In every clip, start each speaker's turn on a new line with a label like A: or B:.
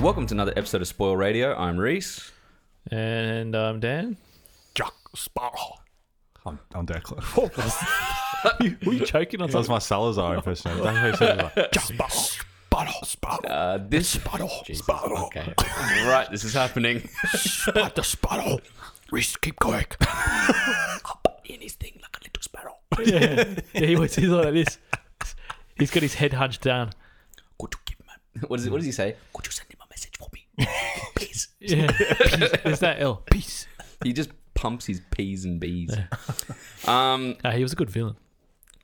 A: Welcome to another episode of Spoil Radio. I'm Reese.
B: And um, Dan,
C: Jack Sparrow. I'm, I'm Dan Clough. What was that?
B: were you choking on
C: That was
B: something?
C: my Salazar impersonation. That's how he said it. Like, Jack Sparrow. Sparrow.
A: Uh, this
C: Sparrow. Sparrow.
B: Okay.
A: right, this is happening.
C: Spot the Sparrow. Reese, keep going.
A: In his thing like a little sparrow.
B: yeah. yeah, he was he's like this. He's got his head hunched down.
A: Could you give him? What does it? What does he say? Could you send him a message for me, please?
B: Yeah, there's that L. Peace.
A: He just pumps his p's and b's. um,
B: Uh, he was a good villain.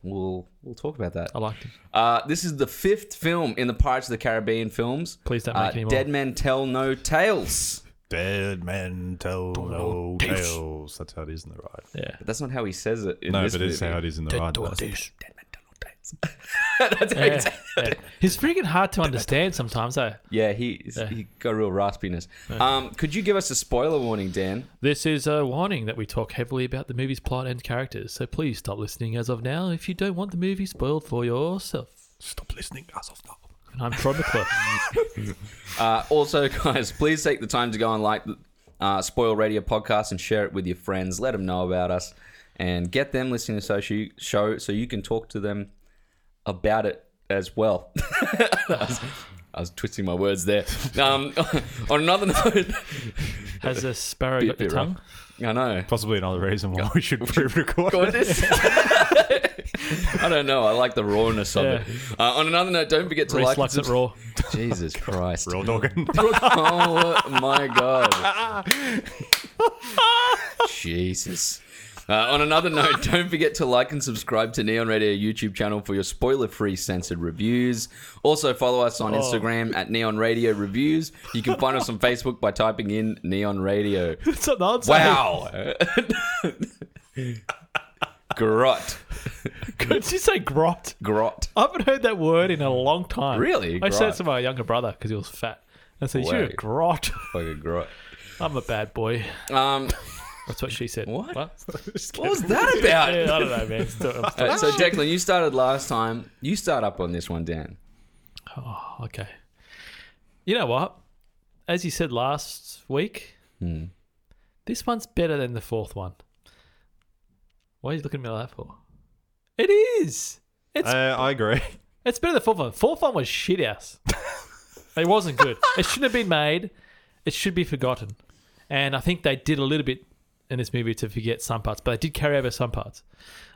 A: we'll we'll talk about that.
B: I liked him.
A: Uh, this is the fifth film in the Pirates of the Caribbean films.
B: Please don't
A: Uh,
B: make any more.
A: Dead Men Tell No Tales.
C: Dead men tell no tales. That's how it is in the ride.
B: Yeah.
A: But that's not how he says it. In
C: No,
A: this
C: but it is
A: movie.
C: how it is in the ride. That's-
A: Dead Men Tell No Tales. That's how he
B: Yeah.
A: says-
B: yeah. He's freaking hard to understand sometimes. Though.
A: Yeah, he he got real raspiness. Um, could you give us a spoiler warning, Dan?
B: This is a warning that we talk heavily about the movie's plot and characters, so please stop listening as of now if you don't want the movie spoiled for yourself.
C: Stop listening as of now.
B: And I'm Trod McClure.
A: Uh, also, guys, please take the time to go and like the uh, Spoil Radio podcast and share it with your friends. Let them know about us and get them listening to the show- show so you can talk to them about it as well. I, was, I was twisting my words there. Um, on another note,
B: Has a sparrow
A: Bit-
B: got your
A: bit rough.
B: tongue?
A: I know.
C: Possibly another reason why we should pre-record.
A: Got this? I don't know. I like the rawness of
B: Yeah.
A: it. Uh, on another note, don't forget to
B: Reese
A: like
B: likes
A: and
B: it raw.
A: subs- Jesus Christ.
C: Real talking.
A: oh my god. Jesus. Uh, on another note, don't forget to like and subscribe to Neon Radio YouTube channel for your spoiler-free censored reviews. Also, follow us on Instagram at Neon Radio Reviews. You can find us on Facebook by typing in Neon Radio.
B: That's what I'd say.
A: Wow. grot.
B: Did you say grot?
A: Grot.
B: I haven't heard that word in a long time.
A: Really?
B: I said
A: Grot.
B: it to my younger brother because he was fat. I said,
A: Wow.
B: you're a grot.
A: Like a grot.
B: I'm a bad boy.
A: Um,
B: That's what she said.
A: What? what was that about?
B: Yeah, I don't know, man. Still- I'm still-
A: Uh, so Declan, you started last time. You start up on this one, Dan.
B: oh, okay. You know what? As you said last week,
A: Hmm.
B: this one's better than the fourth one. Why are you looking at me like that for? It is. It's
C: Uh, I agree.
B: It's better than the fourth one. Fourth one was shit ass. it wasn't good. It shouldn't have been made. It should be forgotten. And I think they did a little bit in this movie to forget some parts, but they did carry over some parts.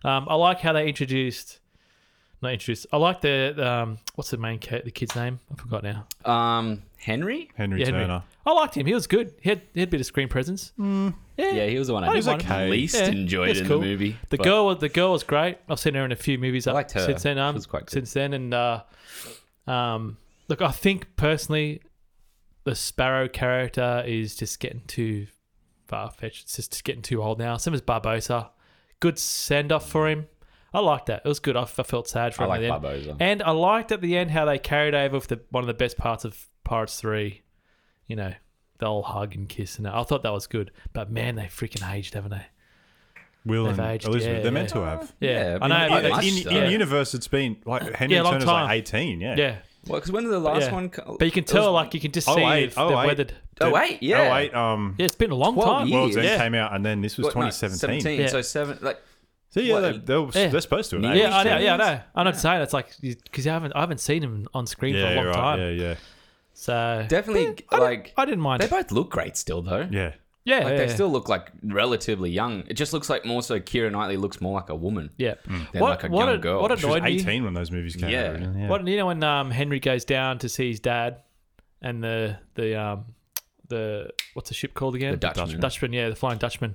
B: Um, I like how they introduced, not introduced. I like the um, what's the main ca- the kid's name? I forgot now.
A: Um, Henry.
C: Henry
B: Yeah, Henry.
C: Turner.
B: I liked him. He was good. He had, he had a bit of screen presence. Yeah.
A: Yeah, he was the one I
B: was
A: didn't
C: okay.
A: least
B: Yeah,
A: enjoyed
B: that's
A: in
B: cool.
A: the movie.
B: The
A: But-
B: girl, was- the girl was great. I've seen her in a few movies. I
A: liked her.
B: since then. Um,
A: She was quite good.
B: since then, and uh, um, look, I think personally, the Sparrow character is just getting too far fetched. It's just getting too old now. Same as Barbosa. Good send off for him. I liked that. It was good. I, I felt sad for
A: I
B: him.
A: like
B: at the end.
A: Barbosa.
B: And I liked at the end how they carried over with the, one of the best parts of Pirates Three. You know, they'll hug and kiss, and I thought that was good. But man, they freaking aged, haven't they?
C: Will and
B: They've aged,
C: Elizabeth.
B: yeah,
C: They're meant
B: yeah.
C: to have.
A: Yeah,
B: Yeah,
A: I mean,
B: I know.
A: not
B: but
A: much,
B: it's-
C: in,
A: though.
C: in
B: yeah.
C: universe, it's been like Henry
B: Yeah, long
C: Turner's
B: time.
C: like 18. Yeah.
B: yeah,
A: Well, because when did the last
B: yeah.
A: one? co-
B: but you
A: it
B: can
A: was-
B: tell, like, you can just see
C: 08,
B: if they've
C: 08.
B: weathered.
A: Oh
C: The-
A: wait, yeah.
C: Oh, wait. Um,
B: Yeah, it's been a long
A: 12
B: time.
A: years.
C: World's End
B: Yeah.
C: came out, and then this was
A: What, no,
C: 2017.
A: 17,
B: Yeah.
A: So seven. Like
C: So, yeah,
A: What,
C: they, they were,
B: yeah.
C: they're supposed to have.
A: Yeah,
C: aged,
B: Yeah, I know. Yeah, I
A: years.
B: know. I'm not saying it's like because I haven't, I haven't seen him on screen
C: Yeah,
B: for a long
C: right,
B: time.
C: Yeah, yeah.
B: So
A: definitely,
B: I didn't-
A: like
B: I didn't mind.
A: they both look great still, though.
C: Yeah.
B: yeah,
A: Like
B: yeah,
A: they
B: yeah.
A: still look like relatively young. It just looks like more so Kira Knightley looks more like a woman.
B: Yeah.
A: Mm, They're
B: What,
A: like a
B: what,
A: young
B: an-
A: girl.
B: what
A: She
C: She was
B: annoyed me?
C: 18 when those movies came
A: Yeah.
C: out. originally, Yeah.
B: What you know when um, Henry goes down to see his dad, and the the um the what's the ship called again?
A: The Dutchman.
B: Dutchman. Yeah, the Flying Dutchman.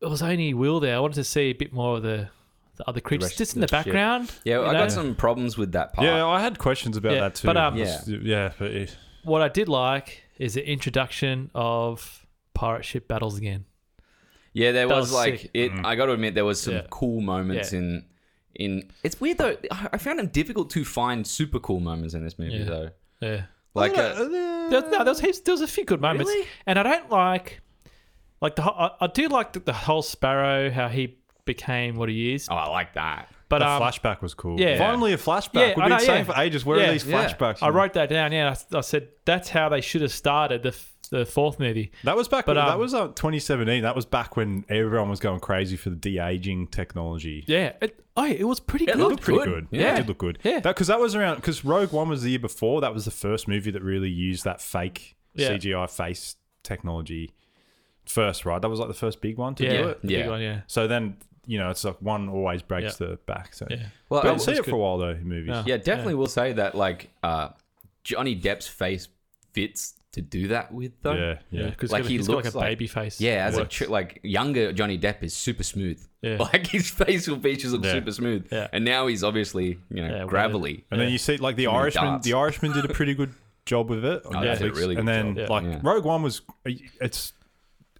B: It was only Will there. I wanted to see a bit more of the the other creatures
A: rest
B: just
A: of
B: in the,
A: the ship.
B: background.
A: Yeah,
B: you
A: I
B: know?
A: got some problems with that part.
C: Yeah, I had questions about
B: Yeah,
C: that too.
B: but, um,
C: yeah, yeah, but it-
B: What I did like is the introduction of pirate ship battles again.
A: Yeah, there
B: That
A: was,
B: was
A: like
B: sick.
A: it.
C: Mm-hmm.
A: I got to admit, there was some
B: Yeah.
A: cool moments
B: Yeah.
A: in in. It's weird though. I I found it difficult to find super cool moments in this movie
B: Yeah.
A: though.
B: Yeah.
A: Like, uh,
B: There, no, there was heaps, there was a few good moments,
A: Really?
B: and I don't like, like the whole- I, I do like the, the whole Sparrow how he became what he is,
A: oh, I like that.
B: But
C: the
B: um,
C: flashback was cool.
B: yeah.
C: Finally, a flashback.
B: Yeah,
C: We've
B: I know,
C: been saying
B: yeah.
C: for ages. Where
B: Yeah.
C: are these
A: Yeah.
C: flashbacks?
B: I wrote that down. Yeah, and I, s- I said that's how they should have started the f- the fourth movie.
C: that was back.
B: but,
C: when,
B: um,
C: that was uh, 2017. That was back when everyone was going crazy for the de aging technology.
B: Yeah, it, oh, yeah, it was pretty
A: It
B: good.
A: looked
C: pretty
A: good.
C: good.
A: Yeah.
C: it did look good.
B: Yeah.
C: because that, was around. Because Rogue One was the year before. That was the first movie that really used that fake
B: Yeah.
C: CGI face technology. First, right? That was like the first big one to
B: yeah,
C: do it.
B: the
A: Yeah.
B: big one, yeah.
C: So then you know, it's like one always breaks the back. So
B: Yeah.
A: Well,
C: I
A: I-
C: didn't see it
B: that's
C: for a while though. In movies.
B: No.
A: yeah, definitely will say that like uh, Johnny Depp's face fits to do that with though.
C: yeah, yeah.
B: Yeah, because
A: Like,
B: like
A: he
B: he's got
A: looks
B: like a
A: like-
B: baby face.
A: Yeah, as a
B: Works.
A: ch- like younger Johnny Depp is super smooth.
B: Yeah.
A: Like his facial features look
C: Yeah.
A: super smooth.
B: Yeah.
A: And now he's obviously, you know,
B: Yeah,
A: gravelly.
C: And then you see like the
A: the
C: Irishman.
A: darts.
C: The Irishman did a pretty good job with it. On
A: Oh, they
C: Netflix.
A: did a really good
C: and then
B: job. Yeah.
C: like
A: Yeah.
C: Rogue One was it's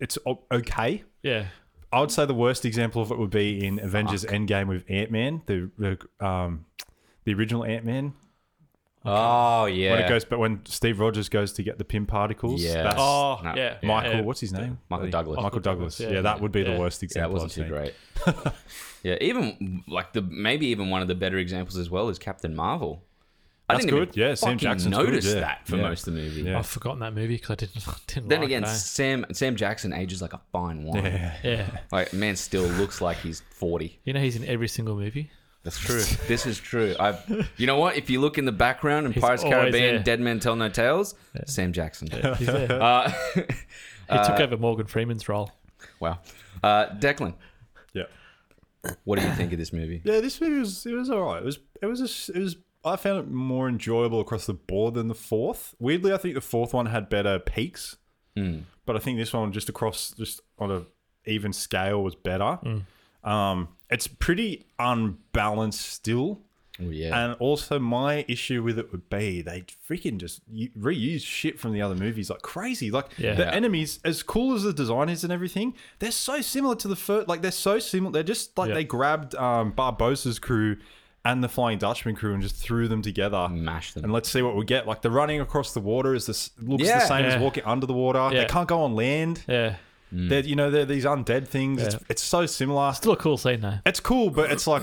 C: it's o- okay.
B: yeah,
C: I would say the worst example of it would be in Avengers Endgame with Ant Man, the, the um the original Ant Man.
A: Oh yeah.
C: When it goes, but when Steve Rogers goes to get the pim particles,
A: Yeah.
C: that's
B: Oh,
A: No.
B: yeah.
C: Michael.
B: Yeah.
C: What's his name?
A: Michael Douglas.
B: Oh,
C: Michael Douglas. Yeah,
B: yeah.
C: that would be the
B: Yeah.
C: worst
A: yeah, it
C: example.
A: wasn't
C: I've
A: too
C: seen.
A: great. yeah, even like the maybe even one of the better examples as well is Captain Marvel. I
C: That's
A: didn't even
C: good. Yeah, Sam
A: fucking
C: Jackson's good,
A: notice
C: yeah.
A: that for
C: Yeah.
A: most of the movie.
C: Yeah.
B: I've forgotten that movie because I didn't didn't.
A: Then
B: like
A: again,
B: it, eh?
A: Sam Sam Jackson ages like a fine wine.
C: Yeah.
B: yeah,
A: Like man still looks like he's forty.
B: you know he's in every single movie.
A: That's true. this is true. I, you know what? If you look in the background in
B: He's
A: Pirates of the
B: always
A: Caribbean,
B: there.
A: Dead Men Tell No Tales, Sam Jackson.
B: He's there.
A: Uh,
B: he took over Morgan Freeman's role.
A: wow. Uh, Declan,
C: Yeah.
A: what do you think of this movie?
C: Yeah, this movie was it was alright. It was it was a, s- it was I found it more enjoyable across the board than the fourth. Weirdly, I think the fourth one had better peaks, but I think this one just across just on a even scale was better. Um, it's pretty unbalanced still,
A: Oh, yeah.
C: and also my issue with it would be they freaking just u- reuse shit from the other movies like crazy. Like
B: Yeah.
C: the enemies, as cool as the design is and everything, they're so similar to the first. Like they're so similar. They're just like
B: Yeah.
C: they grabbed um, Barbosa's crew and the Flying Dutchman crew and just threw them together.
B: Mm.
A: Mash them.
C: And let's see what we get. Like the running across the water is this looks
A: Yeah.
C: the same
B: Yeah.
C: as walking under the water.
B: Yeah.
C: They can't go on land.
B: Yeah,
C: They're you know they're these undead things.
B: Yeah.
C: It's, it's so similar
B: still a cool scene though.
C: it's cool, but it's like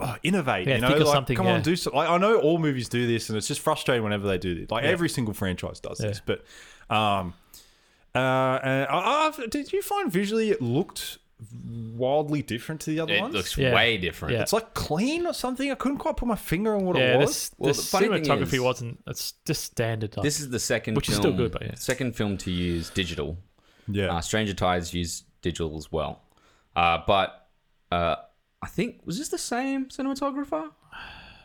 C: oh, innovate.
B: Yeah,
C: you know,
B: think of
C: like,
B: something,
C: Come
B: yeah.
C: on, do something. Like, I know all movies do this, and it's just frustrating whenever they do this. Like every single franchise does this, but um, uh, and I, i did you find visually it looked wildly different to the other
A: It
C: ones?
A: looks
B: Yeah.
A: way different.
B: Yeah.
C: it's like clean or something. I couldn't quite put my finger on what
B: Yeah,
C: it was.
B: this,
A: Well,
B: the
A: the funny thing
B: cinematography
A: is-
B: wasn't. It's just standard. Like,
A: This is the second
B: Which is
A: film,
B: still good, but yeah.
A: second film to use digital.
C: yeah,
A: Uh, Stranger Tides used digital as well. Uh, but uh, I think was this the same cinematographer?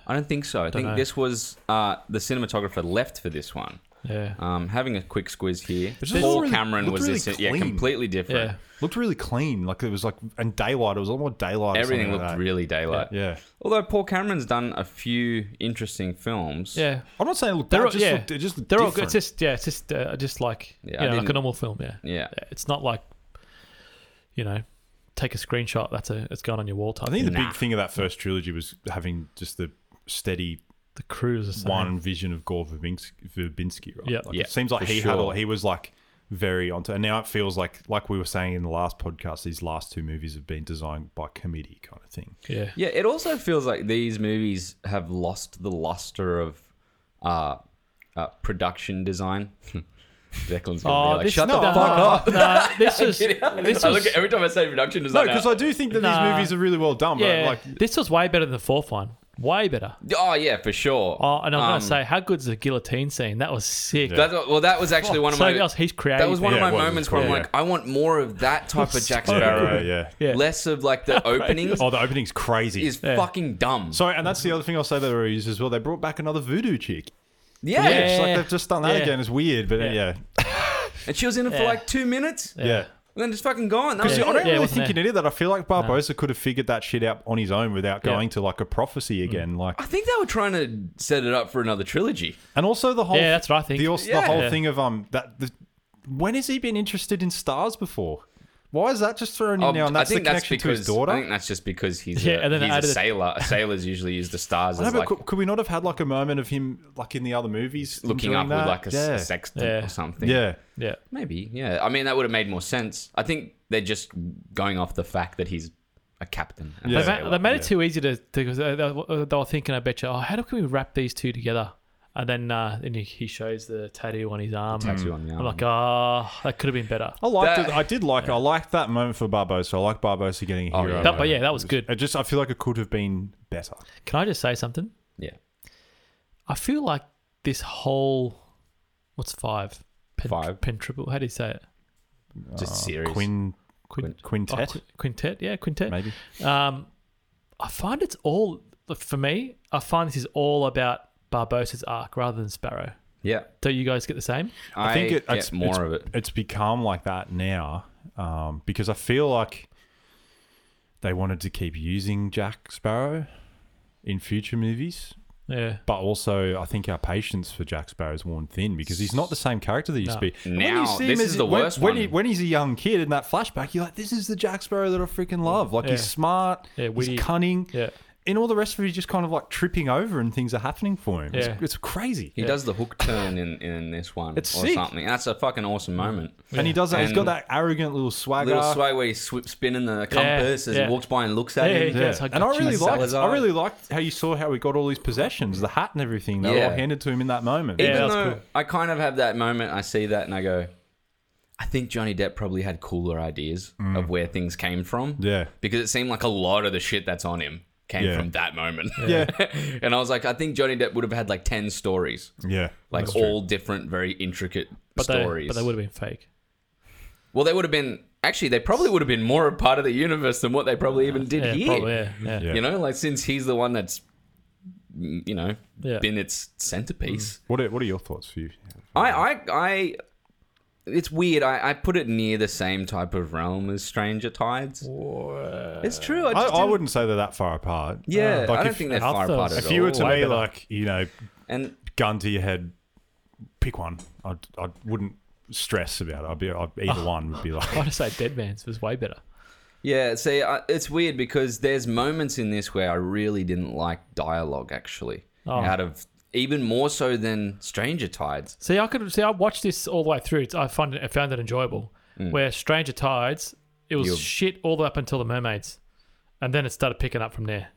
A: I don't think so. I think
B: know.
A: this was uh, the cinematographer left for this one.
B: yeah,
A: Um, having a quick squiz here.
C: just
A: Paul
C: all really-
A: Cameron
C: looked
A: was
C: really
A: this, yeah,
C: clean.
A: completely different.
B: yeah.
C: looked really clean. Like it was like and daylight. It was a lot more daylight. or
A: Everything
C: something like
A: looked really daylight.
C: that. Yeah,
A: Although Paul Cameron's done a few interesting films.
B: Yeah,
C: I'm not saying it looked.
B: they're
C: bad,
B: all,
C: it just
B: yeah,
C: looked- it just looked
B: they're all good.
C: different.
B: It's just yeah, it's just uh, just like
A: Yeah, I
B: you know, like a
A: didn't-
B: normal film. Yeah.
A: Yeah.
B: Yeah, it's not like you know, take a screenshot. That's a it's gone on your wall type.
C: I think the
A: Nah.
C: big thing of that first trilogy was having just the steady
B: the crew is the same.
C: one vision of Gore Verbinski, Verbinski right?
B: Yeah.
C: Like,
A: Yeah,
C: It seems like
A: for
C: he had all,
A: sure.
C: he was like very onto, and now it feels like like we were saying in the last podcast, these last two movies have been designed by committee kind of thing.
B: Yeah,
A: Yeah, it also feels like these movies have lost the luster of uh, uh, production design. Declan's gonna
B: Oh,
A: be like,
B: this-
A: shut
B: no,
A: the fuck
B: no,
A: up.
B: no, this is
A: Get out.
B: this
A: I look
B: was
A: at, every time I say production
C: No,
A: design,
C: because
A: I-
C: I do think that
B: Nah.
C: these movies are really well done, but
B: yeah,
C: like.
B: this was way better than the fourth one. Way better.
A: oh yeah, for sure.
B: Oh, and I'm
A: Um,
B: gonna say, how good's the guillotine scene? That was sick.
A: that's what- well, that was actually one of
B: Something
A: my
B: else he's creative.
A: that was one
C: Yeah,
A: of my
C: it was, it
A: moments
C: was
A: where I'm
C: cool,
A: like, I want more of that type of Jack
B: So
A: Sparrow.
C: Yeah, yeah,
B: Oh, Yeah.
A: Less of like the openings
C: Oh, the opening's crazy.
A: is fucking dumb.
C: Sorry, and that's the other thing I'll say that they were used as well. They brought back another voodoo chick.
A: yeah.
B: Yeah.
C: It's like they've just done that
B: Yeah.
C: again. It's weird, but uh, yeah,
A: and she was in it for
B: Yeah.
A: like two minutes,
C: yeah.
A: and then just fucking gone. That was
C: See, I don't
B: Yeah, it
C: really
B: wasn't there.
C: think you needed that. I feel like Barbosa could have figured that shit out on his own without
B: Yeah. Mm.
C: going to like a prophecy again. Like,
A: I think they were trying to set it up for another trilogy.
C: and also the whole
B: Yeah, that's what I think.
C: The, also,
A: Yeah.
C: the whole
B: Yeah.
C: thing of um that the, when has he been interested in stars before? Why is that just thrown in
A: Oh,
C: now? And that's the connection to his daughter.
A: I think that's just because he's
B: Yeah,
A: a,
B: and then
A: he's a
B: added a-
A: sailor. A sailor's usually use the stars
C: I know,
A: as
C: but
A: like
C: could, could we not have had like a moment of him like in the other movies
A: looking
C: enjoying
A: up with
C: that?
A: like a,
C: yeah.
A: s- sextant
B: Yeah.
A: or something.
C: Yeah,
B: yeah,
A: Maybe, yeah. I mean, that would have made more sense. I think they're just going off the fact that he's a captain.
C: Yeah.
B: they, ma- they made it
C: yeah.
B: too easy to because they, they, they were thinking, I bet you, oh, how do- can we wrap these two together? And then uh, and he- he shows the tattoo on his arm.
A: Tattoo on the
B: I'm
A: arm.
B: like, oh, that could have been better.
C: I liked
A: That-
C: it. I did like it. I liked that moment for Barbosa. I like Barbosa getting a
A: Oh,
C: hero.
A: yeah.
B: That- but yeah, that was
C: It
B: good.
C: It just I feel like it could have been better.
B: Can I just say something?
A: yeah.
B: I feel like this whole what's five pen,
A: Five.
B: pen triple. How do you say it?
A: Just
C: "Oh,
A: series.
C: Quin,
B: Quin- oh,
C: quintet,
B: qu- quintet. Yeah, quintet.
C: maybe.
B: Um, I find it's all for me. I find this is all about Barbosa's arc rather than Sparrow.
A: Yeah.
B: Do you guys get the same?
A: I,
C: think it-
A: get
C: it's-
A: more of it.
C: It's become like that now um, because I feel like they wanted to keep using Jack Sparrow in future movies.
B: Yeah.
C: But also, I think our patience for Jack Sparrow's worn thin because he's not the same character that he used to be. And
A: Now, this
C: as-
A: is the
C: when,
A: worst
C: when
A: one.
C: He, when he's a young kid in that flashback, you're like, this is the Jack Sparrow that I freaking love. Like,
B: Yeah.
C: he's smart,
B: Yeah, witty.
C: he's cunning.
B: Yeah.
C: And all the rest of it is just kind of like tripping over and things are happening for him. It's,
B: Yeah.
C: it's crazy.
A: He does the hook turn in, in this one
C: It's
A: or
C: sick. Mm.
A: something. That's a fucking awesome moment.
C: And he does that. he's got
A: And-
C: that arrogant little swagger.
A: Little sway where he's sw- spinning the compass as
B: yeah.
A: he walks by and looks at
B: Yeah,
A: him.
B: yeah, yeah. Yes, I
C: and I
B: got you,
C: really liked.
A: Salazar.
C: I really liked how you saw how he got all these possessions, the hat and everything. They were
A: Yeah.
C: all handed to him in that moment.
B: Yeah.
A: Even
B: that's
A: though
B: cool.
A: I kind of have that moment, I see that and I go, I think Johnny Depp probably had cooler ideas of where things came from.
C: Mm. Yeah.
A: Because it seemed like a lot of the shit that's on him came
C: Yeah.
A: from that moment.
C: Yeah.
A: and I was like, I think Johnny Depp would have had like 10 stories,
C: yeah.
A: like all different, very intricate
B: But
A: stories.
B: they, but they would have been fake.
A: well, they would have been, actually, they probably would have been more a part of the universe than what they probably even did
B: Yeah,
A: here.
B: probably. Yeah, yeah.
C: Yeah.
A: You know, like since he's the one that's, mm, you know,
B: Yeah.
A: been its centerpiece.
C: What are, What are your thoughts for you?
A: I, I, I, it's weird. I, I put it near the same type of realm as Stranger Tides. It's true. I,
C: I,
A: just
C: I
A: didn't-
C: wouldn't say they're that far apart. Uh,
A: Yeah,
C: Like
A: I don't
C: if-
A: think they're
B: I
A: far
B: thought-
A: apart at
C: If you were to
A: all.
C: me,
B: better.
C: like you know,
A: and
C: gun to your head, pick one. I I wouldn't stress about it. I'd be I'd, either one would be
B: I
C: like.
B: want to say Dead Man's was way better.
A: yeah, see, I, it's weird because there's moments in this where I really didn't like dialogue actually.
B: Oh.
A: Out of even more so than Stranger Tides.
B: See, I could see. I watched this all the way through. It's, I find it, I found it enjoyable.
A: Mm.
B: Where Stranger Tides, it was
A: You-
B: shit all the way up until the mermaids, and then it started picking up from there.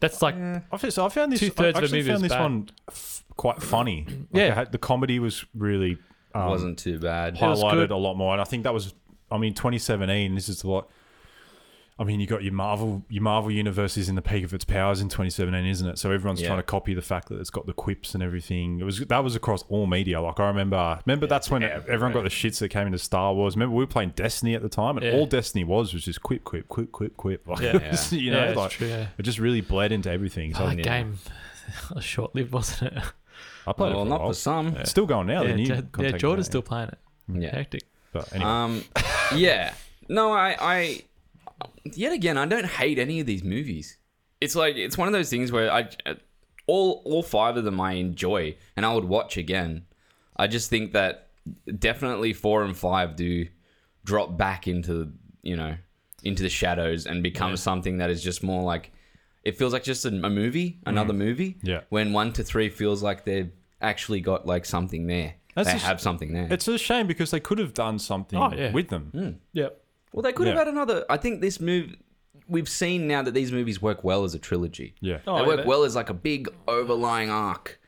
B: That's like
C: I found- so I found this.
B: Two-thirds
C: I
B: of the movie
C: actually found
B: is
C: this
B: bad.
C: one f- quite funny. Like,
B: Yeah.
C: I had- the comedy was really um,
A: wasn't too bad.
B: was good.
C: highlighted a lot more. And I think that was, I mean, 2017. This is what. I mean, you got your Marvel, your Marvel universe is in the peak of its powers in 2017, isn't it? So everyone's
A: Yeah.
C: trying to copy the fact that it's got the quips and everything. It was that was across all media. Like I remember, remember that's when everyone got the shits that came into Star Wars. Remember we were playing Destiny at the time, and
B: Yeah.
C: all Destiny was was just quip, quip, quip, quip, quip. Like,
B: Yeah.
C: it was, you know,
B: Yeah, it's
C: like
B: true, yeah.
C: it just really bled into everything. So
B: oh,
C: I,
B: that game. was short lived, wasn't it?
C: I
A: well,
C: played it for a
A: not
C: while.
A: for some.
C: It's still going now.
B: yeah,
C: the new
B: Ja- yeah,
C: content came
B: Jordan's
C: out,
B: still playing it.
A: Yeah.
B: Hectic.
C: But anyway,
A: Um, yeah. No, I, I, yet again, I don't hate any of these movies. It's like it's one of those things where I, all all five of them I enjoy and I would watch again. I just think that definitely four and five do drop back into you know into the shadows and become something that is just more like it feels like just a, a movie, another movie.
C: Mm. Yeah.
A: When one to three feels like they've actually got like something there.
C: That's
A: they
C: just-
A: have something there.
C: It's a shame because they could have done something
B: Oh, yeah.
C: with them.
A: Hmm.
B: Yep.
A: Well, they could have
C: Yeah.
A: had another. I think this move we've seen now that these movies work well as a trilogy.
C: Yeah.
B: Oh,
A: they work
B: yeah.
A: well as like a big overlying arc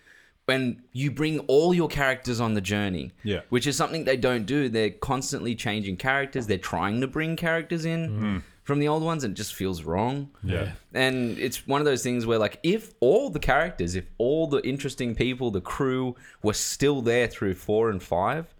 A: when you bring all your characters on the journey.
C: Yeah.
A: which is something they don't do. They're constantly changing characters. They're trying to bring characters in from the old ones, and it just feels wrong.
C: Mm-hmm. Yeah.
A: And it's one of those things where, like, if all the characters, if all the interesting people, the crew were still there through four and five,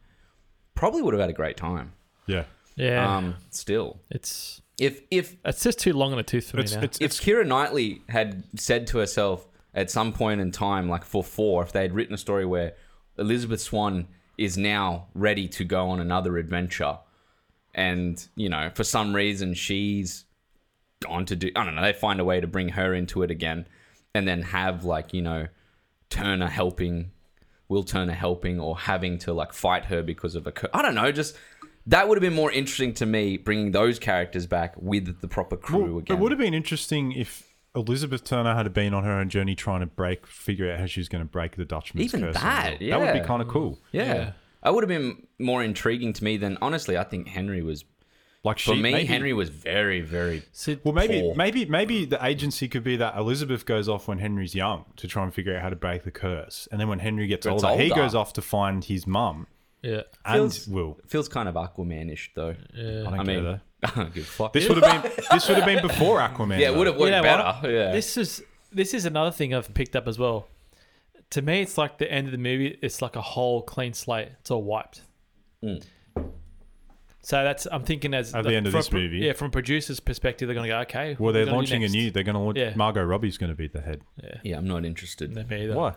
A: probably would have had a great time.
C: Yeah.
B: Yeah.
A: Um, still,
B: it's
A: if if
B: it's just too long in the tooth for
C: It's,
B: me now.
C: it's,
A: if
C: it's,
A: Kira Knightley had said to herself at some point in time, like for four, if they had written a story where Elizabeth Swan is now ready to go on another adventure, and you know, for some reason she's gone to do, I don't know, they find a way to bring her into it again, and then have like you know, Turner helping, Will Turner helping, or having to like fight her because of a, cur- I don't know, just. That would have been more interesting to me, bringing those characters back with the proper crew
C: well,
A: again.
C: it would have been interesting if Elizabeth Turner had been on her own journey trying to break, figure out how she's going to break the Dutchman's
A: Even
C: curse.
A: that,
C: that would be
A: yeah. Hmm.
C: kind of cool.
A: Yeah.
B: Yeah.
A: I would have been more intriguing to me than honestly. I think Henry was
C: Like she,
A: For me,
C: maybe-
A: Henry was very, very.
B: Sid,
C: Well, maybe,
A: Poor.
C: maybe, maybe the agency could be that Elizabeth goes off when Henry's young to try and figure out how to break the curse, and then when Henry gets
A: Gets
C: older, he
A: older.
C: goes off to find his mum
B: yeah.
C: and
A: Feels-
C: Will.
A: Feels kind of Aquamanish though.
C: I,
B: Yeah.
C: don't
A: I
C: care,
A: mean,
C: though.
A: I don't give a fuck.
C: this would have been this would have been before Aquaman.
A: yeah, it
C: though.
A: would have worked
B: You know
A: better.
B: what?
A: Yeah.
B: This is this is another thing I've picked up as well. To me, it's like the end of the movie. It's like a whole clean slate. It's all wiped.
A: Mm.
B: So that's I'm thinking as
C: Hmm. At the end of
B: from
C: this
B: a pro-
C: movie.
B: Yeah, from a producer's perspective, they're going to go okay.
C: Well,
B: what are
C: they're
B: we gonna do
C: launching a
B: next?
C: new. They're going to launch.
B: Yeah.
C: Margot Robbie's going to be the head.
A: yeah, I'm not interested.
B: No, me either.
C: Why?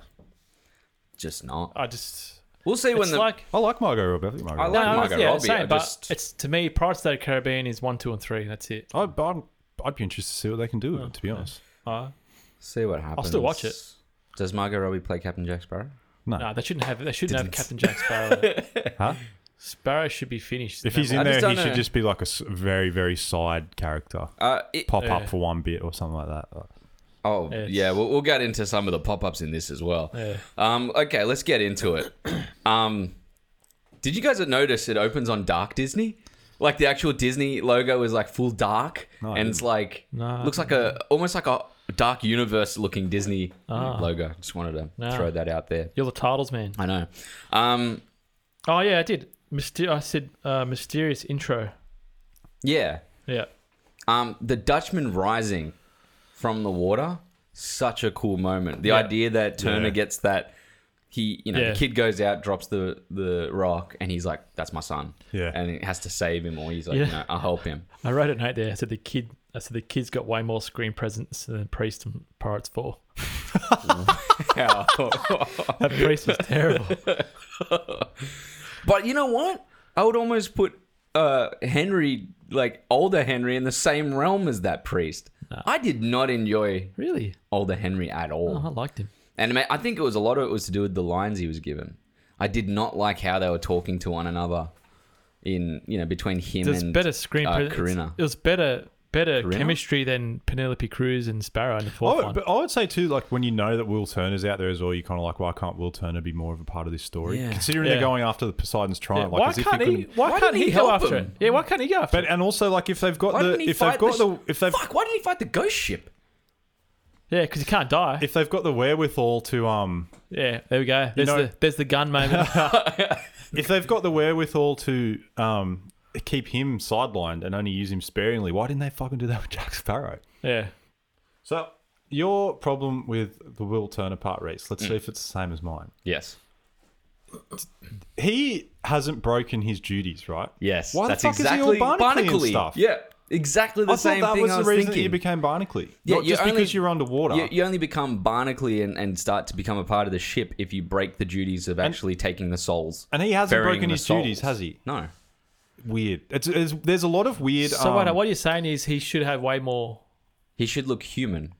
A: Just not.
B: I just
A: We'll see when
B: it's
A: the
B: like
C: I like Margot Robbie. I think Margot.
A: I
C: Robbie.
A: like
B: no,
A: Margot
B: yeah,
A: Robbie, I
B: same, but
A: just-
B: it's to me Pirates of the Caribbean is one, two, and three. and That's it.
C: I, but I'm, I'd be interested to see what they can do with it. To
A: Oh,
C: be honest,
B: Uh,
A: see what happens.
B: still watch it.
A: Does Margot Robbie play Captain Jack Sparrow?
C: no.
B: no, they shouldn't have. They shouldn't have Captain Jack Sparrow.
C: Huh?
B: Sparrow should be finished.
C: If he's
A: I just
C: in there,
A: don't
C: he
A: know.
C: should just be like a s- very, very side character,
A: Uh, it,
C: pop
B: Yeah.
C: up for one bit or something like that.
A: oh
B: It's-
A: yeah, we'll, we'll get into some of the pop-ups in this as well.
B: Yeah.
A: Um, okay, let's get into it. Um, did you guys notice it opens on Dark Disney? Like the actual Disney logo is like full dark,
C: I
A: and it's like
B: No, I
A: looks like a almost like a dark universe looking Disney
B: Ah.
A: logo. Just wanted to
B: No.
A: throw that out there.
B: You're the titles man.
A: I know. Um,
B: Oh yeah, I did. Myster- I said uh, mysterious intro.
A: yeah,
B: Yeah.
A: Um, the Dutchman rising from the water, such a cool moment. The
B: Yeah.
A: idea that Turner
C: Yeah.
A: gets that he, you know,
B: Yeah.
A: the kid goes out, drops the the rock, and he's like, "That's my son,"
C: Yeah.
A: and he has to save him, or he's like,
B: Yeah.
A: "No, I'll help him."
B: I wrote a note there. I said the kid. I said the kid's got way more screen presence than Priest and Pirates Four. That Priest was terrible.
A: but you know what? I would almost put uh, Henry, like older Henry, in the same realm as that priest. I did not enjoy
B: really?
A: older Henry at all.
B: Oh, I liked him.
A: And ma- I think it was a lot of it was to do with the lines he was given. I did not like how they were talking to one another in you know between him
B: There's
A: and
B: better screen
A: uh,
B: presence.
A: Corinna.
B: It was better, better
A: Corinna?
B: chemistry than Penelope Cruz and Sparrow in the
C: I
B: fourth
C: would,
B: one.
C: Oh, but I would say too, like when you know that Will Turner's out there as well, you're kind of like, why can't Will Turner be more of a part of this story?
A: Yeah.
C: Considering
B: Yeah.
C: they're going after the Poseidon's
B: Yeah,
C: Triumph, like
B: why
C: as if
B: can't
C: you
B: he?
C: couldn't.
B: Why,
A: Why
B: can't
A: didn't
B: he
A: he
B: go
A: help
B: after
A: him?
B: it? Yeah, why can't he go after
C: But
B: it?
C: and also like if they've got
A: Why
C: the
A: didn't he
C: if they've
A: fight
C: got
A: the
C: the, if they've
A: fuck. Why didn't he fight the ghost ship?
B: Yeah, because he can't die.
C: if they've got the wherewithal to um
B: yeah, there we go. There's
C: know-
B: the there's the gun moment.
C: if they've got the wherewithal to um keep him sidelined and only use him sparingly, why didn't they fucking do that with Jack Sparrow?
B: yeah.
C: So your problem with the Will Turner part, Reese. Let's
A: Mm.
C: see if it's the same as mine.
A: Yes,
C: He hasn't broken his duties, right?
A: yes.
C: Why the
A: That's
C: fuck is he all
A: exactly
C: Barnacle and stuff?
A: Yeah, exactly the
C: I thought
A: same
C: that
A: thing
C: was
A: I
C: the
A: was
C: reason that
A: thinking.
C: you became Barnacly.
A: Yeah,
C: not
A: you
C: just
A: only-
C: because you're underwater.
A: you, you only become Barnacly and, and start to become a part of the ship if you break the duties of actually taking the souls.
C: and he hasn't
A: burying
C: broken
A: the
C: his
A: souls.
C: duties, has he?
A: No.
C: Weird. It's, it's there's a lot of weird.
B: So
C: um,
B: what, what you're saying is he should have way more.
A: He should look human,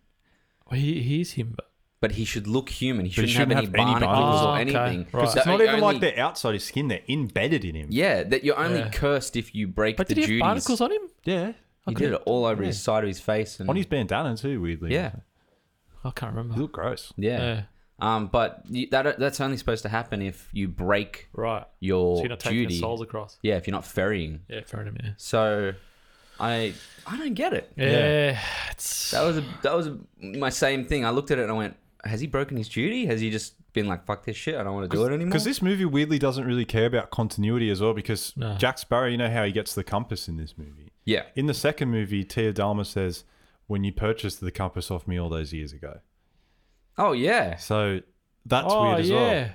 B: Well, he, he is him, but
A: but he should look human. He
C: he
A: shouldn't, have,
C: shouldn't
A: any
C: have any
A: barnacles or
B: barnacles. Oh, okay.
A: anything.
B: Right. 'Cause
C: It's
A: So
C: not
A: it
C: even like
A: only-
C: they're outside his skin; they're embedded in him.
A: Yeah, that you're only
B: Yeah.
A: cursed if you break
B: but
A: the
B: did he
A: duties.
B: have barnacles on him?
C: yeah.
A: He did it all over his side of his face and
C: On his bandana too, weirdly.
A: Mm. yeah,
B: I can't
C: He
B: remember.
C: looked Oh, gross.
A: yeah. Um, but you, that that's only supposed to happen if you break
B: right.
A: your
B: So you're not taking
A: duty.
B: the souls across.
A: Yeah, if you're not ferrying.
B: Yeah, fair enough. Yeah,
A: So, I I don't get it.
B: yeah.
C: Yeah.
B: it's
A: That was a, that was a, my same thing. I looked at it and I went, "Has he broken his duty? Has he just been like, fuck this shit? I don't want to do it anymore."
C: Because this movie weirdly doesn't really care about continuity as well. Because
B: No.
C: Jack Sparrow, you know how he gets the compass in this movie.
A: yeah,
C: In the second movie, Tia Dalma says, "When you purchased the compass off me all those years ago."
A: oh yeah,
C: So that's
B: oh,
C: weird as
B: yeah.
C: well.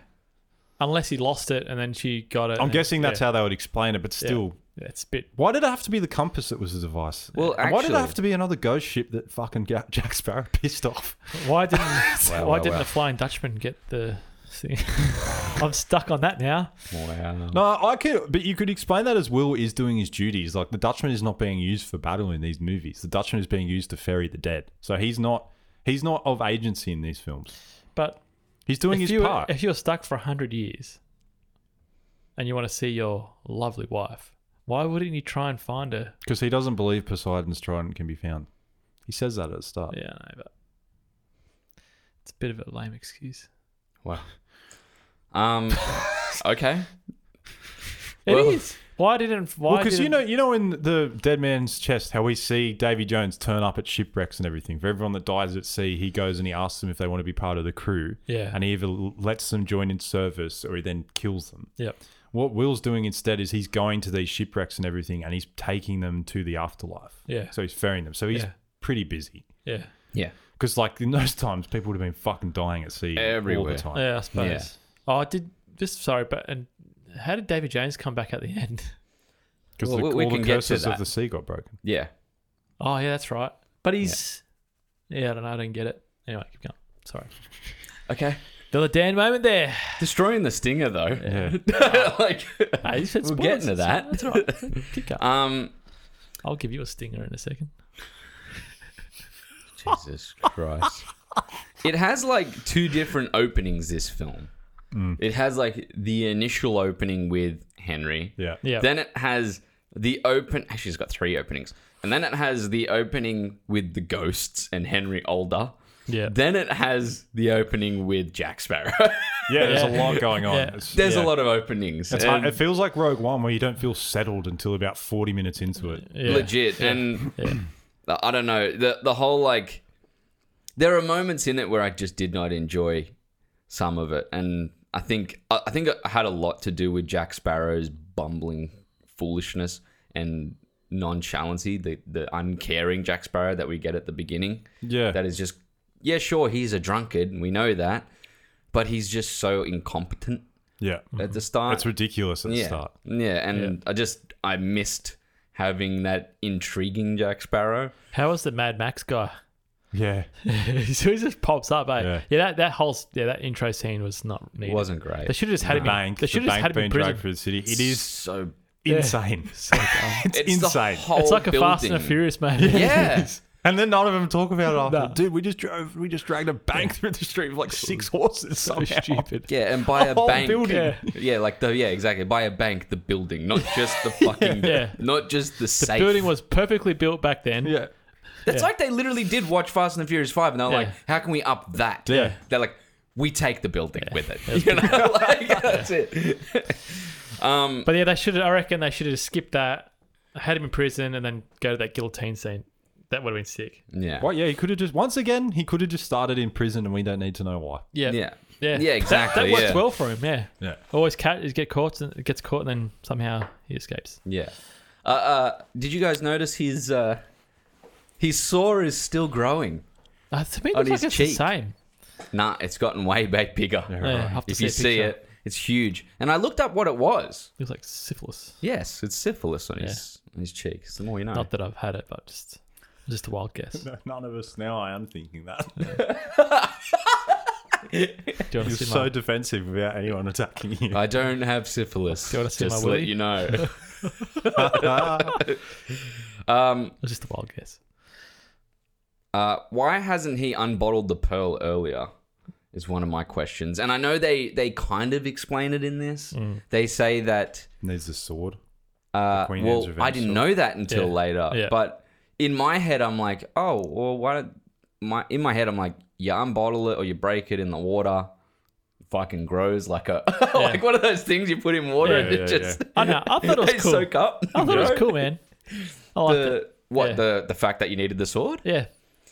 B: Unless he lost it and then she got it.
C: I'm
B: and-
C: guessing that's
B: yeah.
C: how they would explain it, but still,
B: Yeah, it's a bit.
C: why did it have to be the compass that was the device?
A: Well,
C: And why did it
A: actually-
C: have to be another ghost ship that fucking Ga- Jack Sparrow pissed off?
B: Why didn't Why
A: wow,
B: didn't
A: wow.
B: the Flying Dutchman get the thing? I'm stuck on that now.
A: wow.
C: No, I could, but you could explain that as Will is doing his duties. Like the Dutchman is not being used for battle in these movies. The Dutchman is being used to ferry the dead. So he's not, he's not of agency in these films.
B: But
C: He's
B: if
C: doing his
B: you were,
C: part.
B: if you're stuck for hundred years and you want to see your lovely wife, why wouldn't you try and find her?
C: Because he doesn't believe Poseidon's trident can be found. He says that at the start.
B: Yeah, I know, but it's a bit of a lame excuse.
A: Wow. Um. okay.
B: It is.
A: Well,
B: Why didn't? Why?
C: Well, because you
B: didn't-
C: know, you know, in the Dead Man's Chest, how we see Davy Jones turn up at shipwrecks and everything. For everyone that dies at sea, he goes and he asks them if they want to be part of the crew.
B: Yeah.
C: And he either lets them join in service or he then kills them.
B: Yep.
C: What Will's doing instead is he's going to these shipwrecks and everything, and he's taking them to the afterlife.
B: Yeah.
C: So he's ferrying them. So he's
B: Yeah.
C: pretty busy.
B: Yeah.
A: Yeah.
C: Because like in those times, people would have been fucking dying at sea all
A: Everywhere.
C: the time.
B: Yeah, I suppose. Oh, I did. Just sorry, but and how did David James come back at the end?
C: Because
A: Well,
C: the,
A: we
C: all
A: can
C: the
A: get to
C: curses
A: that.
C: of the sea got broken.
A: Yeah.
B: Oh yeah, that's right. But he's. Yeah, I don't know. I don't get it. Anyway, keep going. Sorry.
A: Okay.
B: Another Dan moment there.
A: Destroying the stinger though.
C: Yeah.
A: like
B: Hey, you said
A: We'll
B: spoilers.
A: get into that.
B: That's all right. That's all right. Keep going.
A: um
B: I'll give you a stinger in a second.
A: Jesus Christ. It has like two different openings this film. It has like the initial opening with Henry.
C: Yeah.
B: Yeah.
A: Then it has the open. Actually, it's got three openings. And then it has the opening with the ghosts and Henry older.
B: yeah.
A: Then it has the opening with Jack Sparrow.
C: Yeah, there's
B: Yeah.
C: a lot going on.
B: Yeah.
C: It's-
A: There's
C: yeah.
A: a lot of openings.
C: It's
A: and
C: hard- it feels like Rogue One, where you don't feel settled until about forty minutes into it.
B: yeah.
A: legit. And
B: Yeah.
A: I don't know. The the whole like there are moments in it where I just did not enjoy some of it. And I think I I think it had a lot to do with Jack Sparrow's bumbling foolishness and nonchalancy, the the uncaring Jack Sparrow that we get at the beginning.
C: Yeah,
A: That is just yeah, sure, he's a drunkard, and we know that. But he's just so incompetent
C: yeah,
A: at the start.
C: it's ridiculous at the
A: yeah.
C: start.
A: Yeah, and
B: Yeah.
A: I just I missed having that intriguing Jack Sparrow.
B: How was the Mad Max guy?
C: Yeah,
B: so he just pops up, eh? Yeah.
C: Yeah.
B: that that whole yeah that intro scene was not
A: It
B: needed.
A: wasn't
B: They
A: great.
B: should have just had
C: the
B: him. in-
C: bank,
B: They
C: the
B: should have just
C: bank
B: had him in
C: being
B: prison.
C: dragged through the city. It is
A: so
C: insane.
B: oh.
C: it's,
A: it's
C: insane.
A: The whole
B: It's like a Fast and the
A: building.
B: Furious, man.
A: Yeah.
C: and then none of them talk about it after.
B: Nah.
C: Dude, we just drove, we just dragged a bank through the street with like six horses.
B: so
C: somehow.
B: stupid.
A: Yeah, and by a
C: whole
A: bank.
C: building.
A: Yeah. like the yeah, exactly. By a bank, the building, not just the fucking,
B: Yeah.
A: not just the,
B: The
A: safe.
B: building was perfectly built back then.
C: Yeah,
A: It's like they literally did watch Fast and the Furious Five, and they're like,
B: Yeah.
A: "How can we up that?"
C: Yeah.
A: they're like, "We take the building with it." You know, like that's it. um,
B: But yeah, they should. I reckon they should have skipped that. Had him in prison and then go to that guillotine scene. That would have been sick.
A: yeah,
C: Well, yeah, he could have just once again he could have just started in prison, and we don't need to know why.
B: Yeah.
A: yeah, yeah,
B: Yeah. That, that
A: exactly.
B: works
A: yeah.
B: well for him. Yeah.
C: Yeah,
B: Always cat is get caught and gets caught and then somehow he escapes.
A: Yeah. Uh, uh, did you guys notice his uh, his sore is still growing?
B: Uh, to me, it
A: On
B: looks like
A: his
B: it's the
A: cheek.
B: same.
A: Nah, it's gotten way back bigger.
B: Yeah, I have to
A: If you
B: see, a
A: see
B: picture.
A: it, it's huge. And I looked up what it was.
B: looks like syphilis.
A: Yes, it's syphilis on his on his cheek. It's the more you know.
B: Not that I've had it, but just just a wild guess. Do
C: None of us now. I am thinking that
B: you want
C: you're
B: to see
C: so
B: my?
C: defensive without anyone attacking you.
A: I don't have syphilis.
B: Do you wanna see
A: just
B: my
A: let
B: willy?
A: you know.
B: It's just a wild guess.
A: Uh, why hasn't he unbottled the pearl earlier? Is one of my questions. And I know they they kind of explain it in this.
B: Mm.
A: They say that
C: Needs a sword.
A: Uh,
C: Queen
A: well,
C: Anne's Revenge
A: I didn't
C: sword.
A: know that until
B: Yeah.
A: later.
B: Yeah.
A: But in my head, I'm like, oh, well, why? Don't, my in my head, I'm like, you unbottle it or you break it in the water. Fucking grows like a like one of those things you put in water
B: Yeah,
A: and it
C: yeah,
A: just
B: I know. I thought it was
A: they
B: cool.
A: soak up.
B: I
A: you
B: thought it was
A: know?
B: cool, man. I liked it.
A: The, what
B: Yeah.
A: the the fact that you needed the sword?
B: Yeah.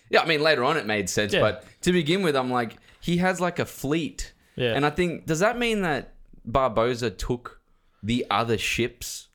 A: Yeah, I mean later on it made sense,
B: Yeah.
A: but to begin with, I'm like he has like a fleet,
B: Yeah.
A: and I think does that mean that Barboza took the other ships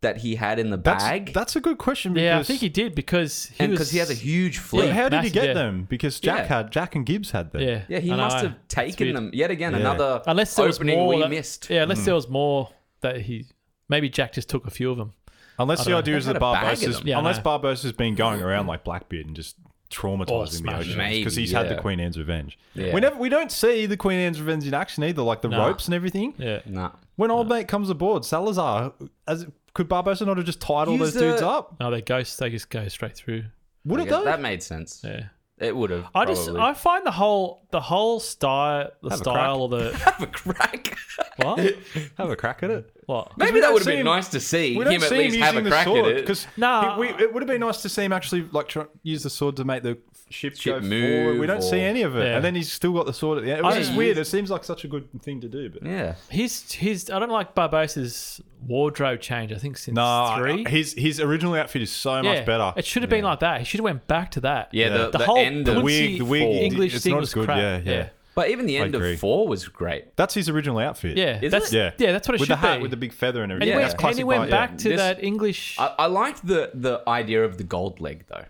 A: that he had in the
C: That's,
A: bag?
C: That's a good question.
B: Yeah, I
C: because-
B: think he did because he
A: and
B: was
A: because he has a huge fleet.
C: But
A: Yeah,
C: how did he
B: massive,
C: get
B: yeah.
C: them? Because Jack
A: Yeah.
C: had Jack and Gibbs had them.
B: Yeah.
A: he
B: I know,
A: must
B: I-
A: have
B: it's
A: taken
B: weird.
A: them yet again.
C: Yeah.
A: Another
B: Unless there was
A: opening
B: more
A: we
B: that-
A: missed.
B: Yeah, unless there was more that he maybe Jack just took a few of them.
C: Unless the
B: don't know.
C: idea is
A: They had
C: that
A: a bag of
C: Barbosa's
A: them.
B: Yeah, I
C: unless
B: know.
C: Barbosa's been going around like Blackbeard and just traumatizing the
B: smashing
C: oceans
A: them.
C: because he's
A: Oh, Maybe,
C: had
A: yeah.
C: the Queen Anne's Revenge.
A: Yeah.
C: We never we don't see the Queen Anne's Revenge in action either, like the
B: Nah.
C: ropes and everything.
B: Yeah.
A: Nah.
C: When old mate comes aboard, Salazar as could Barbosa not have just tied all
A: Use
C: those dudes
A: the-
C: up?
B: No, they ghosts. They just go straight through.
C: Would
A: I
C: it
A: guess
C: though?
A: That made sense.
B: Yeah.
A: It would have.
B: I just I find the whole the whole style the
C: Have a
B: style or the
A: have a crack.
B: what
C: Have a crack at it.
B: What?
A: Maybe
C: we
A: that
C: don't
A: would have
C: see
A: been
C: him-
A: nice to see him
C: We don't
A: at
C: see
A: least
C: him
A: have a
C: using
A: crack
C: the sword
A: at it.
C: because
B: Nah.
C: it would have been nice to see him actually like try, use the sword to make the ship,
A: Ship
C: go
A: move
C: forward. We don't see
A: or-
C: any of it,
B: Yeah.
C: and then he's still got the sword at the end. It was
B: I-
C: just weird. It seems like such a good thing to do, but
A: Yeah.
B: His his I don't like Barbosa's wardrobe change. I think since
C: no,
B: three.
C: his his original outfit is so much better.
B: It should have been like that. He should have went back to that.
A: Yeah,
C: Yeah.
A: the, the,
B: The whole
A: end of
C: the
B: Quincy
C: wig, the wig,
A: four.
B: English
C: it's
B: thing
C: not
B: was
C: as good.
B: crap.
C: Yeah, yeah,
B: Yeah.
A: But even the
C: I
A: end
C: agree.
A: of four was great.
C: That's his original outfit.
B: Yeah,
A: Isn't
B: that's
A: it?
B: yeah.
C: Yeah.
B: that's what it
C: with
B: should
C: the hat,
B: be.
C: with the big feather and
B: and,
C: everything.
B: he
A: Yeah.
B: went,
C: That's
A: and
B: and
C: classic
B: he went
C: Bart, yeah.
B: back to
A: This-
B: that English.
A: I, I liked the the idea of the gold leg though.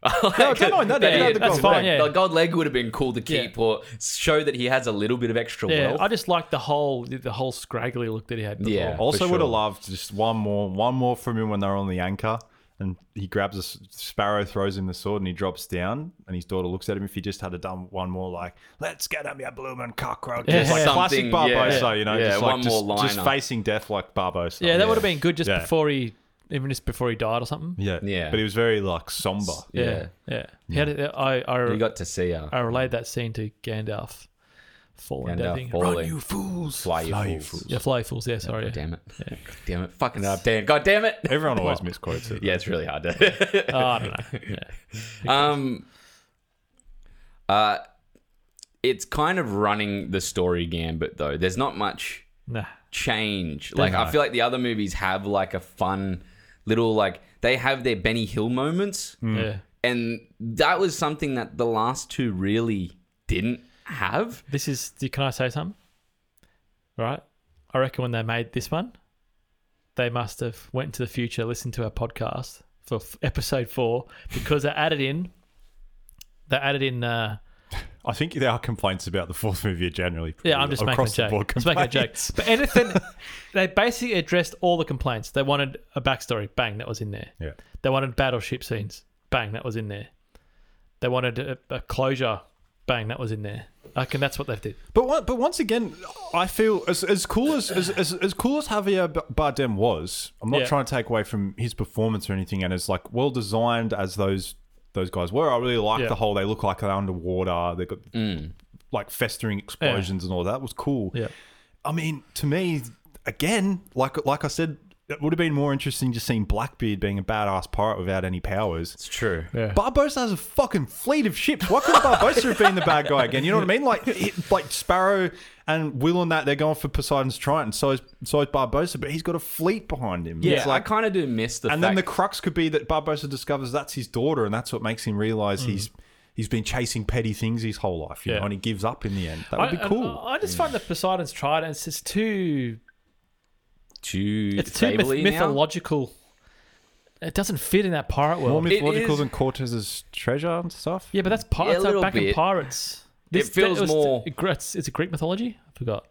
C: No, I don't mind that.
A: They-
C: They had the
B: that's
C: gold
B: fine,
C: leg.
B: yeah.
A: The gold leg would have been cool to keep
B: Yeah.
A: or show that he has a little bit of extra
B: yeah,
A: wealth.
B: I just liked the whole the whole scraggly look that he had. Before.
A: Yeah.
C: Also,
A: for
C: would
A: sure.
C: have loved just one more, one more from him when they're on the anchor, and he grabs a s- sparrow, throws him the sword, and he drops down. And his daughter looks at him. If he just had a done one more, like "Let's get him, you bloomin' cockroach,"
B: Yeah.
C: just like
A: Something,
C: classic Barbosa,
A: yeah.
C: you know,
A: Yeah,
C: just
A: one
C: like just,
A: more
C: just
A: liner.
C: facing death like Barbosa.
B: Yeah, that would have been good just
C: Yeah.
B: before he, even just before he died or something.
C: Yeah,
A: Yeah.
C: But he was very like somber.
A: yeah.
B: yeah, yeah. He had it, I, I,
A: You got to see her.
B: I relayed that scene to Gandalf falling down.
A: Gandalf
B: thinking,
A: falling.
B: Run, you fools!
A: Fly, you
C: Fly, you
A: fools.
C: fools.
B: Yeah, fly, you fools. Yeah, sorry.
A: God damn it. God damn it. Fucking up, Dan. God damn it.
C: Everyone always misquotes it.
A: Yeah, it's really hard to.
B: Oh, I don't know. Yeah.
A: um, uh, it's kind of running the story gambit though. There's not much
B: Nah.
A: change. Like I feel like the other movies have like a fun little like they have their Benny Hill moments,
B: Yeah.
A: and that was something that the last two really didn't have.
B: This is. do- Can I say something? Right. I reckon when they made this one, they must have went into the future, listened to our podcast for f- episode four because they added in. They added in. Uh,
C: I think there are complaints about the fourth movie are generally.
B: yeah, I'm just making a
C: across the
B: joke.
C: board
B: Just making a joke.
C: complaints.
B: But anything, they basically addressed all the complaints. They wanted a backstory. Bang, that was in there.
C: Yeah.
B: They wanted battleship scenes. Bang, that was in there. They wanted a, a closure. Bang, that was in there. I can. That's what they've did.
C: But on- but once again, I feel as, as cool as, as as as cool as Javier B- Bardem was. I'm not
B: Yeah.
C: trying to take away from his performance or anything, and as like well designed as those those guys were, I really liked
B: Yeah.
C: the whole. They look like they're underwater. They got like festering explosions and all that was cool.
B: Yeah.
C: I mean, to me, again, like like I said, it would have been more interesting just seeing Blackbeard being a badass pirate without any powers.
A: It's true.
B: Yeah.
C: Barbosa has a fucking fleet of ships. Why couldn't Barbosa have been the bad guy again? You know what I mean? Like, it- like Sparrow and Will and that they're going for Poseidon's Triton. So is so is Barbosa, but he's got a fleet behind him.
A: Yeah,
C: It's like,
A: I kind of do miss the fact.
C: and then the crux could be that Barbosa discovers that's his daughter, and that's what makes him realize he's
A: Mm-hmm.
C: he's been chasing petty things his whole life. You
B: Yeah.
C: know, and he gives up in the end. That would
B: I-
C: be
A: uh,
C: cool.
B: um, I, I just find that Poseidon's Trident it's just too
A: too
B: it's too myth-
A: fable-y now.
B: mythological. It doesn't fit in that pirate
C: More
B: world.
A: It
C: mythological
A: is-
C: than Cortez's treasure and stuff.
B: yeah, but that's pirates
A: little
B: are back
A: bit.
B: in pirates.
A: It feels
B: that was-
A: more-
B: It's, it's a Greek mythology. I forgot.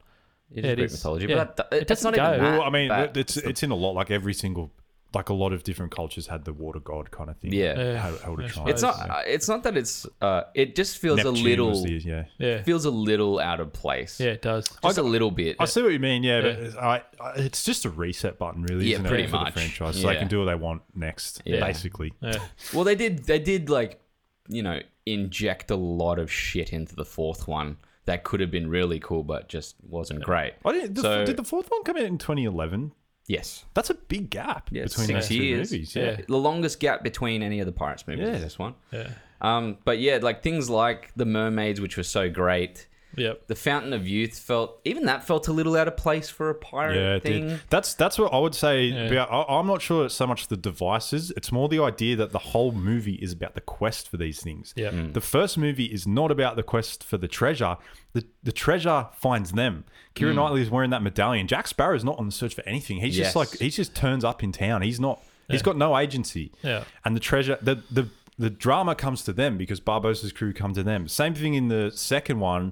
A: It
B: Yeah,
A: is
B: it
A: Greek
B: is.
A: mythology,
B: Yeah.
A: but that,
B: It
A: it, that's not
B: doesn't
A: even.
B: go.
A: That,
C: Well, I mean,
A: that-
C: it's it's in a lot. Like every single, like a lot of different cultures had the water god kind of thing.
A: Yeah.
B: Yeah.
C: How- how to
B: I
C: try.
B: suppose.
A: it's not. uh, It's not that it's. Uh, it just feels a
C: Neptune
A: little.
C: was the- yeah.
B: Yeah,
A: Feels a little out of place.
B: yeah, it does.
A: just a little bit.
C: I see what you mean. Yeah, but I, I, it's just a reset button, really.
A: Yeah,
C: isn't
A: pretty
C: it, for
A: much.
C: the franchise, so they
A: Yeah.
C: can do what they want next,
A: Yeah.
C: basically.
B: Yeah.
A: Well, they did. They did like, you know, inject a lot of shit into the fourth one that could have been really cool, but just wasn't great.
C: I didn't, the,
A: So-
C: did the fourth one come out in 2011?
A: Yes,
C: That's a big gap
A: Yeah,
C: between
A: six
C: those two
A: years.
C: movies. Yeah.
B: Yeah.
A: the longest gap between any of the pirates movies
C: Yeah.
A: is this one.
B: yeah,
A: Um, but yeah, like things like the mermaids, which were so great.
B: yep.
A: The Fountain of Youth felt even that felt a little out of place for a pirate
C: Yeah, it
A: thing.
C: did. That's that's what I would say.
B: Yeah.
C: About, I, I'm not sure it's so much the devices. It's more the idea that the whole movie is about the quest for these things.
B: Yeah. Mm.
C: The first movie is not about the quest for the treasure. The the treasure finds
B: Mm.
C: them. Kira Knightley is wearing that medallion. Jack Sparrow is not on the search for anything. He's
A: Yes.
C: just like he just turns up in town. He's not. He's got no agency.
B: Yeah.
C: And the treasure. The the the drama comes to them because Barbosa's crew come to them. Same thing in the second one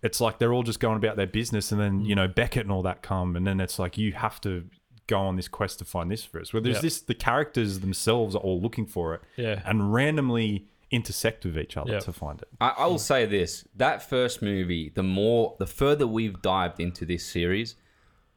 C: it's like they're all just going about their business and then you
B: Mm.
C: know beckett and all that come and then it's like you have to go on this quest to find this first where there's
B: Yeah.
C: this the characters themselves are all looking for it
B: Yeah.
C: and randomly intersect with each other
B: Yeah.
C: to find it
A: I, I will say this: that first movie, the more, the further we've dived into this series,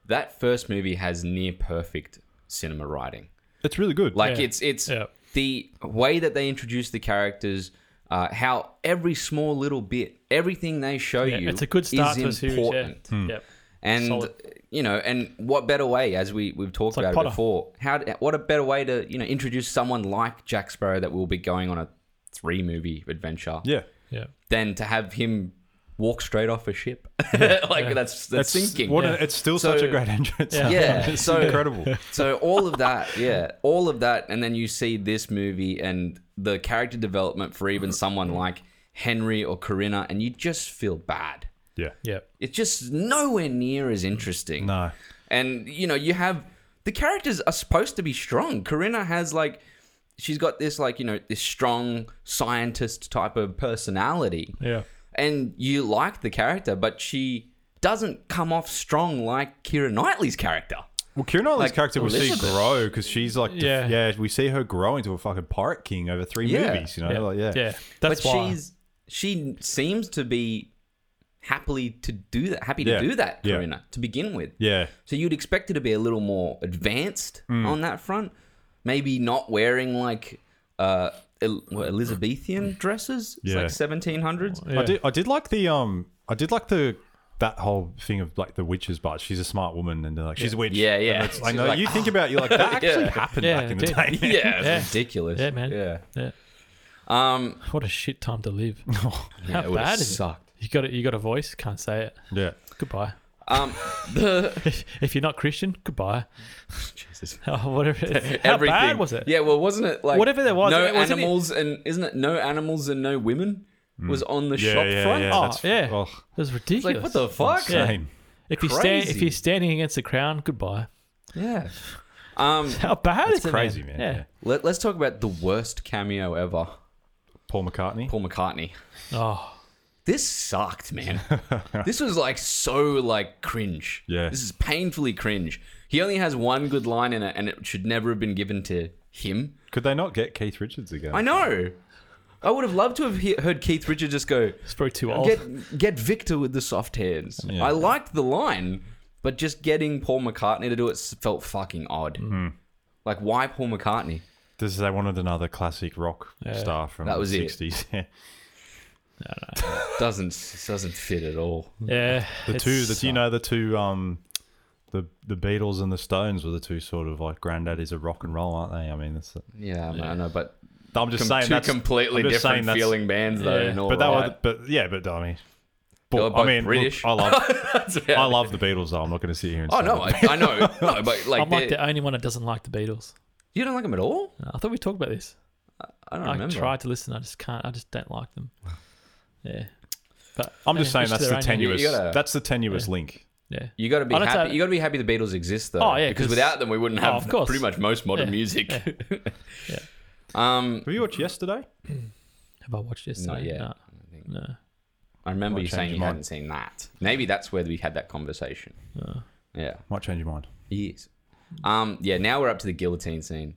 A: that first movie has near perfect cinema writing.
C: it's really good
A: Like
B: Yeah.
A: it's it's
B: Yeah.
A: the way that they introduce the characters, uh, how every small little bit, everything they show
B: Yeah,
A: you,
B: it's a good start
A: is
B: to a series. Yeah.
C: Hmm.
A: important.
B: Yep.
A: And
B: Solid.
A: you know, and what better way, as we we've talked
B: like
A: about
B: Potter.
A: it before, how what a better way to you know introduce someone like Jack Sparrow that will be going on a three movie adventure
C: Yeah.
B: Yeah.
A: than to have him walk straight off a ship, like that's that's sinking.
C: What
B: Yeah.
C: a, it's still
A: So-
C: such a great entrance.
B: Yeah.
A: Yeah,
C: It's
A: so-
C: incredible.
A: So all of that, yeah, all of that, and then you see this movie and the character development for even someone like Henry or Corinna, and you just feel bad.
C: Yeah.
B: Yeah.
A: It's just nowhere near as interesting.
C: No.
A: And you know, you have the characters are supposed to be strong. Corinna has like she's got this like, you know, this strong scientist type of personality.
B: Yeah.
A: And you like the character, but she doesn't come off strong like Kira Knightley's character.
C: Well, Kieran Knightley's
A: Like,
C: character we see
A: Elizabeth.
C: grow because she's like, def-
B: Yeah.
C: yeah. we see her grow into a fucking pirate king over three
A: Yeah.
C: movies. You know,
B: Yeah.
C: like yeah,
B: yeah.
A: but
B: That's why.
A: she's she seems to be happily to do that happy to
C: Yeah.
A: do that,
C: Yeah.
A: Corinna, to begin with.
C: yeah.
A: So you'd expect her to be a little more advanced
C: Mm.
A: on that front. Maybe not wearing like uh, El- what, Elizabethan dresses. It's
C: Yeah.
A: like 1700s.
B: Yeah.
C: I did. I did like the um. I did like the that whole thing of like the witches, but she's a smart woman and they're like she's a witch.
A: Yeah, yeah.
C: And it's like,
A: She's
C: no,
A: like,
C: you think about it, you're like that
A: Yeah.
C: actually happened
B: Yeah,
C: back
B: it
C: in the
B: did.
C: day.
A: Yeah, it's
B: Yeah.
A: ridiculous.
B: Yeah, man.
A: Yeah.
B: Yeah.
A: Um,
B: What a shit time to live.
A: yeah,
B: How
A: it would've
B: bad is it?
A: sucked.
B: You got it. You got a voice. Can't say it.
C: yeah.
B: Goodbye.
A: Um, the
B: If, if you're not Christian, goodbye.
A: Jesus.
B: Oh, whatever. How
A: Everything
B: bad was it?
A: Yeah, well, wasn't it like
B: Whatever there was,
A: No
B: it wasn't it-
A: animals and isn't it no animals and no women was on the
C: Yeah,
A: shop
C: yeah,
A: front.
C: yeah.
B: Oh,
C: that's-
B: yeah.
C: oh.
B: It was
A: It's
B: ridiculous.
A: like what the fuck?
B: Yeah.
C: Same.
B: If you stand, if
A: Crazy.
B: you're standing against the crown, goodbye.
A: Yeah. Um,
B: How bad is it?
C: Crazy man. Yeah.
A: let, let's talk about the worst cameo ever.
C: Paul McCartney.
A: Paul McCartney.
B: Yeah. Oh,
A: this sucked, man. this was like so like cringe.
C: Yeah.
A: This is painfully cringe. He only has one good line in it and it should never have been given to him.
C: Could they not get Keith Richards again?
A: I know. I would have loved to have he- heard Keith Richard just go,
B: it's probably too old.
A: get get Victor with the soft hands.
C: Yeah.
A: I liked the line, but just getting Paul McCartney to do it s- felt fucking odd. Like why Paul McCartney?
C: This is they wanted another classic rock
B: Yeah.
C: star from
A: That was
C: the
A: it.
C: sixties. Yeah.
A: Doesn't doesn't fit at all.
B: yeah.
C: The
B: it's-
C: two the you know, the two um the the Beatles and the Stones were the two sort of like granddaddies of rock and roll, aren't they? I mean that's
A: Yeah, man, I know, but
C: I'm just
A: com-
C: saying
A: two
C: that's
A: completely
C: I'm just saying
A: different
C: that's-
A: feeling bands though.
B: Yeah.
A: and all
C: But that
A: right.
C: was but yeah, but I mean
A: They were
C: but,
A: both
C: I mean, look,
A: British.
C: I love
A: That's right.
C: I love the Beatles. though. I'm not going to sit here and
A: Oh
C: say
A: no,
C: that.
A: I, I know, no, but like,
B: I'm like
A: they're-
B: the only one that doesn't like the Beatles. Uh,
A: you don't like them at all.
B: I thought we talked about this.
A: I don't
B: I,
A: remember.
B: tried to listen. I just can't. I just don't like them. Yeah. But
C: I'm just
B: yeah,
C: saying
B: each to
C: that's the
B: their own, yeah.
C: tenuous.
A: You gotta-
C: that's the tenuous link.
B: Yeah.
A: You got to be
B: I don't
A: happy.
B: say-
A: you got to be happy the Beatles exist though.
B: Oh, yeah,
A: because
B: 'cause-
A: without them we wouldn't
B: Oh,
A: have
B: of course.
A: pretty much most modern
B: Yeah.
A: music.
B: Yeah.
A: um,
C: Have you watched yesterday?
B: Have I watched yesterday?
A: Not yet.
B: No. No.
A: I remember
C: Might
A: you
C: change
A: saying
C: your
A: you
C: mind.
A: hadn't seen that. Maybe that's where we had that conversation.
B: Oh.
A: Yeah,
C: Might change your mind.
A: yes. Um, yeah. Now we're up to the guillotine scene.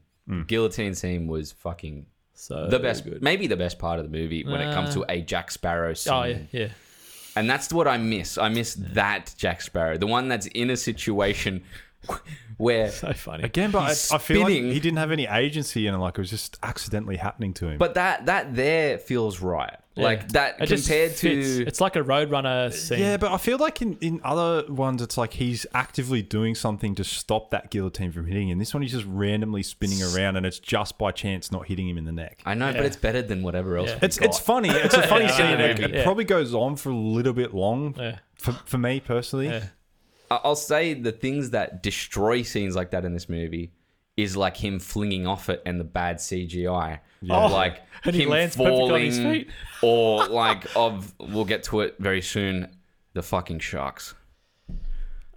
A: Guillotine scene was fucking
B: So
A: the best,
B: Hmm. Good.
A: maybe the best part of the movie when it comes
B: Uh,
A: to a Jack Sparrow scene.
B: Oh yeah. Yeah.
A: And that's what I miss. I miss that Jack Sparrow, the one that's in a situation where.
B: So funny.
C: Again, but
A: He's
C: I, I feel like
A: spinning.
C: he didn't have any agency in it. Like it was just accidentally happening to him.
A: But that that there feels right. Like that
B: It just
A: compared
B: fits.
A: to
B: It's like a Roadrunner scene.
C: yeah, but I feel like in, in other ones, it's like he's actively doing something to stop that guillotine from hitting. him. this one, he's just randomly spinning around, and it's just by chance not hitting him in the neck.
A: I know,
B: Yeah.
A: but it's better than whatever else.
B: Yeah.
A: we
C: It's it's
A: got.
C: funny. It's a funny
B: Yeah,
C: scene.
B: yeah,
C: It, it
B: yeah.
C: probably goes on for a little bit long
B: Yeah.
C: for, for me personally.
B: Yeah.
A: I- I'll say the things that destroy scenes like that in this movie is like him flinging off it and the bad CGI. Of like
B: Oh, And he
A: him
B: lands perfectly
A: falling,
B: on his feet.
A: or like of we'll get to it very soon. The fucking sharks.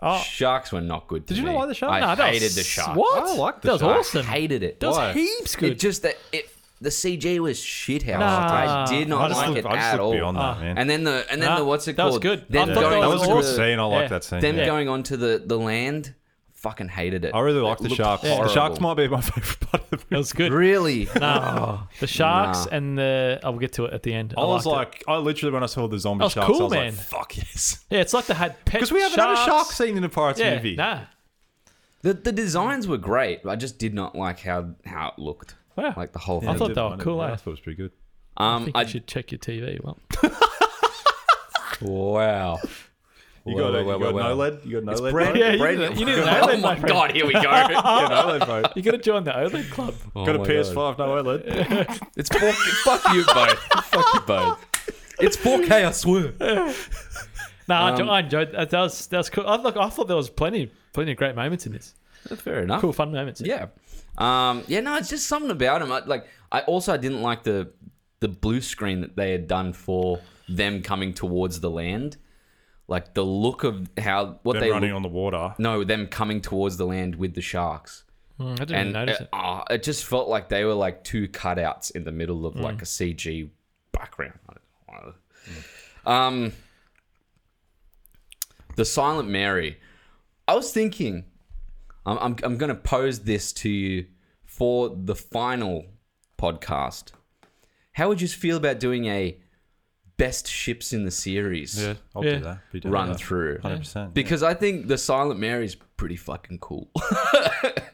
B: Oh.
A: Sharks were not good. To
C: Did you not
A: me.
C: like the shark?
A: I
B: No, that
A: hated
B: was-
A: the shark.
B: What?
C: I like the
B: that was
C: shark.
B: awesome.
A: Hated it.
B: That was
C: Why?
B: heaps good.
A: It just that it the CG was shithouse.
B: Nah.
A: I did not
C: I just
A: like
C: look,
A: it
C: I just
A: at
C: look
A: all. Ah.
C: beyond that, man.
A: And then the and then
B: Nah,
A: the what's it
B: that was
A: called?
B: good.
A: Them
B: I thought
A: going
B: that
C: that
B: was
C: was a
A: onto
C: good
A: the-
C: scene. I like
B: yeah.
C: that scene.
A: Them
C: yeah.
A: going onto the the land. Fucking hated it.
C: I really like
A: It
C: the
A: looked
C: sharks. The
A: horrible.
C: sharks might be my favorite part of the
B: That was good.
A: Really? Oh,
B: No, the sharks
A: Nah.
B: and the I'll get to it at the end.
C: I, was
B: liked it.
C: like, I literally when I saw the zombie
B: That was
C: sharks,
B: cool,
C: I was
B: man.
C: like, "Fuck yes!"
B: yeah, it's like they had pet
C: Because we haven't
B: sharks.
C: had a shark scene in a pirates
B: yeah,
C: movie.
B: Nah,
A: The the designs were great. but I just did not like how how it looked.
B: Wow.
A: Like the whole
B: I
A: thing.
B: thought they were cool, eh?
C: I thought it was pretty good.
B: I
A: Um,
B: think
A: I
B: you should check your TV. Well,
A: wow.
C: You got
A: Whoa,
C: it. You
A: whoa,
C: got
A: whoa, whoa,
C: no
A: whoa.
C: lead. You got no lead.
A: Brand,
C: vote?
B: Yeah, you
A: brand-
B: need a- you need an
A: Oh
B: OLED,
A: my
B: my friend.
A: god, here we go. got
C: Yeah, no lead vote.
B: You got to join the OLED club.
A: Oh
C: Got a PS5, no OLED.
A: It's 4 fuck you both. fuck you both. It's 4K, I swear.
B: No, I
A: um,
B: enjoy- I enjoyed uh, that. That was, that was cool. I, look, I thought there was plenty, plenty of great moments in this.
A: Fair enough.
B: Cool, fun moments.
A: Yeah. Um, yeah, no, it's just something about him. I, like, I also I didn't like the the blue screen that they had done for them coming towards the land. Like the look of how what
C: They're
A: they
C: running
A: look-
C: on the water.
A: no them coming towards the land with the sharks.
B: Mm, I didn't even
A: and
B: notice it.
A: it, ah, it just felt like they were like two cutouts in the middle of
B: Mm.
A: like a CG background. I don't know.
B: Mm.
A: Um, the Silent Mary. I was thinking, I'm I'm, I'm going to pose this to you for the final podcast. How would you feel about doing a best ships in the series
C: Yeah, I'll
B: Yeah.
C: do that. Be down
A: run
C: with that.
A: through?
C: 100%.
A: Because I think the Silent Mary is pretty fucking cool.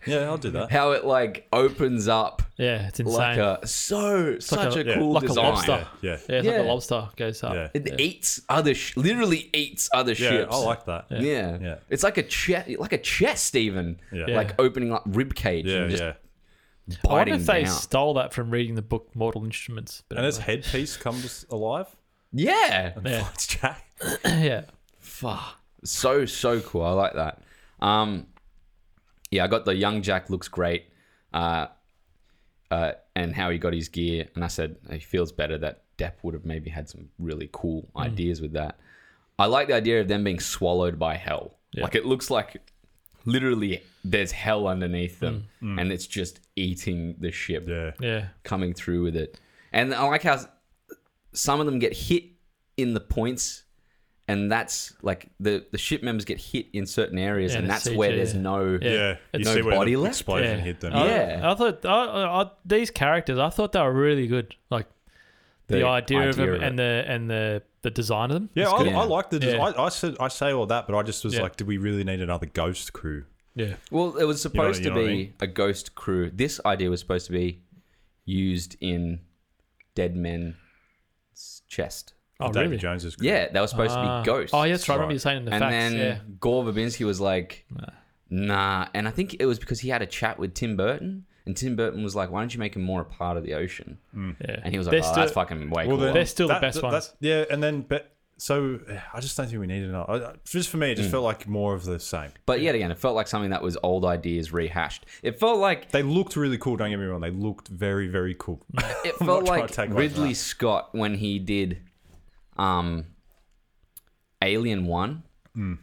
C: Yeah, I'll do that.
A: How it like opens up
B: Yeah, it's insane.
A: like uh, a so such
B: like
A: a,
C: a-
A: cool
B: like a
A: design.
B: lobster.
C: Yeah, yeah.
B: yeah, it's like
A: yeah.
B: a lobster goes up.
C: Yeah.
A: It eats other, sh- literally eats other
C: Yeah,
A: ships.
C: I like that.
A: Yeah. yeah,
C: Yeah.
A: It's like a chest, like a chest even,
C: Yeah.
A: like opening up rib cage
C: Yeah,
A: and just
C: yeah.
A: biting
B: I wonder if they
A: down.
B: stole that from reading the book Mortal Instruments. But
C: And its
B: anyway.
C: headpiece comes alive.
A: yeah,
B: Yeah.
C: It's Jack.
B: yeah.
A: fuck, so so cool. I like that. Um, yeah, I got the young Jack looks great, uh, uh, and how he got his gear, and I said he feels better that Depp would have maybe had some really cool ideas with that. I like the idea of them being swallowed by hell. Like it looks like literally there's hell underneath them, and it's just eating the ship
C: Yeah.
B: Yeah.
A: coming through with it. And I like how s- some of them get hit in the points, and that's like the the ship members get hit in certain areas,
B: Yeah,
A: and
B: the
A: that's where
B: CG,
A: there's
B: yeah. Oh,
A: no
C: Yeah. You
A: No
C: see where
A: body
C: the
A: left?
C: explosion hit them.
B: I-
A: Yeah.
B: I, thought I, I, I- these characters, I thought they were really good. Like the, idea, of them and the and the the design of them.
C: Yeah,
B: It's
C: I,
B: good.
C: I like the.
B: Yeah.
C: I, I said I say all that, but I just was
B: Yeah.
C: like, did we really need another ghost crew?
B: yeah.
A: well, it was supposed
C: you know
A: to
C: what I
A: be
C: mean?
A: a ghost crew. This idea was supposed to be used in Dead Men's chest.
B: Oh,
C: David
B: really?
C: Jones's crew.
A: Yeah, that was supposed
B: Ah.
A: to be ghosts.
B: Oh, yeah, that's right. I remember
C: Right.
B: you saying in the
A: and
B: facts.
A: then
B: yeah.
A: Gore Verbinski was like, nah. And I think it was because he had a chat with Tim Burton, and Tim Burton was like, why don't you make him more a part of the ocean?
B: yeah.
A: And he was like,
B: They're
A: oh,
B: still-
A: that's fucking way
C: Well,
A: cooler.
C: then
B: They're still the
C: that-
B: best
C: that-
B: ones.
C: that's- Yeah, and then but so eh, I just don't think we needed another. I- I- Just for me, it just felt like more of the same.
A: But yet again, it felt like something that was old ideas rehashed. It felt like
C: They looked really cool. Don't get me wrong; they looked very, very cool.
B: Hmm.
A: it
C: I'm
A: felt
C: not trying to
A: like
C: take away from
A: Ridley
C: that.
A: Scott when he did um Alien 1.
C: Hmm.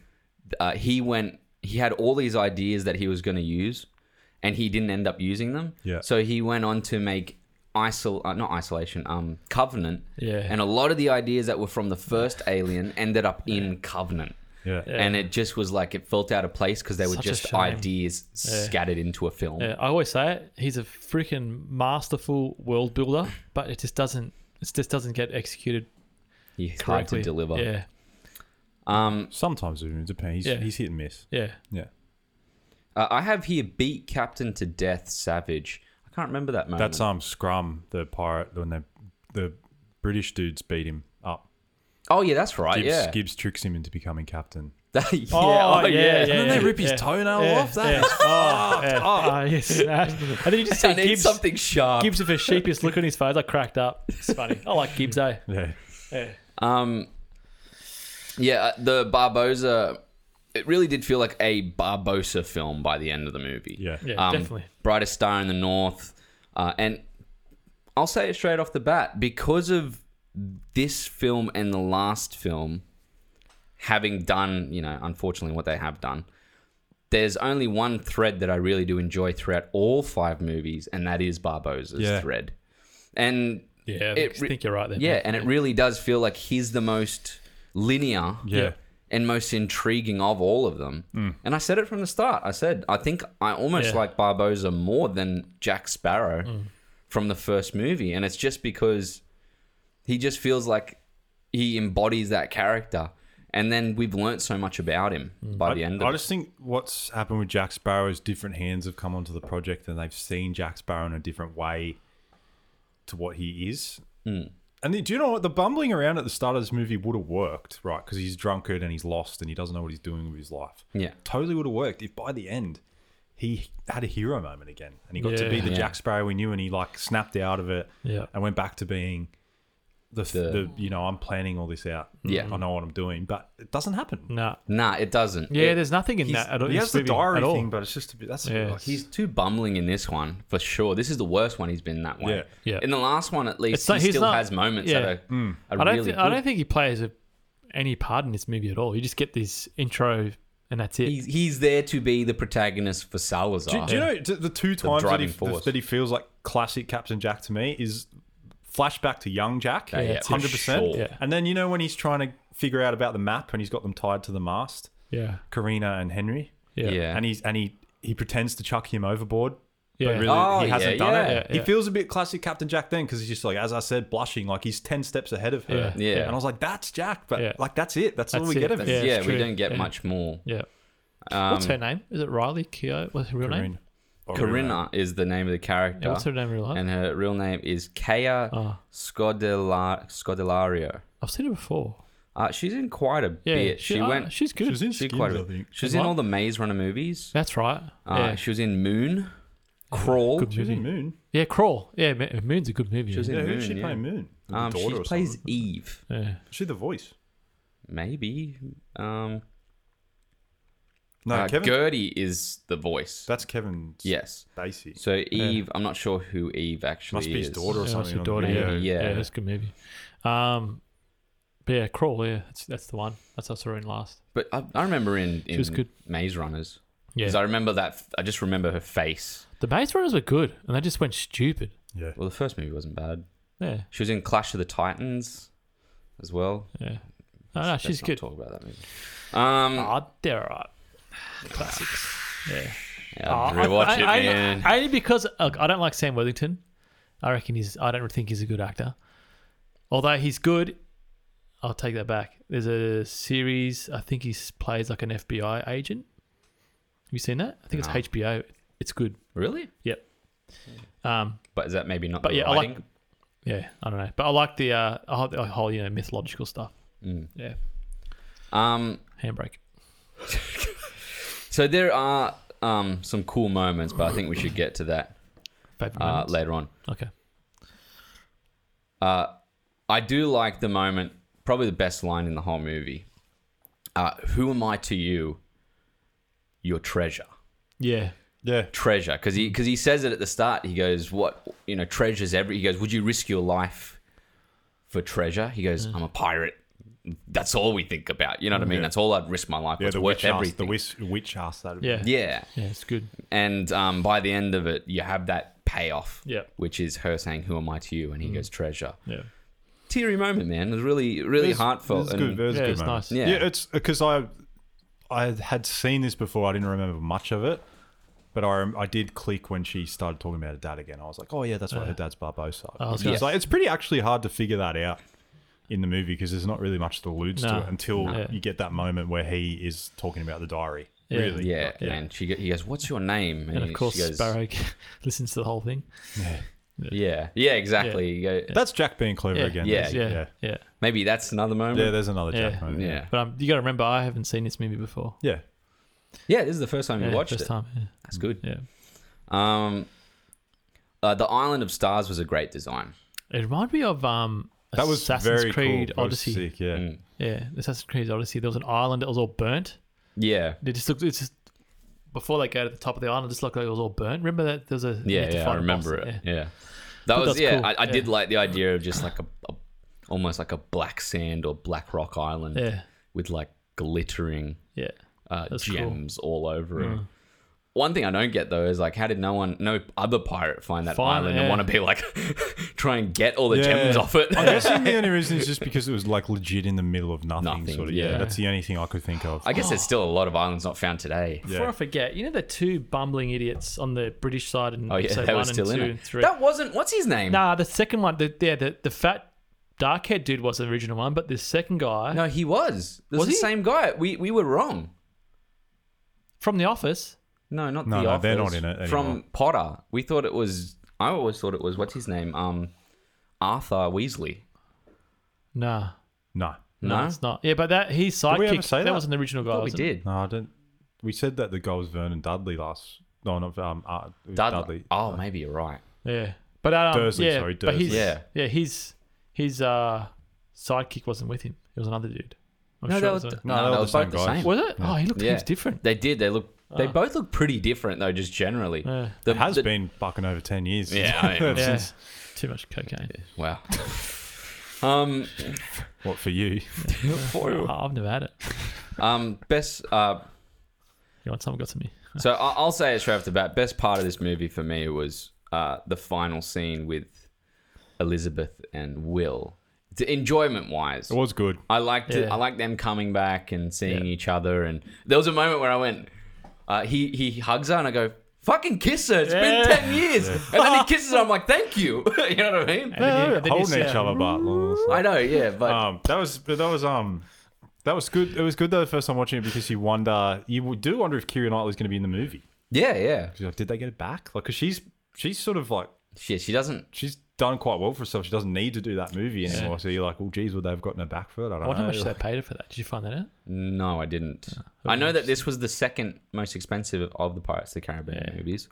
A: Uh, he went he had all these ideas that he was going to use and he didn't end up using them.
C: Yeah.
A: So he went on to make Isol uh, not isolation um Covenant.
B: Yeah.
A: And a lot of the ideas that were from the first Alien ended up in Covenant.
C: Yeah,
A: And it just was like it felt out of place because they were
B: Such a
A: just
B: shame.
A: ideas scattered into a film.
B: Yeah, I always say it. He's a freaking masterful world builder, but it just doesn't. It just doesn't get executed
A: It's hard
B: correctly.
A: to deliver.
B: Yeah,
A: Um,
C: sometimes it depends. He's,
B: Yeah.
C: he's hit and miss.
B: yeah.
C: Yeah,
A: Uh, I have here beat Captain to Death Savage. I can't remember that moment.
C: that's um Scrum, the pirate, when the the British dudes beat him up.
A: oh yeah, that's right.
C: Gibbs,
A: yeah.
C: Gibbs tricks him into becoming captain.
A: That- yeah.
B: Oh, yeah, yeah.
C: And then they rip his
B: yeah.
C: toenail
B: Yeah,
C: off. That
B: yeah.
C: is
B: Oh, yeah. Oh, yes. And then you just
A: I
B: see
A: need
B: Gibbs.
A: something sharp.
B: Gibbs with a sheepish look on his face. I cracked up. It's funny. I like Gibbs, eh?
C: Yeah.
B: Yeah.
A: Um, yeah, uh, the Barbosa. It really did feel like a Barbosa film by the end of the movie.
C: Yeah.
B: Yeah,
A: Um,
B: definitely.
A: Brightest Star in the North, uh, and I'll say it straight off the bat because of this film and the last film having done, you know, unfortunately what they have done. There's only one thread that I really do enjoy throughout all five movies, and that is Barbosa's
C: Yeah.
A: thread. And
B: Yeah,
A: It
B: I
A: re-
B: think you're right there.
A: yeah, and it really does feel like he's the most linear
C: Yeah. Mm.
A: and most intriguing of all of them. And I said it from the start. I said, I think I almost
B: Yeah.
A: like Barboza more than Jack Sparrow from the first movie. And it's just because he just feels like he embodies that character. And then we've learnt so much about him by the end of
C: I
A: it.
C: just think what's happened with Jack Sparrow is different hands have come onto the
A: Hmm.
C: project and they've seen Jack Sparrow in a different way to what he is. And the- do you know what? The bumbling around at the start of this movie would have worked, right? Because he's drunkard and he's lost and he doesn't know what he's doing with his life.
A: Yeah.
C: Totally would have worked if by the end he had a hero moment again and he got to
B: Yeah.
C: be the
A: Yeah.
C: Jack Sparrow we knew and he like snapped out of it
B: Yeah.
C: and went back to being the, the,
A: The-
C: you know, I'm planning all this out.
A: Yeah.
C: I know what I'm doing, but it doesn't happen.
B: Nah.
A: Nah, it doesn't.
B: Yeah,
A: It-
B: there's nothing in
C: He's-
B: that. At all,
C: he
B: this
C: has the
B: movie at
C: diary
B: all.
C: thing, but it's just a bit, that's
B: Yeah.
C: like,
A: He's too bumbling in this one for sure. This is the worst one he's been in that way.
C: Yeah.
B: Yeah.
A: In the last one, at least,
B: It's not-
A: he
B: he's
A: still
B: not-
A: has moments
B: yeah.
A: that are,
C: Hmm.
A: are
B: I don't.
A: really
B: thi- I
A: good.
B: don't think he plays a, any part in this movie at all. You just get this intro, and that's it.
A: he's, he's there to be the protagonist for Salazar.
C: Do, do you
B: Oh,
C: know t- the two times that he,
A: driving force.
C: that he feels like classic Captain Jack to me is flashback to young Jack,
A: Yeah, yeah,
C: hundred percent,
A: for sure.
B: Yeah.
C: and then you know when he's trying to figure out about the map and he's got them tied to the mast,
B: yeah.
C: Karina and Henry,
B: Yeah.
A: Yeah.
C: and he's and he he pretends to chuck him overboard.
B: Yeah.
C: But really,
A: Oh,
C: he hasn't
A: yeah,
C: done
A: yeah.
C: it.
B: Yeah,
C: He
B: yeah.
C: feels a bit classic Captain Jack then because he's just like, as I said, blushing, like he's 10 steps ahead of her.
A: Yeah.
C: And I was like, that's Jack, but
B: Yeah.
C: like, that's it. That's, all
B: That's
C: we
B: it.
C: get of him.
A: That's-
B: Yeah,
A: yeah,
B: it's
A: we
B: true.
A: don't get
B: Yeah.
A: much more.
B: Yeah.
A: Um,
B: What's her name? Is it Riley Keough? What's her real name?
C: Corinna.
A: Corinna is the name of the character.
B: Yeah, what's her name in real life?
A: and her real name is Kea
B: Oh.
A: Scodela- Scodelario.
B: I've seen her before.
A: Uh, she's in quite a
B: Yeah.
A: bit. She
B: uh,
A: went.
B: She's good.
C: She was in
A: She
C: Skins,
A: quite.
C: I
A: A,
C: think.
A: she was in
B: What?
A: all the Maze Runner movies.
B: That's right.
A: Uh,
B: yeah.
A: She was in Moon, Crawl.
B: Good
C: She was in
B: movie.
C: Moon.
B: Yeah. Crawl. Yeah. Ma- Moon's a good movie.
A: She was
B: yeah.
A: in
C: Yeah,
A: Moon.
C: who's she
A: yeah.
C: playing Moon? The
A: Um,
C: daughter
A: she
C: or
A: plays
C: something?
A: Eve,
B: Yeah.
C: Is she the voice?
A: maybe. Um,
C: No,
A: uh,
C: Kevin.
A: Gertie is the voice.
C: That's Kevin
A: yes.
C: Spacey.
A: So Eve, I'm not sure who Eve actually
C: Must be his
A: is.
C: daughter
B: Yeah,
C: or
B: that's
C: something.
B: her
C: on
B: daughter.
C: the
B: Yeah.
C: video.
A: Yeah.
B: Yeah. That's a good movie. Um. But yeah, crawl. Yeah, that's that's the one. That's what I saw her in last.
A: But I, I remember in, in
B: was good.
A: Maze Runners.
B: Yeah.
A: Because I remember that. f- I just remember her face.
B: The Maze Runners were good, and they just went stupid.
C: Yeah.
A: Well, the first movie wasn't bad.
B: Yeah,
A: She was in Clash of the Titans as well.
B: yeah. No, no,
A: Let's
B: Ah, she's
A: not
B: good.
A: Talk about that movie. Um,
B: Oh, they're all right. Classics. Yeah.
A: yeah, I'd rewatch it,
B: I- I-
A: man.
B: only because look, I don't like Sam Worthington. I reckon he's. I don't think he's a good actor. Although he's good, I'll take that back. There's a series. I think he s- plays like an FBI agent. Have you seen that? I think
A: No.
B: it's HBO. It's good.
A: really?
B: Yep. Um.
A: But is that maybe not?
B: But
A: the
B: yeah, I like-
A: writing?
B: Yeah. I don't know, but I like the uh I like the whole you know mythological stuff.
A: Mm.
B: Yeah.
A: Um,
B: Handbrake.
A: so there are um some cool moments, but I think we should get to that
B: Favorite
A: uh,
B: moments?
A: later on.
B: Okay.
A: Uh, I do like the moment, probably the best line in the whole movie. Uh, Who am I to you? Your treasure.
B: Yeah.
C: Yeah.
A: treasure because he because he says it at the start. He goes, "What you know, treasures every." He goes, "Would you risk your life for treasure?" He goes, "I'm a pirate. That's all we think about. You know what I mean?
C: Mm. Yeah.
A: That's all I'd risk my life.
C: Yeah,
A: it's
C: the
A: worth
C: witch, asked, the
A: everything."
C: witch, witch asked that.
B: Yeah.
A: yeah,
B: Yeah, it's good.
A: and um, by the end of it, you have that payoff,
B: Yeah.
A: which is her saying, "Who am I to you?" And he
C: Mm.
A: goes, "Treasure."
B: Yeah.
A: Teary moment, man. It was really really
C: It's-
A: heartfelt.
C: It's
A: and,
C: good. It's
B: Yeah,
C: good
B: it's
C: moments.
B: nice.
A: Yeah.
C: yeah, it's because I, I had seen this before. I didn't remember much of it, but I I did click when she started talking about her dad again. I was like, oh yeah, that's why her dad's Barbosa.
B: I was
C: It's
B: gonna
C: just like it's pretty actually hard to figure that out in the movie because there's not really much that alludes
B: No.
C: to it until
B: No.
C: you get that moment where he is talking about the diary.
B: Yeah.
C: Really,
A: yeah, and she go- he goes, "What's your name?"
B: And of
A: he-
B: course,
A: she goes,
B: Sparrow listens to the whole thing.
A: Yeah, yeah, exactly. You go-
C: that's Jack being clever
B: Yeah.
C: again.
A: Yeah.
C: That's-
B: Yeah, yeah,
C: yeah,
B: yeah.
A: Maybe that's another moment.
C: Yeah, There's another Jack
B: Yeah.
C: moment. Yeah,
A: yeah.
B: But um, you got to remember, I haven't seen this movie before.
C: yeah.
A: Yeah, this is the first time you
B: yeah,
A: watched
B: first
A: it.
B: time.
A: That's good.
B: Yeah.
A: Um, uh, the Island of Stars was a great design.
B: yeah. It reminded me of um,
C: That was
B: Assassin's
C: very
B: Creed
C: cool. That was
B: Odyssey.
C: sick, yeah.
A: Mm.
B: Yeah, Assassin's Creed Odyssey. There was an island that was all burnt.
A: Yeah,
B: It just looked. It's just before they go to the top of the island, it just looked like it was all burnt. Remember that? There's a you
A: yeah,
B: had to
A: yeah. I
B: find a
A: remember
B: boss.
A: it.
B: Yeah.
A: Yeah, that was
B: that's
A: yeah.
B: cool.
A: I, I did
B: Yeah.
A: like the idea of just like a, a almost like a black sand or black rock island
B: Yeah.
A: with like glittering
B: yeah.
A: uh,
B: That's cool.
A: gems all over it. One thing I don't get though is like, how did no one, no other pirate find that
B: Find-
A: island
B: yeah. Oh,
A: and want to be like, try and get all the gems off it?
C: I'm guessing the only reason is just because it was like legit in the middle of nothing.
A: Nothing,
C: sort of. Yeah.
A: yeah.
C: that's the only thing I could think of.
A: I guess
B: Oh.
A: there's still a lot of islands not found today.
B: Before I forget, you know the two bumbling idiots on the British side in
A: Oh yeah,
B: episode
A: that
B: one
A: was still
B: and
A: in
B: two
A: it.
B: and three.
A: That wasn't. What's his name?
B: Nah, the second one, the, yeah, the, the fat dark haired dude was the original one, but the second guy
A: No, he was. It was,
B: Was
A: the
B: he?
A: same guy. We we were wrong.
B: from The Office.
A: No, not
C: No,
A: the
C: no,
A: office.
C: they're not in it
A: From
C: anymore.
A: Potter, we thought it was. I always thought it was what's his name. Um, Arthur Weasley.
B: Nah.
C: No.
B: No,
A: No?
B: it's not. Yeah, but that he
C: we ever
B: sidekicked.
C: say
B: That,
C: that?
B: was an original guy.
A: But we
B: wasn't it?
A: did.
C: No, I don't. We said that the guy was Vernon Dudley last. No, not um, uh, it was
A: Dudley.
C: Dudley.
A: Oh, maybe you're right.
B: Yeah, but um,
C: Dursley,
B: yeah,
C: sorry,
B: But his,
C: Dursley.
B: yeah,
A: Yeah.
B: yeah, his his uh, sidekick wasn't with him. It was another dude. I'm
A: No,
B: sure
A: they
B: it
A: were,
B: was a-
A: no, they were both the
C: guys.
A: same.
B: was it? Oh, he looked
A: Yeah.
B: heaps different.
A: They did. They look. They both look pretty different though, just generally.
B: Oh. Yeah.
A: The-
C: It has
A: the-
C: been fucking over ten years.
A: Yeah, I mean,
B: Yeah.
C: Since-
B: Too much cocaine.
A: Wow. um,
C: What for you?
B: Oh, I've never had it.
A: um, best. Uh,
B: You want someone got to me?
C: er
A: so I- I'll say it straight off the bat. Best part of this movie for me was uh, the final scene with Elizabeth and Will. To enjoyment wise,
C: It was good.
A: I liked it.
B: Yeah.
A: I liked them coming back and seeing
B: Yeah.
A: each other. And there was a moment where I went, uh, he he hugs her and I go, "Fucking kiss her." It's
B: Yeah.
A: been ten years, and then he kisses her. I'm like, "Thank you." you know what I mean?
B: And then you-
C: Yeah, they were
B: and then you
C: holding
B: see
C: each
B: her-
C: other, but
A: I know, yeah, but
B: Oh.
C: um, that was but that was um, that was good. It was good though. The first time watching it because you wonder, you do wonder if Kira Knightley's going to be in the movie.
A: yeah, yeah,
C: 'Cause you're like, did they get it back? Like, cause she's she's sort of like
A: shit. She doesn't.
C: she's done quite well for herself. She doesn't need to do that movie anymore. So you're like, well, geez, would they have gotten her back for it? I don't
B: I wonder
C: know.
B: how much they paid her for that. Did you find that out?
A: No, I didn't. I know that this was the second most expensive of the Pirates of the Caribbean
B: Yeah.
A: movies.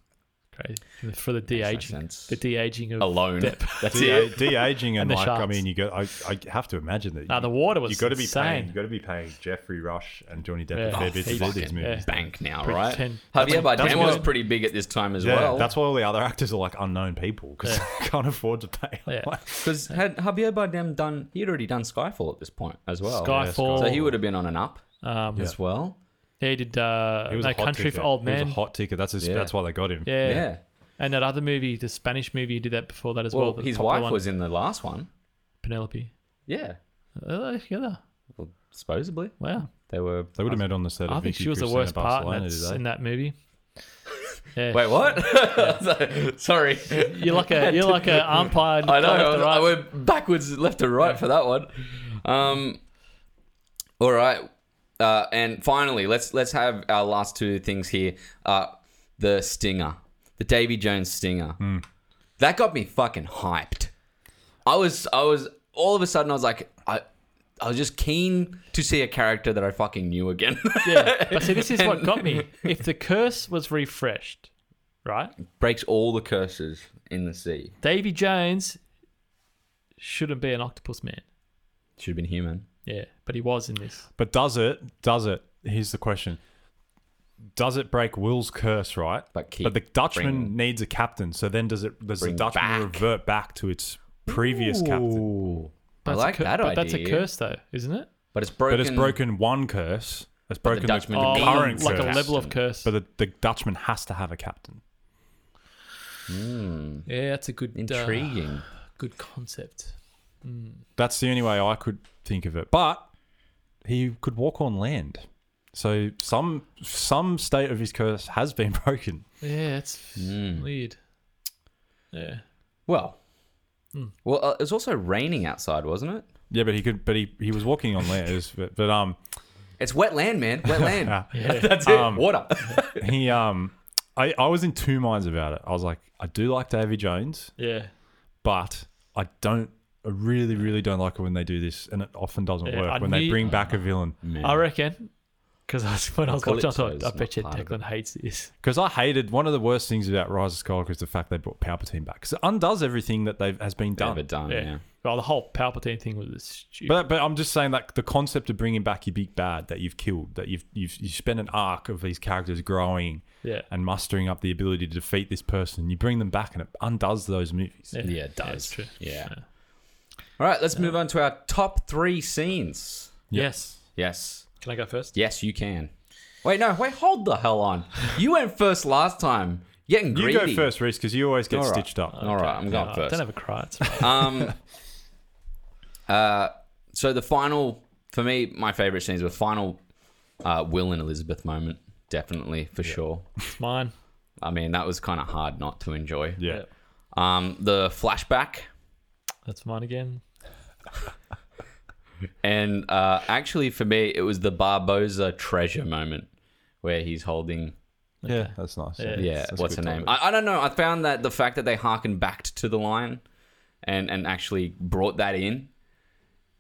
B: Crazy for the, for the de aging,
A: sense. Oh.
B: the de aging of
A: Alone,
B: Depp.
A: that's
C: de-
A: it.
C: de aging and,
B: the
C: like I
B: sharks.
C: mean, you go. I, I have to imagine that.
B: Nah,
C: you-
B: the water was
C: you got to be paying. You
B: insane.
C: got to be paying Jeffrey Rush and Johnny Depp
B: Yeah.
C: a fair
B: Oh,
C: bit
B: he's
C: to do these
A: fucking-
C: movies.
A: Bank now,
B: Pretty
A: right?
B: ten.
A: Javier
C: That's
A: Bardem was
C: good.
A: pretty big at this time as
C: Yeah,
A: well.
C: that's why all the other actors are like unknown people because they can't afford to pay.
B: Yeah.
C: Like,
A: because had Javier Bardem done, he'd already done Skyfall at this point as
C: Oh,
A: well.
B: Skyfall.
A: So he would have been on an up
B: Um,
A: as well.
B: yeah, he did uh,
C: he was
B: no
C: a hot
B: country
C: ticket.
B: for old
C: He
B: men.
C: was a hot ticket. That's his,
A: Yeah.
C: that's why they got him.
B: yeah.
A: Yeah.
B: and that other movie, the Spanish movie, he did that before that as well.
A: Well,
B: the
A: his
B: popular
A: wife
B: one,
A: was in the last one.
B: Penelope.
A: Yeah.
B: Are they together?
A: Well, supposedly
B: Wow.
A: they were.
C: They would have met on the set. Of
B: I think
C: Vicky
B: she was the
C: Cristina
B: worst part in
C: Barcelona,
B: that,
C: did they?
B: in that movie. Yeah.
A: Wait, what? Sorry.
B: You're like a you're like a umpire.
A: I know.
B: left
A: I,
B: to
A: was-
B: right.
A: I went backwards, left to right for that one. Um, all right. Uh, and finally, let's let's have our last two things here. Uh, the stinger, the Davy Jones stinger,
C: Hmm.
A: that got me fucking hyped. I was I was all of a sudden I was like I. I was just keen to see a character that I fucking knew again.
B: Yeah, but see, this is what got me. If the curse was refreshed, right?
A: Breaks all the curses in the sea.
B: Davy Jones shouldn't be an octopus man.
A: Should have been human.
B: Yeah, but he was in this.
C: But does it? Does it? Here's the question: Does it break Will's curse? Right.
A: But keep
C: the Dutchman
A: bring-
C: needs a captain. So then, does it? Does the
A: Bring
C: Dutchman
A: back.
C: revert back to its previous captain?
A: Ooh. I
B: That's a
A: like
B: cur-
A: that
B: but
A: idea.
B: That's a curse, though, isn't it?
A: But it's broken.
C: But it's broken one curse. It's broken the,
A: Dutchman
B: Oh,
A: needs
C: current
B: like
C: curse.
B: a level of curse.
C: But the, the Dutchman has to have a captain.
B: yeah, that's a good, uh,
A: Intriguing.
B: good concept.
C: That's the only way I could think of it. But he could walk on land. So some some state of his curse has been broken.
B: Yeah, that's
A: Hmm.
B: weird. Yeah,
A: Well, well, uh, it was also raining outside, wasn't it?
C: Yeah, but he could. But he, he was walking on land. It was- but, but um,
A: It's wet land, man. Wet land. That's it.
C: Ah, Um,
A: Water.
C: he um I, I was in two minds about it. I was like, I do like Davy Jones,
B: yeah.
C: but I don't I really, really don't like it when they do this and it often doesn't
B: Yeah,
C: work
B: I'd
C: when they
B: need-
C: bring back a villain.
B: I reckon. Because I was, when I was watching, I
A: Calypso
B: thought,
A: is
B: I
A: not
B: bet you
A: part of
B: Declan hates this.
C: Because I hated one of the worst things about Rise of Skywalker is the fact they brought Palpatine back. Because it undoes everything that they've has been done.
A: Never done.
B: Yeah.
A: Oh, Yeah.
B: Well, the whole Palpatine thing was stupid.
C: But but I'm just saying that the concept of bringing back your big bad that you've killed, that you've you've you spent an arc of these characters growing
B: yeah.
C: and mustering up the ability to defeat this person, you bring them back and it undoes those movies.
A: Yeah, it does.
B: it's true.
A: Yeah. All right, let's move on to our top three scenes.
B: Yes.
A: Yes.
B: Can I go first?
A: Yes, you can. Wait, no, wait, hold the hell on. You went first last time. You're Getting
C: You
A: greedy.
C: go first, Reese, because you always get
A: All right.
C: stitched up.
A: All right, I'm going
B: No,
A: first.
B: Don't have a cry. It's fine.
A: Um, uh, so the final for me, my favorite scenes were final uh, Will and Elizabeth moment, definitely for sure.
B: It's mine.
A: I mean, that was kind of hard not to enjoy.
C: Yeah.
B: Yeah.
A: Um, the flashback
B: That's mine again.
A: and uh, actually for me, it was the Barboza treasure moment where he's holding.
C: Yeah, that's nice.
B: Yeah.
A: Yeah,
C: That's a
A: what's her
C: good
A: name?
C: topic.
A: I, I don't know. I found that the fact that they harkened back to the line, and and actually brought that in,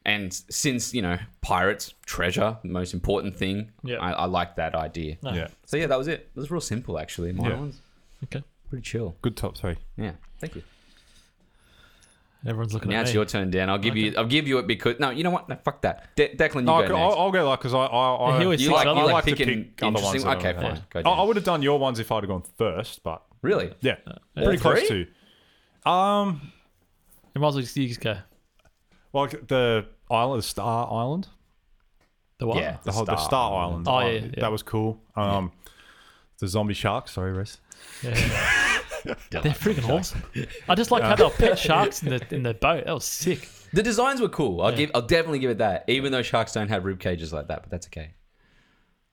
A: And since you know pirates, treasure, the most important thing.
B: Yeah.
A: I, I like that idea.
B: No.
C: Yeah.
A: So yeah, that was it. It was real simple actually. My
C: Yeah.
A: one's
B: Okay.
A: pretty chill.
C: Good top three.
A: Yeah, thank you.
B: Everyone's looking
A: Now
B: at
A: it's
B: me.
A: your turn, Dan. I'll give you. I'll give you it because no, you know what? No, fuck that. De- Declan, you go
C: No, I'll,
A: next.
C: I'll, I'll go like because I I, I,
B: He always
A: you
B: Six
A: like, you
B: other-
A: like,
B: I
C: like to
A: picking
C: pick other ones
A: interesting.
C: that
A: Okay,
C: I-
A: fine. Go,
C: I,
A: Dan.
C: I would have done your ones if I'd have gone first, but
A: really?
C: yeah,
B: All
C: pretty close
A: Uh, three?
C: to. Um,
B: You might as well just, you just go.
C: Like the island, the Star Island,
B: The what?
A: Yeah.
C: the whole the
A: Star
C: Star
A: Island.
C: Island.
B: Oh,
C: Uh,
B: yeah, yeah.
C: that was cool. Um, the zombie shark. Sorry, Reese.
B: Yeah, yeah. They're freaking awesome. I just like how they were pet sharks in the in the boat. That was sick.
A: The designs were cool. I'll give. I'll definitely give it that. Even though sharks don't have rib cages like that, but that's okay.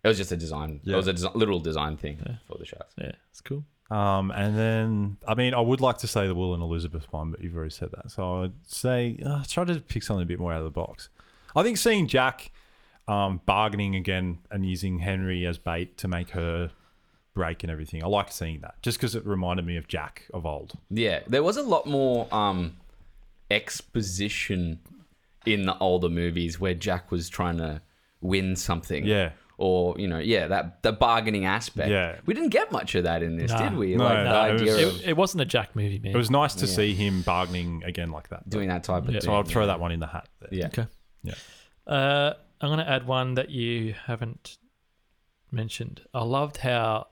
A: It was just a design. It
C: Yeah.
A: was a desi- literal design thing for the sharks.
B: Yeah, it's cool.
C: Um, and then I mean, I would like to say the Will and Elizabeth one, but you've already said that. So I'd say uh, try to pick something a bit more out of the box. I think seeing Jack um, bargaining again and using Henry as bait to make her break and everything. I liked seeing that just because it reminded me of Jack of old.
A: Yeah, there was a lot more um, exposition in the older movies where Jack was trying to win something.
C: Yeah.
A: Or you know, yeah, that the bargaining aspect.
C: Yeah.
A: we didn't get much of that in this,
B: Nah.
A: did we?
C: No,
A: like
C: no, it
A: the idea
C: was-
A: of
B: It, it wasn't a Jack movie, man.
C: It was nice to see him bargaining again like that.
A: doing that type of
B: Yeah.
A: thing.
C: so I'll throw that one in the hat. There.
A: Yeah.
B: okay.
C: Yeah.
B: Uh, I'm gonna add one that you haven't mentioned. I loved how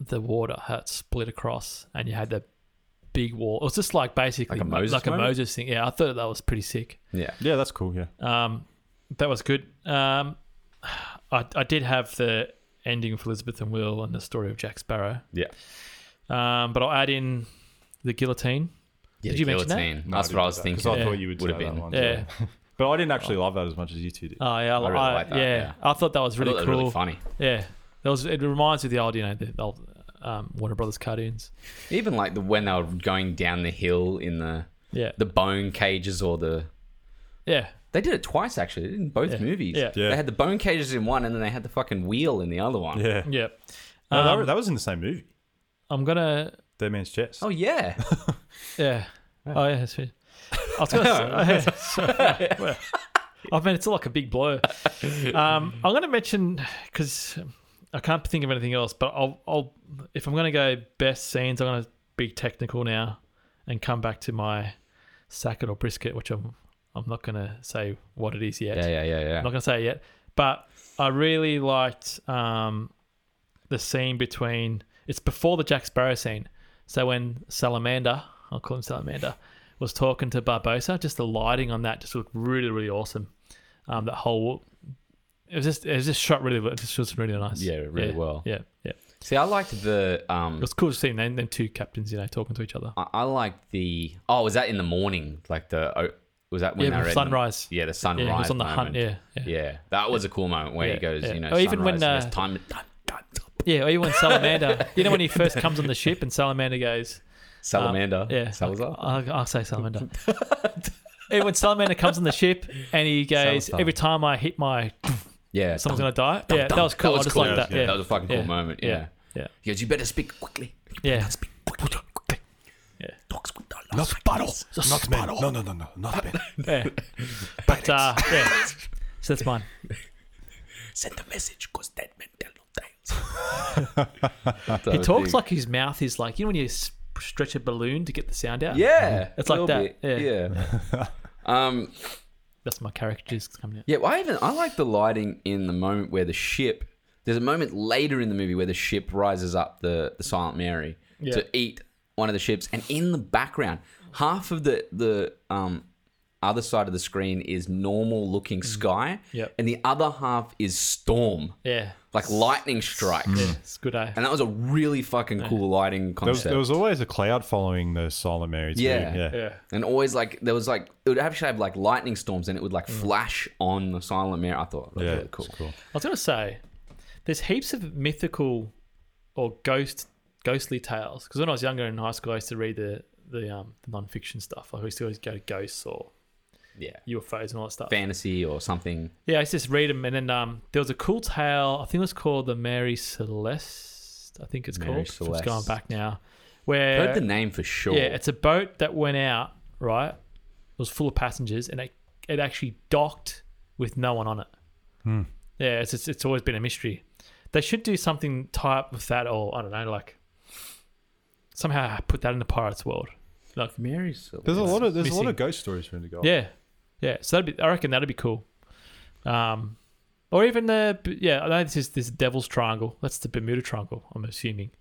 B: the water had split across, and you had that big wall. It was just like basically
A: Like a Moses
B: like a
A: moment?
B: Moses thing. Yeah, I thought that was pretty sick.
A: Yeah.
C: Yeah, that's cool. Yeah.
B: Um, that was good. Um, I, I did have the ending of Elizabeth and Will and the story of Jack Sparrow.
A: Yeah.
B: Um, but I'll add in the guillotine.
A: Yeah,
B: Did
A: the
B: you mention that?
A: guillotine.
C: No,
A: That's
C: didn't
A: what I
C: do
A: was
C: that, 'cause
A: thinking.
C: I
B: Yeah.
C: thought you would
A: Would've
C: say that
A: been.
C: one.
B: Yeah.
C: Yeah. Oh. Um, but I didn't actually love that as much as you two did.
B: Oh yeah, I,
A: really
B: I-
A: like that,
B: yeah.
A: yeah.
B: I thought that was
A: I
B: really
A: thought they
B: cool.
A: were really funny.
B: Yeah, that was. It reminds me of the old, you know, the old um, Warner Brothers cartoons.
A: Even like the when they were going down the hill in the
B: Yeah,
A: the bone cages or the
B: yeah,
A: they did it twice actually in both
B: Yeah.
A: movies.
B: Yeah.
C: Yeah.
A: They had the bone cages in one and then they had the fucking wheel in the other one.
C: Yeah.
B: yeah.
C: No, that,
B: Um,
C: wa- that was in the same movie.
B: I'm gonna.
C: Dead Man's Chest.
A: Oh yeah.
B: Yeah. Oh yeah. That's fair. I was gonna. say, oh, I mean, it's like a big blow. Um, I'm gonna mention because I can't think of anything else. But I'll, I'll if I'm gonna go best scenes, I'm gonna be technical now and come back to my sacket or brisket, which I'm I'm not gonna say what it is yet.
A: yeah, yeah, yeah, yeah.
B: I'm not gonna say it yet, but I really liked um, the scene between. It's before the Jack Sparrow scene. So when Salamander, I'll call him Salamander, was talking to Barbosa, just the lighting on that just looked really, really awesome. Um, that whole it was just it was just shot really, well. it just was really nice.
A: Yeah, really well.
B: Yeah, yeah.
A: See, I liked the
B: It
A: um
B: was cool to see them, them two captains, you know, talking to each other.
A: I, I liked the oh, was that in the morning? Like the oh, was that when
B: Yeah,
A: they
B: with
A: read
B: sunrise.
A: Yeah, the
B: Yeah,
A: sunrise.
B: he was on the hunt.
A: moment.
B: Yeah, yeah.
A: Yeah, that was a cool moment where
B: Yeah,
A: he goes,
B: yeah.
A: you know,
B: Or even when,
A: sunrise, and
B: uh,
A: it's time, time, time,
B: Yeah, or even when Salamander, you know, when he first comes on the ship and Salamander goes,
A: Salamander,
B: Um, yeah.
A: Salazar.
B: I'll, I'll say Salamander. Eh, when Salamander comes on the ship and he goes,
A: Salazar.
B: every time I hit my,
A: Yeah,
B: someone's going to die. yeah, that was cool. I just
A: cool.
B: like that. Yeah,
A: That was a fucking cool
B: Yeah.
A: moment. Yeah.
B: Yeah. Yeah.
A: He goes, you better speak quickly. You
B: Yeah.
A: better speak quickly.
B: Yeah.
A: Talks with the last battles.
D: Not men. No, no, no, no. Not men.
B: yeah. But, uh, yeah. So that's mine.
A: Send a message because dead men tell no tales.
B: He talks like his mouth is like, you know, when you s- stretch a balloon to get the sound out?
A: yeah,
B: It's
A: a
B: like
A: little
B: that,
A: bit, Yeah. um.
B: That's my characters coming out.
A: Yeah. Well, I even I like the lighting in the moment where the ship. There's a moment later in the movie where the ship rises up the the Silent Mary
B: Yeah.
A: to eat one of the ships, and in the background, half of the the um other side of the screen is normal looking sky,
B: Mm. Yep.
A: and the other half is storm,
B: Yeah.
A: like lightning strikes.
B: It's good, eh?
A: And that was a really fucking cool lighting
C: there, was,
A: concept.
C: there was always a cloud following the Silent Mary. Too.
A: Yeah.
C: yeah.
B: Yeah.
A: And always like there was like it would actually have like lightning storms and it would like
B: Mm.
A: flash on the silent mirror. I thought that was
C: Yeah,
A: really
C: it's
A: cool.
C: cool.
B: I was gonna say, there's heaps of mythical or ghost ghostly tales. Because when I was younger in high school, I used to read the the um the nonfiction stuff. Like I used to always go to ghosts or
A: Yeah.
B: UFOs and all that stuff.
A: Fantasy or something.
B: Yeah, I used to just read them, and then um there was a cool tale. I think it was called the Mary Celeste. I think it's
A: Mary
B: called. It's
A: Celeste.
B: going back now. Where
A: Heard the name for sure.
B: yeah, it's a boat that went out, right? It was full of passengers and it it actually docked with no one on it. Yeah, it's, it's it's always been a mystery. They should do something tie up with that, or I don't know, like somehow put that in the pirates world.
A: Mary Silver.
C: There's a lot of there's a lot
B: missing.
C: of ghost stories for him to go. on.
B: Yeah, yeah. So that'd be, I reckon that'd be cool. Um, or even the yeah. I know this is this Devil's Triangle. That's the Bermuda Triangle. I'm assuming.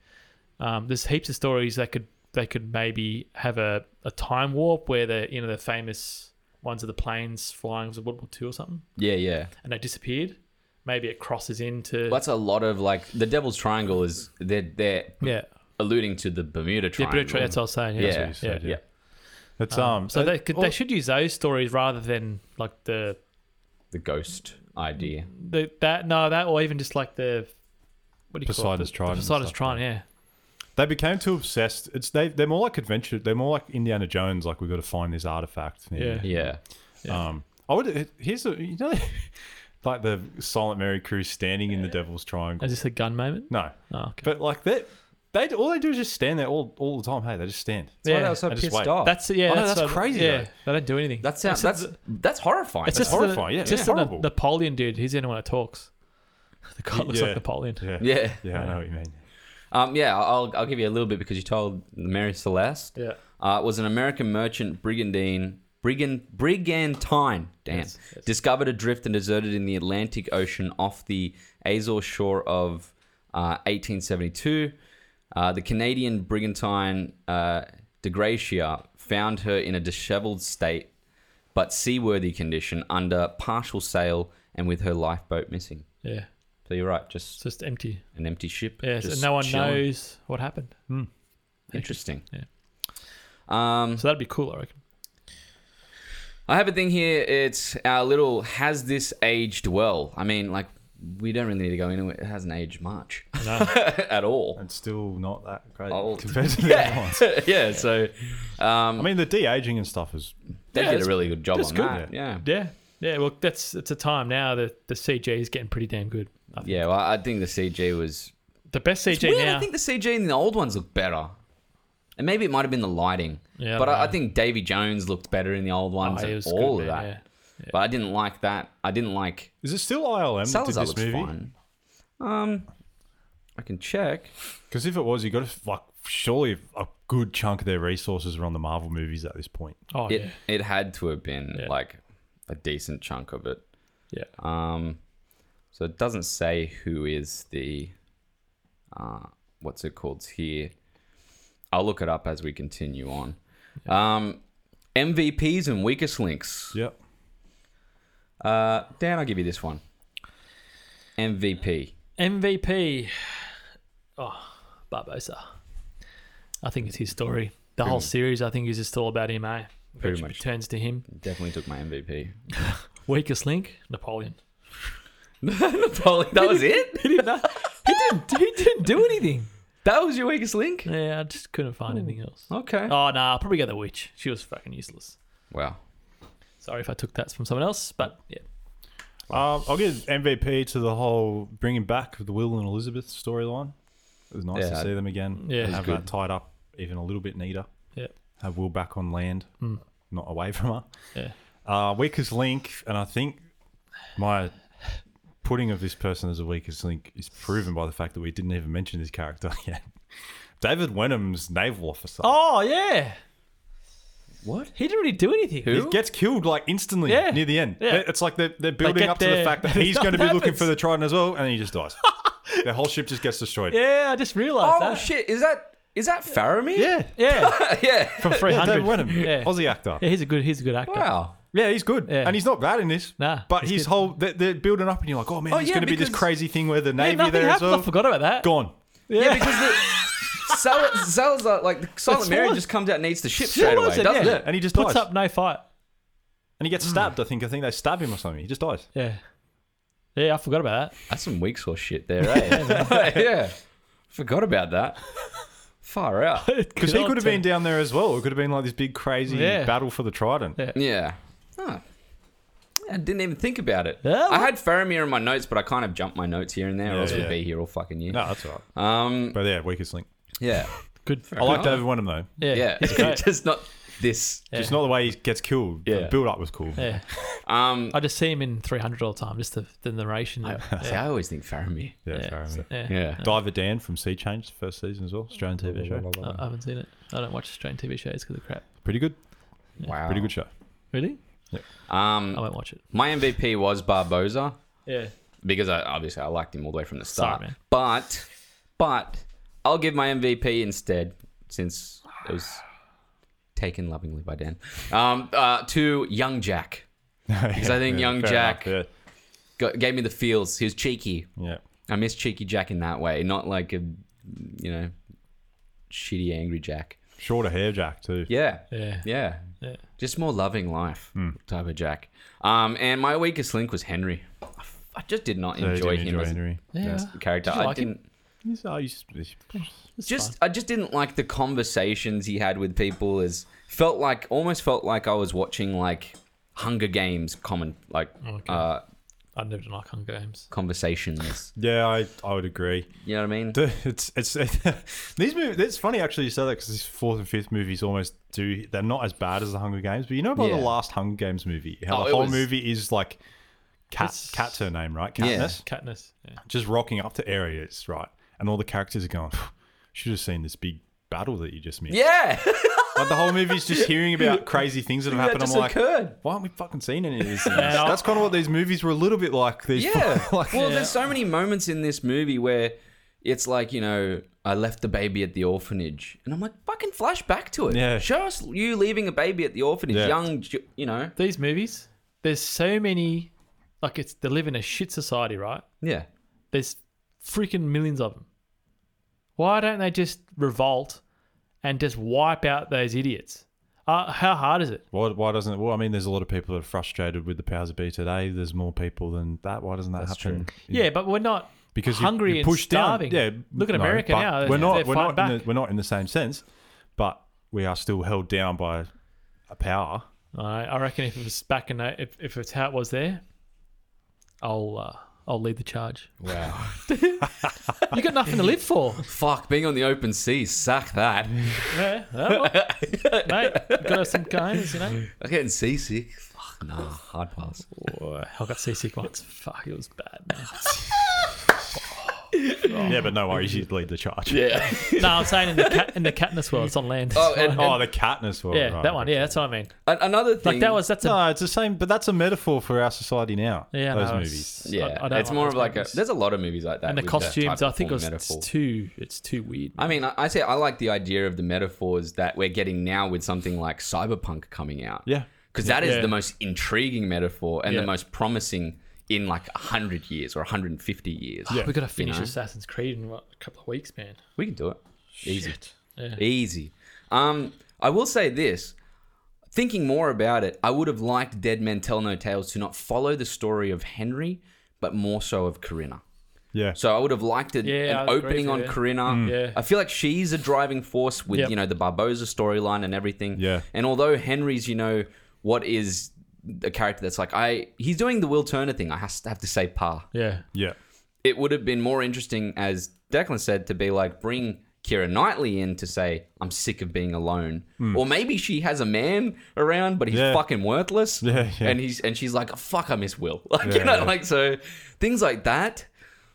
B: Um, there's heaps of stories that could they could maybe have a, a time warp where the you know the famous ones of the planes flying was it World War Two or something,
A: Yeah, yeah.
B: and they disappeared. Maybe it crosses into
A: That's a lot of like the Devil's Triangle is they're they're
B: yeah.
A: alluding to the Bermuda
B: Yeah,
A: Triangle.
B: Bermuda Triangle. That's what I was saying. Yeah,
A: yeah, yeah,
B: yeah.
A: yeah.
C: It's um.
B: So
C: uh,
B: they could, they should use those stories rather than like the
A: The ghost idea.
B: the that no that or even just like the what do you call it?
C: Poseidon's
B: The-
C: Trident
B: The
C: and
B: Poseidon's
C: stuff,
B: Trident, yeah.
C: They became too obsessed. It's they. They're more like adventure. They're more like Indiana Jones. Like we've got to find this artifact. Thing.
B: Yeah.
A: Yeah.
C: Um. I would. Here's a. You know, like the Silent Mary crew standing in the Devil's Triangle.
B: Is this a gun moment?
C: No,
B: Oh, okay.
C: but like that. They all they do is just stand there all all the time. Hey, they just stand.
A: That's why
B: Yeah,
A: they were so
C: I just
A: pissed
C: wait.
A: off.
B: that's yeah.
C: Oh, no,
B: that's,
C: that's
B: uh,
C: crazy,
B: Yeah,
C: though.
B: they don't do anything.
A: that sounds
B: It's
A: that's that's horrifying.
B: it's just
A: That's-
C: horrifying, yeah.
B: The, just
C: It's
B: the
C: horrible.
B: Napoleon dude. He's the only one that talks. The guy looks
C: Yeah.
B: like Napoleon.
C: Yeah.
A: yeah.
C: Yeah, I know what you mean.
A: Um, yeah, I'll, I'll give you a little bit because you told Mary Celeste.
B: Yeah.
A: Uh, was an American merchant brigandine, brigand, brigantine, damn,
B: Yes, yes.
A: discovered adrift and deserted in the Atlantic Ocean off the Azore shore of uh, 1872. Uh, the Canadian brigantine uh, De Gracia found her in a disheveled state, but seaworthy condition under partial sail and with her lifeboat missing.
B: Yeah,
A: So you're right,
B: it's
A: just
B: just empty.
A: an empty ship.
B: Yeah, so
A: just
B: no one
A: chilling.
B: knows what happened.
A: Interesting.
B: Yeah.
C: Mm.
A: Um,
B: So that'd be cool, I reckon.
A: I have a thing here. It's our little has this aged well. I mean, like we don't really need to go into it. It hasn't aged much at all.
C: And still not that great
A: Old.
C: compared to the
A: Yeah.
C: other
A: Um,
C: ones.
A: yeah. So
C: I mean, the de aging and stuff is
A: they
B: Yeah,
A: did
B: that's-
A: a really good job
C: that's
A: on
C: good.
A: that. Yeah.
B: Yeah, yeah. Well, that's it's a time now that the CG is getting pretty damn good. I think.
A: Yeah. Well, I think the CG was.
B: The best CG
A: It's weird.
B: now.
A: I think the CG in the old ones looked better. And maybe it might have been the lighting.
B: Yeah, I
A: but
B: don't
A: I, I
B: know.
A: think Davy Jones looked better in the old
B: Oh,
A: ones.
B: it
A: and
B: was
A: all
B: good,
A: of
B: man,
A: that. But I didn't like that. I didn't like
C: is it still ILM that did
A: Salazar
C: this
A: looks
C: movie?
A: fine. Um, I can check.
C: Because if it was, you got to like surely a good chunk of their resources are on the Marvel movies at this point.
B: Yeah. Oh
A: it
B: yeah,
A: it had to have been
B: Yeah.
A: like a decent chunk of it.
B: yeah.
A: Um, so it doesn't say who is the uh, what's it called here. I'll look it up as we continue on. Um, MVPs and weakest links.
C: Yep.
A: Uh, Dan, I'll give you this one. MVP.
B: MVP. Oh, Barbosa. I think it's his story. The whole series, I think, is just all about him, eh?
A: Pretty
B: Which
A: much.
B: Returns to him.
A: Definitely took my MVP.
B: Weakest link, Napoleon.
A: Napoleon. That was it.
B: He didn't, uh, he didn't, he didn't do anything.
A: That was your weakest link.
B: Yeah, I just couldn't find anything else.
A: Okay.
B: Oh, nah, I'll probably get the witch. She was fucking useless.
A: Wow.
B: Sorry if I took that from someone else, but yeah.
C: Um, I'll give MVP to the whole bringing back of the Will and Elizabeth storyline. It was nice
A: Yeah.
C: to see them again.
B: Yeah.
C: have
A: Good.
C: that tied up even a little bit neater.
B: Yeah.
C: Have Will back on land,
B: Hmm.
C: not away from her.
B: Yeah.
C: Uh, weakest link, and I think my putting of this person as a weakest link is proven by the fact that we didn't even mention this character yet. David Wenham's naval officer.
B: Oh, yeah.
A: What?
B: He didn't really do anything.
A: Who?
C: He gets killed like instantly
B: Yeah.
C: near the end.
B: Yeah.
C: It's like they're, they're building
B: get
C: up to
B: there.
C: the fact that he's going to be
B: Nothing
C: looking for
B: happens.
C: the Trident as well, and he just dies. Their whole ship just gets destroyed.
B: Yeah, I just realised
A: Oh
B: that.
A: shit! Is that is that Faramir?
C: Yeah.
B: Yeah.
A: yeah.
B: From 300.
C: David Wenham,
B: Yeah.
C: Aussie actor.
B: yeah, he's a good, he's a good actor.
A: Wow.
C: Yeah, he's good,
B: Yeah.
C: and he's not bad in this.
B: Nah,
C: but
B: he's
C: his
B: good.
C: whole they're, they're building up, and you're like, oh man,
A: Oh,
C: there's
A: yeah,
C: going to be this
A: because-
C: crazy thing where the navy
B: nothing
C: there as
B: happened.
C: well.
B: I forgot about that.
C: Gone.
A: Yeah, because the Sal, Salazar, like the Silent
B: That's
A: Mary,
B: fine.
A: just comes out and eats the ship
B: Yeah,
A: straight
B: what
A: away,
B: is it?
A: doesn't
B: Yeah.
A: it?
C: And he just
B: Puts
C: dies.
B: up Hmm. no fight.
C: And he gets stabbed. I think. I think they stab him or something. He just dies.
B: Yeah. Yeah, I forgot about that.
A: That's some weak sauce shit there, eh? yeah. Forgot about that. Far out.
C: Because he could have been down there as well. It could have been like this big crazy
B: Yeah.
C: battle for the Trident.
B: Yeah.
A: Yeah. Huh. I didn't even think about it.
B: Yeah,
A: I had Faramir in my notes, but I kind of jumped my notes here and there, or
C: Yeah,
A: else we'd
C: yeah.
A: be here all fucking year.
C: No, that's all right.
A: Um,
C: But yeah, weakest link.
A: yeah.
B: good.
C: I like David Wenham though.
B: Yeah.
A: Yeah.
B: he's great.
A: just not this.
B: Yeah.
C: Just not the way he gets killed.
A: Yeah.
C: The build up was cool.
B: Yeah,
A: Um,
B: I just see him in 300 all the time. Just the, the narration.
A: see,
B: yeah.
A: I always think Faramir.
C: Yeah,
B: Yeah.
C: sorry, mate.
B: Yeah.
A: Yeah.
C: Diver Dan from Sea Change, the first season as well. Australian TV show.
B: I I haven't seen it. I don't watch Australian TV shows because of crap.
C: Pretty good.
A: Wow.
C: Pretty good show.
B: Really? I
A: Um,
B: won't watch it.
A: my MVP was Barboza
B: Yeah.
A: because I, obviously I liked him all the way from the
B: Sorry,
A: start.
B: man.
A: but, but I'll give my MVP instead since it was taken lovingly by Dan um, uh, to Young Jack.
C: Because
A: I think young Jack-
C: Enough.
A: Got, gave me the feels. He was cheeky.
C: Yeah. yeah.
A: I miss cheeky Jack in that way, not like a you know shitty angry Jack.
C: Shorter hair Jack, too.
A: Yeah,
B: Yeah.
A: yeah,
B: Yeah.
A: just more loving life
C: Hmm.
A: type of Jack. Um, and my weakest link was Henry. I f- I just did not
C: So you
A: enjoy
C: didn't
A: him
C: enjoy
A: as a
C: Henry.
B: Yeah.
A: character.
B: Did you
A: I
B: like him?
A: didn't
C: He's, oh, he's, he's-
B: It's
A: just
B: fine.
A: I just didn't like the conversations he had with people. As felt like almost felt like I was watching like Hunger Games common like
B: Okay.
A: uh,
B: I never like Hunger Games.
A: conversations.
C: yeah, I, I would agree.
A: You know what I mean?
C: Dude, It's it's these movies. It's funny actually you say that because these fourth and fifth movies almost do. They're not as bad as the Hunger Games, but you know about
A: Yeah.
C: the last Hunger Games movie, how
A: Oh, it
C: the whole
A: was-
C: movie is like cat
B: It's-
C: cat's her name, right?
A: Yeah.
C: Katniss,
B: Katniss. Yeah.
C: just rocking up to areas, right? And all the characters are going. Should have seen this big battle that you just missed.
A: Yeah,
C: Like the whole movie's just hearing about crazy things that have
A: that
C: happened.
A: just
C: I'm like,
A: occurred.
C: why aren't we fucking seeing any of these things?
B: Yeah.
C: That's kind of what these movies were a little bit like. These
A: Yeah.
C: like,
A: well, there's so many moments in this movie where it's like, you know, I left the baby at the orphanage. And I'm like, fucking flash back to it.
C: Yeah.
A: Show us you leaving a baby at the orphanage,
C: Yeah.
A: young, ju- you know.
B: These movies, there's so many. Like it's they live in a shit society, right?
A: Yeah.
B: There's freaking millions of them. Why don't they just revolt and just wipe out those idiots? Uh, how hard is it?
C: Why, why doesn't it? Well, I mean, there's a lot of people that are frustrated with the powers that be today. There's more people than that. Why doesn't that happen?
B: Yeah, but we're not
C: because you-
B: hungry
C: you
B: and
C: push down-
B: starving.
C: Yeah,
B: look at
C: no,
B: America
C: but
B: now.
C: We're
B: They're
C: not.
B: fighting
C: We're not. In the,
B: back.
C: we're not in the same sense, but we are still held down by a power.
B: I, I reckon if it was back in the- if, if it's how it was there, I'll uh, I'll lead the charge.
A: Wow.
B: You got nothing to live for.
A: Fuck, being on the open sea, suck that.
B: Yeah, well, mate, got us some kindness, you know.
A: I'm getting seasick. Fuck, nah, hard pass.
B: Boy, I got seasick once. Fuck, it was bad, man.
C: Yeah, but no worries. You lead the charge.
A: Yeah.
B: no, I'm saying in the cat in the Katniss world, it's on land.
A: Oh, and,
C: Oh,
A: and
C: the Katniss one.
B: yeah,
C: right.
B: that one. Yeah, that's what I mean.
A: an- another thing.
B: Like that was that's a
C: No, it's the same, but that's a metaphor for our society now.
B: yeah.
C: those
B: no, it's-
C: movies.
A: Yeah,
B: I, I don't
A: it's
B: like
A: more
B: those
A: of like a.
B: movies.
A: There's a lot of movies like that.
B: and the
A: with that type
B: costumes.
A: of
B: I think it was
A: metaphor.
B: it's too it's too weird.
A: I mean, I, I say I like the idea of the metaphors that we're getting now with something like cyberpunk coming out.
C: Yeah.
A: because that is
B: Yeah.
A: the most intriguing metaphor and the
B: Yeah.
A: most promising in like 100 years or 150 years
B: we got to finish
A: You know?
B: Assassin's Creed in what, a couple of weeks, man.
A: we can do it easy
B: Yeah.
A: easy um i will say this thinking more about it i would have liked dead men tell no tales to not follow the story of henry but more so of corinna
C: Yeah.
A: so i would have liked an,
B: Yeah,
A: an
B: I agree
A: opening
B: with
A: on
B: you.
A: corinna
B: Yeah.
A: i feel like she's a driving force with
B: Yep.
A: you know the barboza storyline and everything
C: Yeah.
A: And although Henry's, you know, what is a character that's like, I he's doing the Will Turner thing. I has have to say pa.
B: Yeah.
C: Yeah.
A: It would have been more interesting, as Declan said, to be like bring Kira Knightley in to say, I'm sick of being alone. Or maybe she has a man around, but he's
C: Hmm. Yeah.
A: fucking worthless.
C: Yeah, yeah.
A: And he's and she's like, "Oh, fuck, I miss Will. Like you know, like so things like that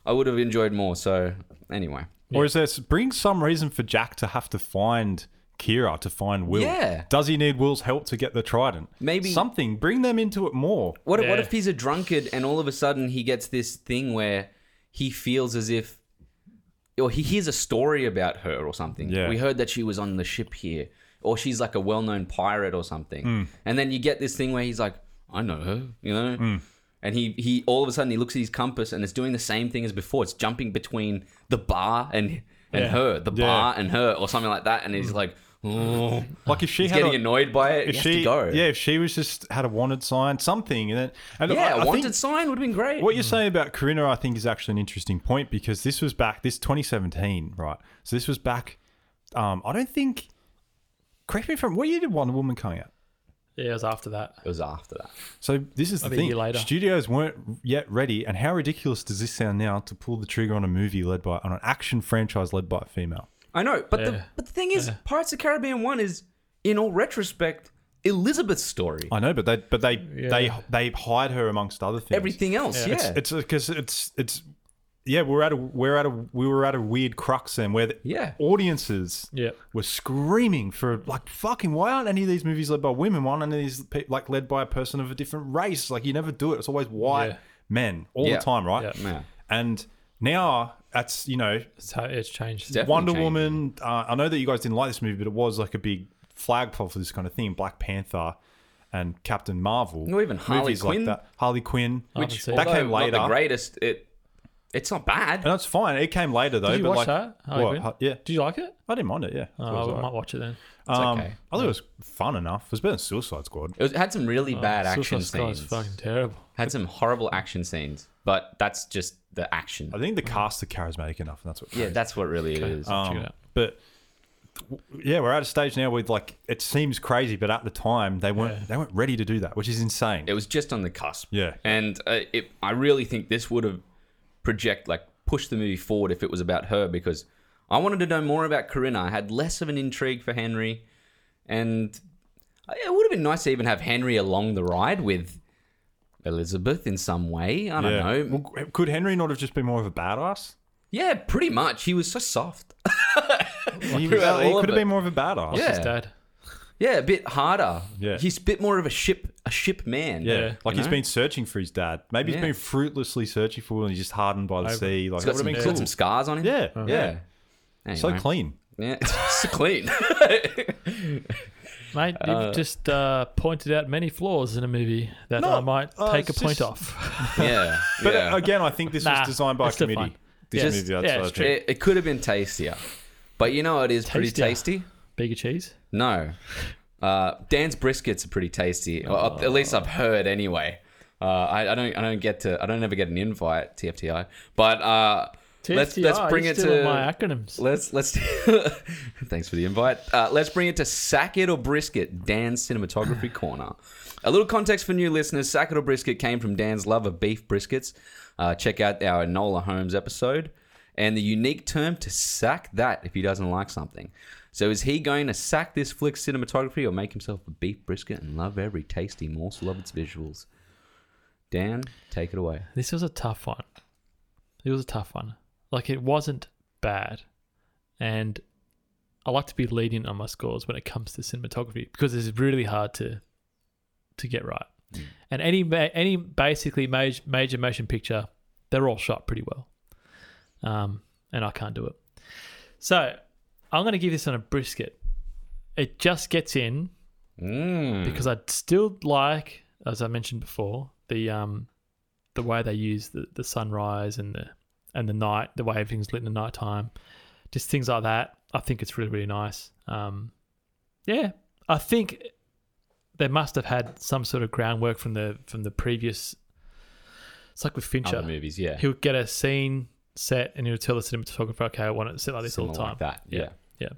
A: I would have enjoyed more. So anyway.
C: Or is there s- bring some reason for Jack to have to find Kira to find Will?
A: Yeah.
C: Does he need Will's help to get the trident?
A: Maybe-
C: something. Bring them into it more.
A: What, what
B: Yeah.
A: if he's a drunkard and all of a sudden he gets this thing where he feels as if, or he hears a story about her or something?
C: Yeah.
A: We heard that she was on the ship here, or she's like a well known pirate or something.
C: Mm.
A: And then you get this thing where he's like, I know her, you know?
C: Mm.
A: And he, he all of a sudden he looks at his compass and it's doing the same thing as before. It's jumping between the bar and and
B: Yeah.
A: her, the
C: Yeah.
A: bar and her, or something like that. And he's like, oh,
C: Like if she
A: he's
C: had
A: getting
C: a,
A: annoyed by it.
C: if
A: he
C: she
A: has to go.
C: yeah, if she was just had a wanted sign, something, and then and
A: yeah.
C: I, I
A: wanted mm.
C: think
A: sign would have been great.
C: what you're saying about Corinna, I think, is actually an interesting point because this was back this 2017, right? So this was back. Um, I don't think. Correct me if I'm. What year did Wonder Woman coming out?
B: Yeah, it was after that.
A: it was after that.
C: So this is the
B: Maybe a
C: thing.
B: year later.
C: Studios weren't yet ready, and how ridiculous does this sound now to pull the trigger on a movie led by on an action franchise led by a female?
A: I know, but the
B: Yeah.
A: but the thing is, Pirates of the Caribbean one is in all retrospect, Elizabeth's story.
C: I know, but they but they they
B: Yeah.
C: they hide her amongst other things.
A: Everything else, yeah.
C: It's because it's it's yeah we're at a we're at a we were at a weird crux then where the
A: Yeah.
C: audiences
B: Yeah.
C: were screaming for like fucking why aren't any of these movies led by women why aren't any of these pe- like led by a person of a different race like you never do it it's always white
B: Yeah.
C: men all
A: Yeah.
C: the time right
B: Yeah.
A: Yeah.
C: and now that's you know
B: It's, how it's changed.
A: Definitely
C: Wonder
A: changed.
C: Woman. Uh, I know that you guys didn't like this movie, but it was like a big flag pole for this kind of thing. Black Panther and Captain Marvel.
A: No, even Harley
C: Movies
A: Quinn.
C: Like that. Harley Quinn.
A: Which
B: seen it.
A: although
C: That came
A: Not
C: later.
A: the greatest. It it's not bad.
C: and that's fine. It came later though.
B: Did you
C: but
B: watch
C: like,
B: that? Harley
C: what?
B: Quinn?
C: Ha- Yeah,
B: Did you like it?
C: I didn't mind it. Yeah,
B: Oh, I
C: It was
B: might
C: alright.
B: watch it then.
C: Um,
A: okay.
C: I thought it was fun enough. It was better than Suicide Squad.
A: It was, had some really bad action
B: Oh, Suicide Squad is
A: scenes.
B: fucking terrible.
A: Had some horrible action scenes, but that's just the action.
C: I think the cast are charismatic enough, and that's what.
A: Yeah, that's what really it is.
B: I'll check it
C: Um,
B: out.
C: But yeah, we're at a stage now with like it seems crazy, but at the time they weren't they weren't ready to do that, which is insane.
A: It was just on the cusp.
C: Yeah.
A: And uh, it, I really think this would have project like pushed the movie forward if it was about her because I wanted to know more about Corinna. I had less of an intrigue for Henry, and uh, yeah, it would have been nice to even have Henry along the ride with Elizabeth in some way. I don't
C: yeah.
A: know.
C: Well, could Henry not have just been more of a badass?
A: Yeah, pretty much. He was so soft.
C: He,
A: Throughout
C: was- he
A: all of
C: could have
A: it.
C: been more of a badass.
A: Yeah.
B: His dad.
A: Yeah, a bit harder.
C: Yeah.
A: he's a bit more of a ship, a ship man.
C: Yeah.
B: Yeah.
C: Like
A: You
C: he's
A: know?
C: been searching for his dad. Maybe
A: Yeah.
C: he's been fruitlessly searching for him and he's just hardened by the
B: Over.
C: sea. Like
A: He's got
C: that would
A: some,
C: have been
A: got
C: cool.
A: some scars on him.
C: Yeah. Yeah.
A: yeah.
C: So
A: Anyway.
C: clean.
A: Yeah, so clean.
B: Mate, you've just uh, pointed out many flaws in a movie that
C: No,
B: I might
C: uh,
B: take a
C: it's
B: point
C: just-
B: off.
A: yeah,
C: But
A: yeah.
C: uh, again, I think this
B: Nah,
C: was designed by a
B: it's still
C: committee.
B: fine.
C: This
A: Just-
C: movie, that's
B: yeah,
C: what I
B: it's
C: think.
A: It, it could have been tastier, but you know it is pretty
B: Tastier.
A: tasty.
B: Bigger cheese.
A: No, uh, Dan's briskets are pretty tasty. Or, uh, at least I've heard anyway. Uh, I, I don't, I don't get to, I don't ever get an invite TFTI. But uh, let's let's
B: TFTR,
A: bring
B: you're
A: it
B: stealing
A: to
B: my acronyms.
A: let's let's thanks for the invite. Uh, let's bring it to Sack It or Brisket, Dan's cinematography corner. A little context for new listeners: Sack It or Brisket came from Dan's love of beef briskets. Uh, check out our Enola Holmes episode and the unique term to sack that if he doesn't like something. So is he going to sack this flick's cinematography or make himself a beef brisket and love every tasty morsel of its visuals? Dan, take it away.
B: This was a tough one. It was a tough one. Like it wasn't bad, and I like to be lenient on my scores when it comes to cinematography because it's really hard to to get right. And any ma- any basically major major motion picture, they're all shot pretty well, um, and I can't do it. So I'm going to give this on a brisket. It just gets in
A: Mm.
B: because I still like, as I mentioned before, the um, the way they use the, the sunrise and the and the night, the way everything's lit in the nighttime, just things like that. I think it's really really nice. Um, yeah, I think they must have had some sort of groundwork from the from the previous. It's like with Fincher,
A: Other movies, Um, yeah.
B: he would get a scene set and he would tell the cinematographer, "Okay, I want it set like this all
A: Similar
B: the time."
A: like that, yeah.
B: yeah.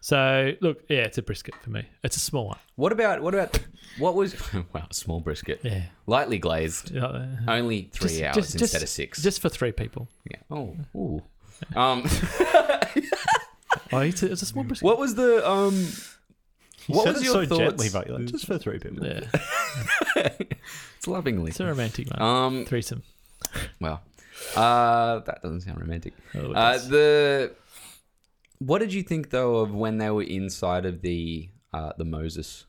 B: So look, yeah, it's a brisket for me. It's a small one.
A: What about what about what was wow small brisket?
B: Yeah.
A: lightly glazed,
B: Yeah.
A: only three hours instead of six.
B: uh, Just for three people.
A: yeah. Oh, ooh. Um,
B: Oh, it's a, it's a small brisket.
A: Mm. what was the um?
C: He
A: What
C: said
A: was
C: it
A: your
C: so
A: thoughts?
C: gently, but like, just for three people.
B: Yeah,
A: It's lovingly.
B: it's a romantic one.
A: Um,
B: Threesome.
A: well, uh, that doesn't sound romantic.
B: Oh, it
A: Uh,
B: does.
A: the what did you think though of when they were inside of the uh, the Moses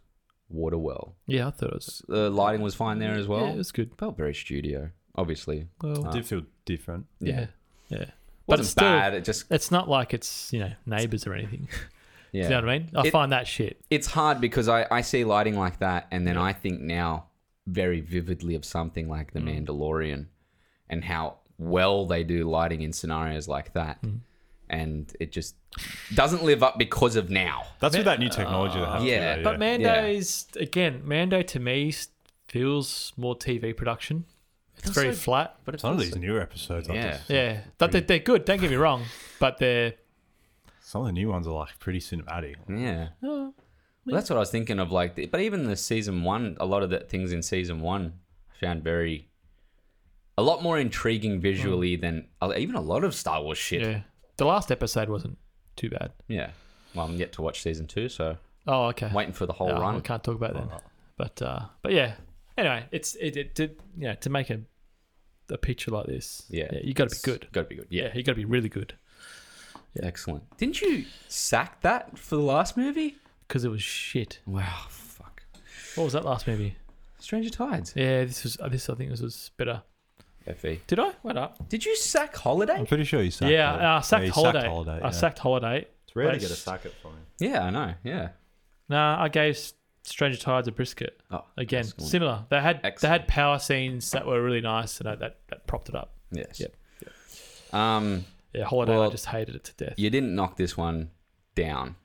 A: water well?
B: yeah, I thought it was.
A: The lighting was fine there as well.
B: yeah, it was good.
A: Felt very studio, obviously.
B: Well,
A: Uh,
C: Did feel different.
B: yeah, yeah.
A: Wasn't
B: it's still-
A: bad. It just
B: It's not like it's you know neighbors or anything.
A: yeah.
B: You know what I mean? I
A: It-
B: find that shit.
A: it's hard because I, I see lighting like that and then I think now very vividly of something like The
B: Mm.
A: Mandalorian and how well they do lighting in scenarios like that.
B: Mm.
A: And it just doesn't live up because of now.
C: That's with that new technology. they have
A: yeah,
C: today,
B: But Mando's again. Mando to me s- feels more TV production. It's very flat.
A: But it's
C: Some of these newer episodes, like
A: Yeah.
C: this-
B: Yeah, but they, they're good. Don't get me wrong, but they're
C: some of the new ones are like pretty cinematic.
A: Yeah.
B: Oh,
A: Well, that's what I was thinking of. Like, the, but even the season one, a lot of the things in season one, I found very, a lot more intriguing
B: Mm.
A: visually than uh, even a lot of Star Wars shit.
B: yeah. The last episode wasn't too bad.
A: Yeah. Well, I'm yet to watch season two, so
B: Oh, okay.
A: waiting for the whole
B: Yeah,
A: run.
B: We can't talk about that. But uh, but yeah. Anyway, it's it, it did you know to make a a picture like this.
A: Yeah.
B: you got to be good.
A: Got to be good.
B: Yeah,
A: Yeah.
B: you got to be really good
A: Excellent. Didn't you sack that for the last movie?
B: because it was shit.
A: Wow. Fuck.
B: What was that last movie?
A: Stranger Tides.
B: Yeah, this was uh, this. I think this was better.
A: Fe.
B: Did I? Wait up.
A: Did you sack
C: I'm
A: Holiday?
C: pretty sure you sacked
B: yeah,
C: it.
B: uh, sacked
C: you
B: holiday.
C: holiday.
B: I
C: yeah.
B: sacked holiday.
C: It's rare to
B: Like,
C: get a sack it from him.
A: Yeah, I know. Yeah.
B: Nah, I gave Stranger Tides a brisket.
A: Oh,
B: Again,
A: excellent.
B: similar. They had they
A: Excellent.
B: had power scenes that were really nice, and I, that that propped it up.
A: Yes.
B: Yep.
A: Um,
B: Yeah, holiday. I
A: Well-
B: just hated it to death.
A: you didn't knock this one down,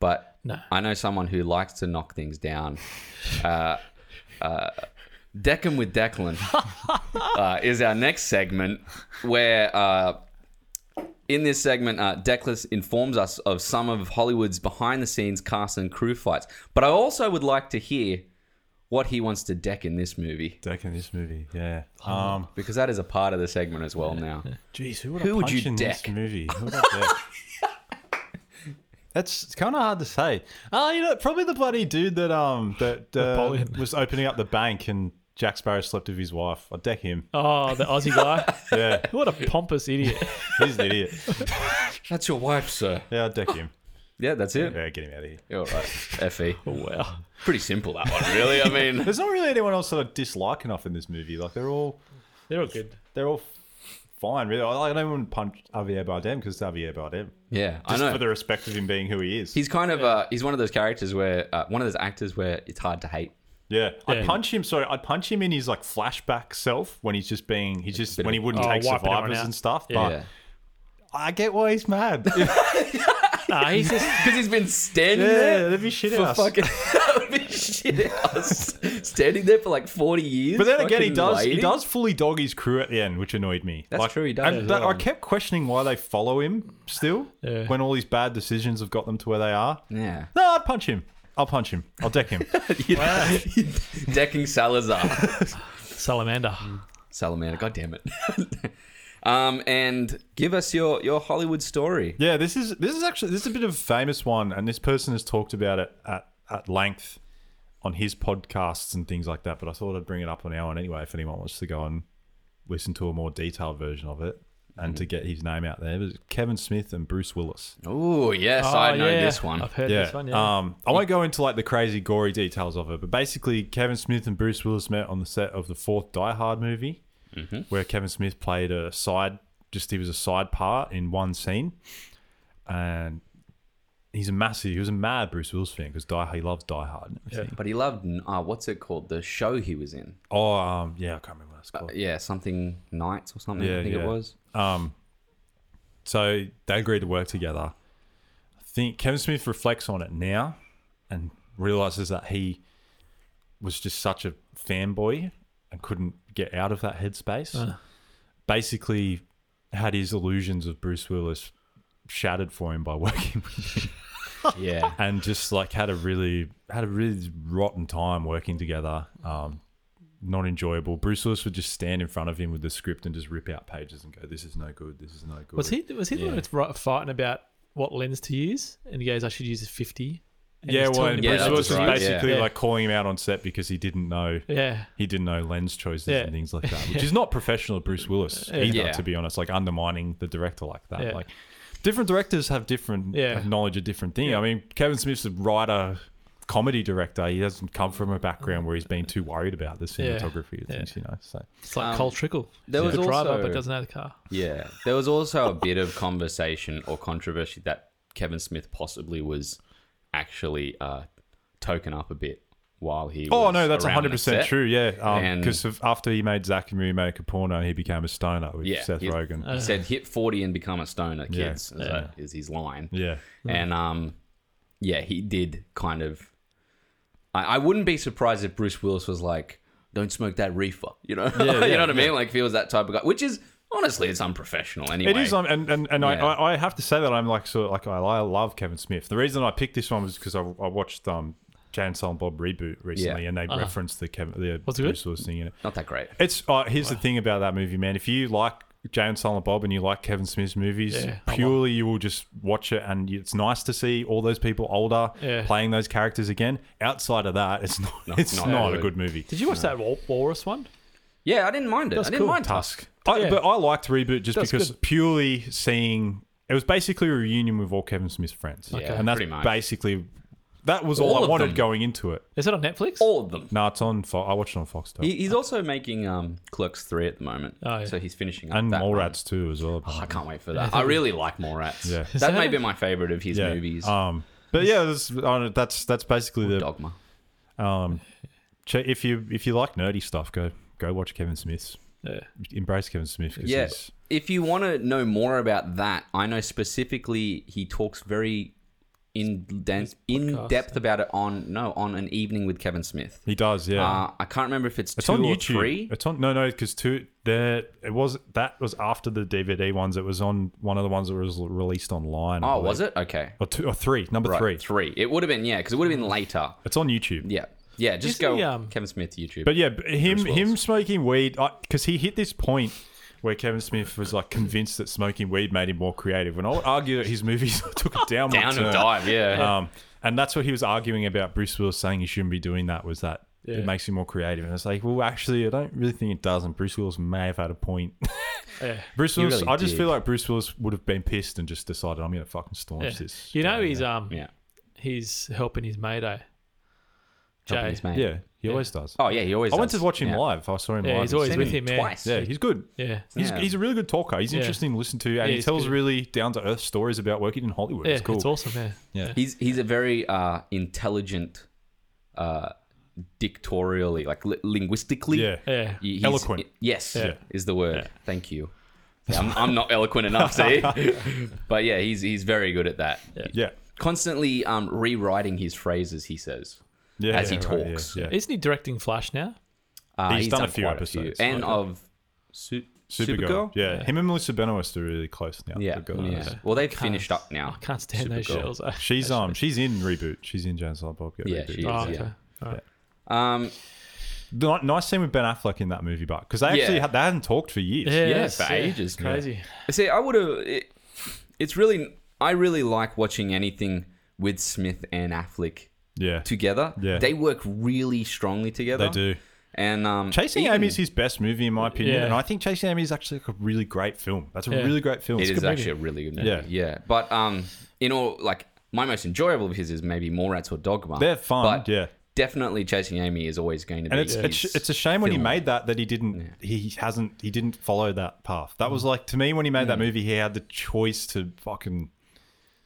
A: but
B: No.
A: I know someone who likes to knock things down. Uh, uh, Deckham with Declan uh, is our next segment, where uh, in this segment, uh, Declan informs us of some of Hollywood's behind-the-scenes cast and crew fights. But I also would like to hear what he wants to deck in this movie,
C: Deck in this movie, yeah. Um,
A: because that is a part of the segment as well. Now,
C: jeez, who would,
A: Who
C: I
A: would
C: punch
A: you
C: in
A: deck?
C: this movie? Who would I deck? That's it's kind of hard to say. Ah, you know, probably the bloody dude that um that uh,
B: Napoleon.
C: was opening up the bank and Jack Sparrow slept with his wife. I'd deck him.
B: Oh, the Aussie guy.
C: Yeah,
B: what a pompous idiot.
C: he's an idiot.
A: that's your wife, sir.
C: Yeah, I'd deck him.
A: Yeah, that's it.
C: Yeah, get him out of here.
A: You're all right, Fe.
B: wow.
A: Pretty simple that one, really. I mean,
C: There's not really anyone else that I dislike enough in this movie. Like they're all
B: They're all good.
C: they're all fine. Really, I, I don't want to punch Javier Bardem because Javier Bardem.
A: yeah, I
C: Just
A: know.
C: for the respect of him being who he is.
A: he's kind of uh, he's one of those characters where uh, one of those actors where it's hard to hate.
C: Yeah,
B: Yeah.
C: I'd punch him. Sorry, I'd punch him in his like flashback self when he's just being he's just
A: bit
C: when
A: of-
C: he wouldn't
B: Oh,
C: take
B: wiping everyone
C: survivors
B: out.
C: and stuff. But
A: Yeah,
C: I get why he's mad.
B: Nah, he's just
A: because he's been standing
C: yeah,
A: there
C: that'd be shit
A: for
C: ass.
A: fucking that would be shit. house. standing there for like forty years.
C: But then again, he
A: fucking
C: does he
A: waiting.
C: does fully dog his crew at the end, which annoyed me.
A: That's true, he does as
C: And that,
A: well.
C: I kept questioning why they follow him still
B: Yeah.
C: when all these bad decisions have got them to where they are.
A: Yeah,
C: No, I'd punch him. I'll punch him. I'll deck him.
A: decking Salazar,
B: salamander.
C: Mm.
A: Salamander. God damn it. um, and give us your your Hollywood story.
C: Yeah, this is this is actually this is a bit of a famous one, and this person has talked about it at, at length on his podcasts and things like that. But I thought I'd bring it up on our one anyway, if anyone wants to go and listen to a more detailed version of it and to get his name out there. It was Kevin Smith and Bruce Willis.
A: Oh yes,
B: Oh,
A: I know
B: yeah.
A: this one.
B: I've heard
C: yeah.
B: this one. Yeah.
C: Um, I won't go into like the crazy gory details of it, but basically, Kevin Smith and Bruce Willis met on the set of the fourth Die Hard movie, where Kevin Smith played a side, just he was a side part in one scene, and he's a massive, he was a mad Bruce Willis fan because Die he loves Die Hard. And everything.
A: But he loved uh, what's it called? The show he was in.
C: Oh, um, yeah, I can't remember what it's called.
A: Yeah, something nights or something. I
C: Yeah,
A: think it
C: yeah.
A: was.
C: Um, so they agreed to work together. I think Kevin Smith reflects on it now and realizes that he was just such a fanboy and couldn't get out of that headspace.
B: Uh.
C: Basically, had his illusions of Bruce Willis shattered for him by working with him
A: Yeah.
C: and just like had a really had a really rotten time working together. Um, not enjoyable. Bruce Willis would just stand in front of him with the script and just rip out pages and go, "This is no good. This is no good."
B: was he was he the one
C: yeah.
B: that's right, fighting about what lens to use? And he goes, "I should use a 50. And
C: yeah,
B: he's
C: well,
B: telling
C: and
B: him
A: Yeah,
B: about
C: Bruce
A: that's
C: Willis
B: what
C: was
B: to
A: right,
B: use.
C: basically
B: yeah.
C: like calling him out on set because he didn't know
B: Yeah.
C: he didn't know lens choices
B: Yeah.
C: and things like that, which is not professional of Bruce Willis either,
A: Yeah.
C: to be honest. Like undermining the director like that,
B: Yeah.
C: like. Different directors have different
B: Yeah.
C: have knowledge of different things. I mean, Kevin Smith's a writer, comedy director. He doesn't come from a background where he's been too worried about the
B: Yeah.
C: cinematography and things, you know. So
B: It's like
A: Um,
B: Cole Trickle.
A: there
B: He's
A: was
B: a good driver,
A: also-
B: but doesn't have the car.
A: Yeah. There was also a bit of conversation or controversy that Kevin Smith possibly was actually uh, token up a bit while he
C: Oh
A: was
C: no, that's
A: around the
C: hundred percent
A: set.
C: true. Yeah,
A: And-
C: because after he made Zach and Mary make a porno, he became a stoner with
A: Yeah,
C: Seth
A: he-
C: Rogen.
B: Uh.
A: He said hit 40 and become a stoner,
C: Yeah.
A: kids, is, that- is his line.
C: yeah,
A: And um, yeah, he did kind of. I, I wouldn't be surprised if Bruce Willis was like, "Don't smoke that reefer," you know, you know what I mean. Like, if he was that type of guy, which is honestly, it's unprofessional anyway.
C: It is, um, and and, and
A: Yeah.
C: I, I I have to say that I'm like sort of like I, I love Kevin Smith. The reason I picked this one was because I, I watched um Jan Silent Bob reboot recently,
A: Yeah.
C: and they referenced the Kevin the
B: Uh-huh. Was it
C: Bruce Willis thing in it.
A: not that great.
C: It's uh, here's the thing about that movie, man. If you like Jay and Silent Bob and you like Kevin Smith's movies,
B: Yeah, I love
C: purely you will just watch it and it's nice to see all those people older
B: Yeah.
C: playing those characters again. Outside of that, it's not it's
A: not
C: not,
A: good.
C: a good movie.
B: Did you watch that wal- walrus one?
A: Yeah, I didn't mind it.
B: That's
A: I didn't
B: cool.
A: mind Tusk.
C: Tusk. I,
B: Oh, Yeah.
C: But I liked Reboot just
B: That's
C: because
B: good.
C: purely seeing it was basically a reunion with all Kevin Smith's friends.
A: Okay.
C: And that's
A: Pretty much.
C: basically that was
A: All
C: all,
A: of
C: I wanted
A: them.
C: going into it.
B: Is it on Netflix?
A: All of them.
C: No, it's on Fo- I watched it on Fox
A: He, he's also making um, Clerks 3 at the moment.
B: Oh, yeah.
A: So he's finishing up
C: and
A: that one.
C: Mallrats too as well.
A: Oh, I can't wait for that. I really like Mallrats.
C: Yeah.
A: That,
B: Is that
A: may
B: a-
A: be my favorite of his movies.
C: Um, but yeah, that's, uh, that's that's basically the
A: Dogma.
C: um. Check if you if you like nerdy stuff, go go watch Kevin Smith's.
B: Yeah.
C: Embrace Kevin Smith. 'cause
A: Yeah.
C: he's-
A: If you want to know more about that, I know specifically he talks very in dense, in depth about it on no on an evening with Kevin Smith.
C: he does. Yeah,
A: Uh, I can't remember if it's,
C: it's
A: two
C: on
A: or
C: YouTube.
A: three.
C: It's on no no because two there it was that was after the DVD ones. It was on one of the ones that was released online. I
A: Oh,
C: believe.
A: was it? Okay.
C: or two or three? Number
A: Right,
C: three.
A: Three. It would have been yeah, because it would have been later.
C: It's on YouTube.
A: Yeah, yeah. Just
B: Is
A: go
B: he, um,
A: Kevin Smith YouTube.
C: But yeah, b- him
A: Bruce
C: him
A: Willis.
C: smoking weed because he hit this point where Kevin Smith was like convinced that smoking weed made him more creative, and I would argue that his movies took a downward
A: down
C: turn.
A: and dive. Yeah.
C: Um, and that's what he was arguing about. Bruce Willis saying he shouldn't be doing that was that
B: Yeah.
C: it makes him more creative, and it's like, well, actually, I don't really think it does. And Bruce Willis may have had a point.
B: Yeah.
C: Bruce Willis,
A: really
C: I just
A: did.
C: feel like Bruce Willis would have been pissed and just decided, I'm gonna fucking staunch
B: Yeah.
C: this.
B: You know
C: guy."
B: he's um
A: yeah.
B: he's helping his mate eh?
A: Helping
B: Jay.
A: his mate.
C: yeah, he always does.
A: Oh yeah, he always.
C: I went
A: does.
C: to watch him
A: Yeah.
C: live. I saw him
B: Yeah,
C: live.
B: he's
C: in
B: always with
C: Sydney.
B: him. Yeah.
A: twice.
C: Yeah, he's good.
B: Yeah.
C: He's,
A: Yeah.
C: he's a really good talker. He's
B: Yeah.
C: interesting to listen to, and he
B: he's
C: tells
B: good.
C: really down to earth stories about working in Hollywood.
B: Yeah,
C: it's cool.
B: it's awesome, yeah.
C: Yeah.
A: He's he's a very uh, intelligent, uh, dictorially, like li- linguistically.
C: yeah,
B: Yeah.
A: He- he's-
C: Eloquent.
A: yes,
B: Yeah.
A: is the word. Thank you. Yeah, I'm, I'm not eloquent enough, see. but yeah, he's he's very good at that.
C: yeah,
A: Constantly um, rewriting his phrases, he says.
C: yeah.
A: As he
C: yeah, right,
A: talks.
C: yeah, yeah.
B: Isn't he directing Flash now?
A: Uh,
C: He's done a few
A: quite
C: episodes.
A: and of Su-
C: Supergirl. Yeah. him and Melissa Benoist are really close now.
A: yeah,
C: They've got
A: yeah.
C: those.
A: Well, they've finished up now.
B: I can't stand those
A: Supergirl.
B: shows. eh?
C: She's um, she's in reboot. She's in James Bob. Get
A: Yeah,
C: reboot.
A: she is.
B: Oh,
A: yeah.
B: okay.
A: Um,
C: The ni- nice scene with Ben Affleck in that movie, but because they actually
A: Yeah.
C: had, they hadn't talked for years.
B: Yeah,
A: for ages.
B: Crazy.
A: See, I would have. It, it's really. I really like watching anything with Smith and Affleck
C: yeah.
A: together.
C: Yeah.
A: They work really strongly together.
C: They do.
A: And um,
C: Chasing
A: even-
C: Amy is his best movie in my opinion,
B: Yeah.
C: and I think Chasing Amy is actually like a really great film. That's a
B: Yeah.
C: really great film.
A: It
C: It's
A: is
C: good movie.
A: actually a really good movie.
C: Yeah.
A: Yeah, But um, in all, like my most enjoyable of his is maybe Mallrats or Dogma.
C: They're fun.
A: But
C: yeah.
A: definitely Chasing Amy is always going to be.
C: and it's it's,
A: his
C: it's a shame when he
A: film.
C: made that that he didn't he hasn't he didn't follow that path. That
B: Mm.
C: was like to me when he made that
A: Mm.
C: movie, he had the choice to fucking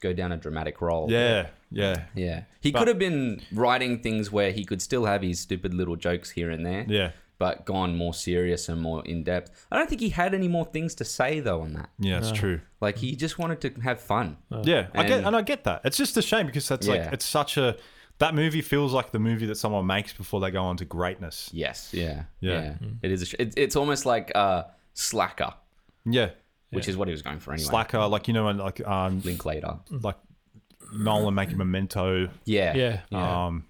A: go down a dramatic role.
C: yeah yeah
A: Yeah. He could have been writing things where he could still have his stupid little jokes here and there.
C: yeah
A: But gone more serious and more in depth. I don't think he had any more things to say though on that.
C: yeah. That's true.
A: Like he just wanted to have fun.
C: Yeah, I get
A: And-
C: and I get that. It's just a shame because that's
A: Yeah.
C: like it's such a that movie feels like the movie that someone makes before they go on to greatness.
A: Yes. Yeah.
C: Yeah. Mm.
A: It is. A sh- it, it's almost like uh, slacker,
C: Yeah,
A: which is what he was going for anyway.
C: slacker like you know and like um
A: Linklater.
C: like Nolan making Memento,
A: Yeah.
B: Yeah. Yeah.
C: um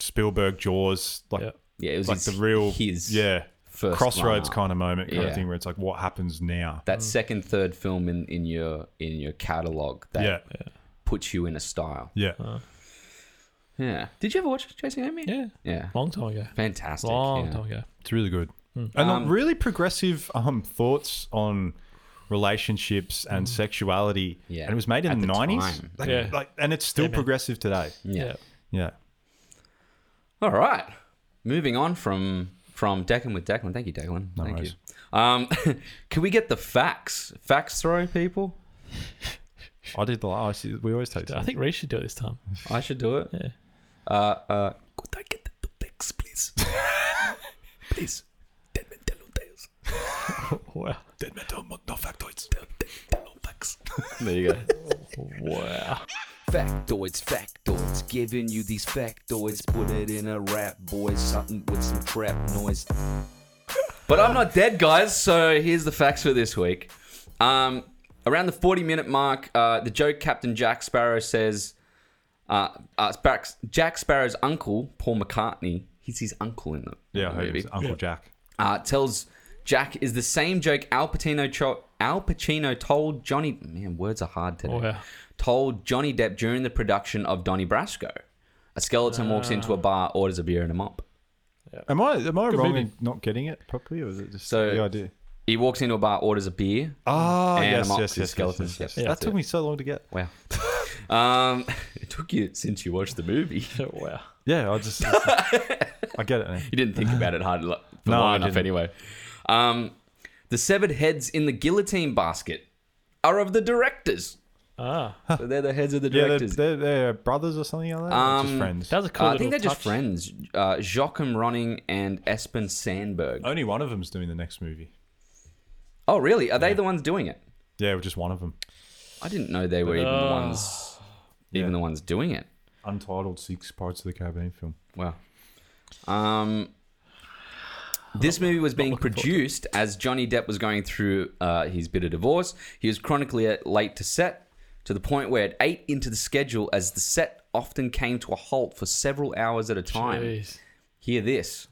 C: Spielberg Jaws like.
B: Yeah.
A: Yeah. It was
C: Like
A: his,
C: the real
A: his
C: yeah
A: first
C: crossroads
A: lineup.
C: kind Mm. of moment kind
A: Yeah.
C: of thing where it's like what happens now
A: That second, third film in, in your in your catalog that
C: yeah
A: puts you in a style.
C: yeah
A: Yeah. Did you ever watch Chasing Amy?
B: Yeah.
A: Yeah.
B: Long time ago.
A: Fantastic.
B: Long
A: yeah.
B: time ago.
C: it's really good
B: Hmm.
C: and
A: Um,
C: uh, really progressive um thoughts on relationships and sexuality
A: Yeah.
C: and it was made
A: At
C: in the,
A: the
C: 90s
A: time.
C: Like,
B: Hmm. Yeah.
C: like and it's still
B: man.
C: progressive today
A: Yeah.
B: Yeah.
C: yeah
A: All right. Moving on from from Declan with Declan. Thank you, Declan. Thank
C: worries.
A: you. Um, can we get the facts? Facts throw people.
C: i did the last we always take
B: I think Reese should do it this time.
A: I should do it.
B: Yeah.
A: Uh, uh, could I get the two facts, please? please. Tell me, tell me tales.
B: Wow.
C: dead metal no factoids
A: Tell- tell- tell me facts. There you go.
B: Wow.
E: Factoids, factoids, giving you these factoids. Put it in a rap, boys, something with some trap noise.
A: But I'm not dead, guys. So here's the facts for this week. Um, around the 40 minute mark, uh, the joke Captain Jack Sparrow says, uh, uh, Sparrow's- Jack Sparrow's uncle, Paul McCartney, he's his uncle in the
C: yeah
A: in
C: I
A: the
C: heard it
A: movie,
C: was uncle jack
A: uh, tells Jack is the same joke Al Pacino, cho- Al Pacino told Johnny. Man, words are hard today.
B: Oh, yeah.
A: Told Johnny Depp during the production of Donnie Brasco. A skeleton walks into a bar, orders a beer and a mop.
C: Am I am I
B: Good
C: wrong
B: movie.
C: in not getting it properly, or is it just
A: So-
C: the idea?
A: He walks into a bar, orders a beer.
C: Ah,
A: And
C: yes,
A: amongst
C: yes,
A: the
C: yes, yes,
A: skeletons,
C: yes, yes.
A: yeah.
C: That
A: That's
C: took
A: it.
C: me so long to get.
A: Wow. um, it took you since you watched the movie.
B: wow.
C: Yeah, I just I get it. Now.
A: You didn't think about it hard lo- for
C: No,
A: long
C: I
A: enough
C: didn't.
A: anyway. Um, the severed heads in the guillotine basket are of the directors.
B: Ah,
A: So they're the heads of the
C: Yeah, they're,
A: directors.
C: they're, they're brothers or something like that. or
A: Um,
C: just friends.
B: that was a cool.
A: Uh, I
B: little
A: think they're just
B: touch.
A: friends. Uh, Joachim Ronning and Espen Sandberg. Oh,
C: Only one of them's doing the next movie.
A: really? Are they the ones doing it?
C: Yeah, just one of them.
A: I didn't know they were even the
B: Uh,
A: ones, even
C: Yeah.
A: the ones doing it.
C: Untitled six parts of the Caribbean film.
A: Wow. Um, this movie was being produced as Johnny Depp was going through uh, his bit of divorce. He was chronically uh, late to set, to the point where it ate into the schedule as the set often came to a halt for several hours at a time.
B: Jeez.
A: Hear this.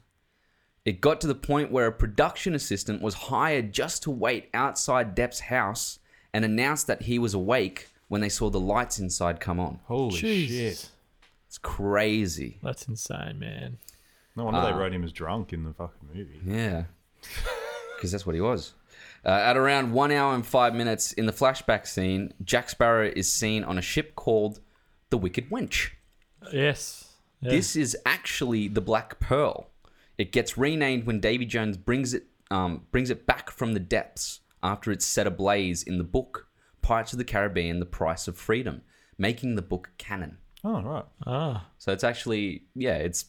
A: It got to the point where a production assistant was hired just to wait outside Depp's house and announced that he was awake when they saw the lights inside come on.
C: Holy
B: Jesus.
C: shit!
A: It's crazy.
B: That's insane, man.
C: No wonder they wrote him as drunk in the fucking movie.
A: Yeah. Because that's what he was. Uh, at around one hour and five minutes in the flashback scene, Jack Sparrow is seen on a ship called the Wicked Wench.
B: Yes. Yeah.
A: This is actually the Black Pearl. It gets renamed when Davy Jones brings it um, brings it back from the depths after it's set ablaze in the book Pirates of the Caribbean: The Price of Freedom, making the book canon.
C: Oh right.
B: ah,
A: So it's actually yeah, it's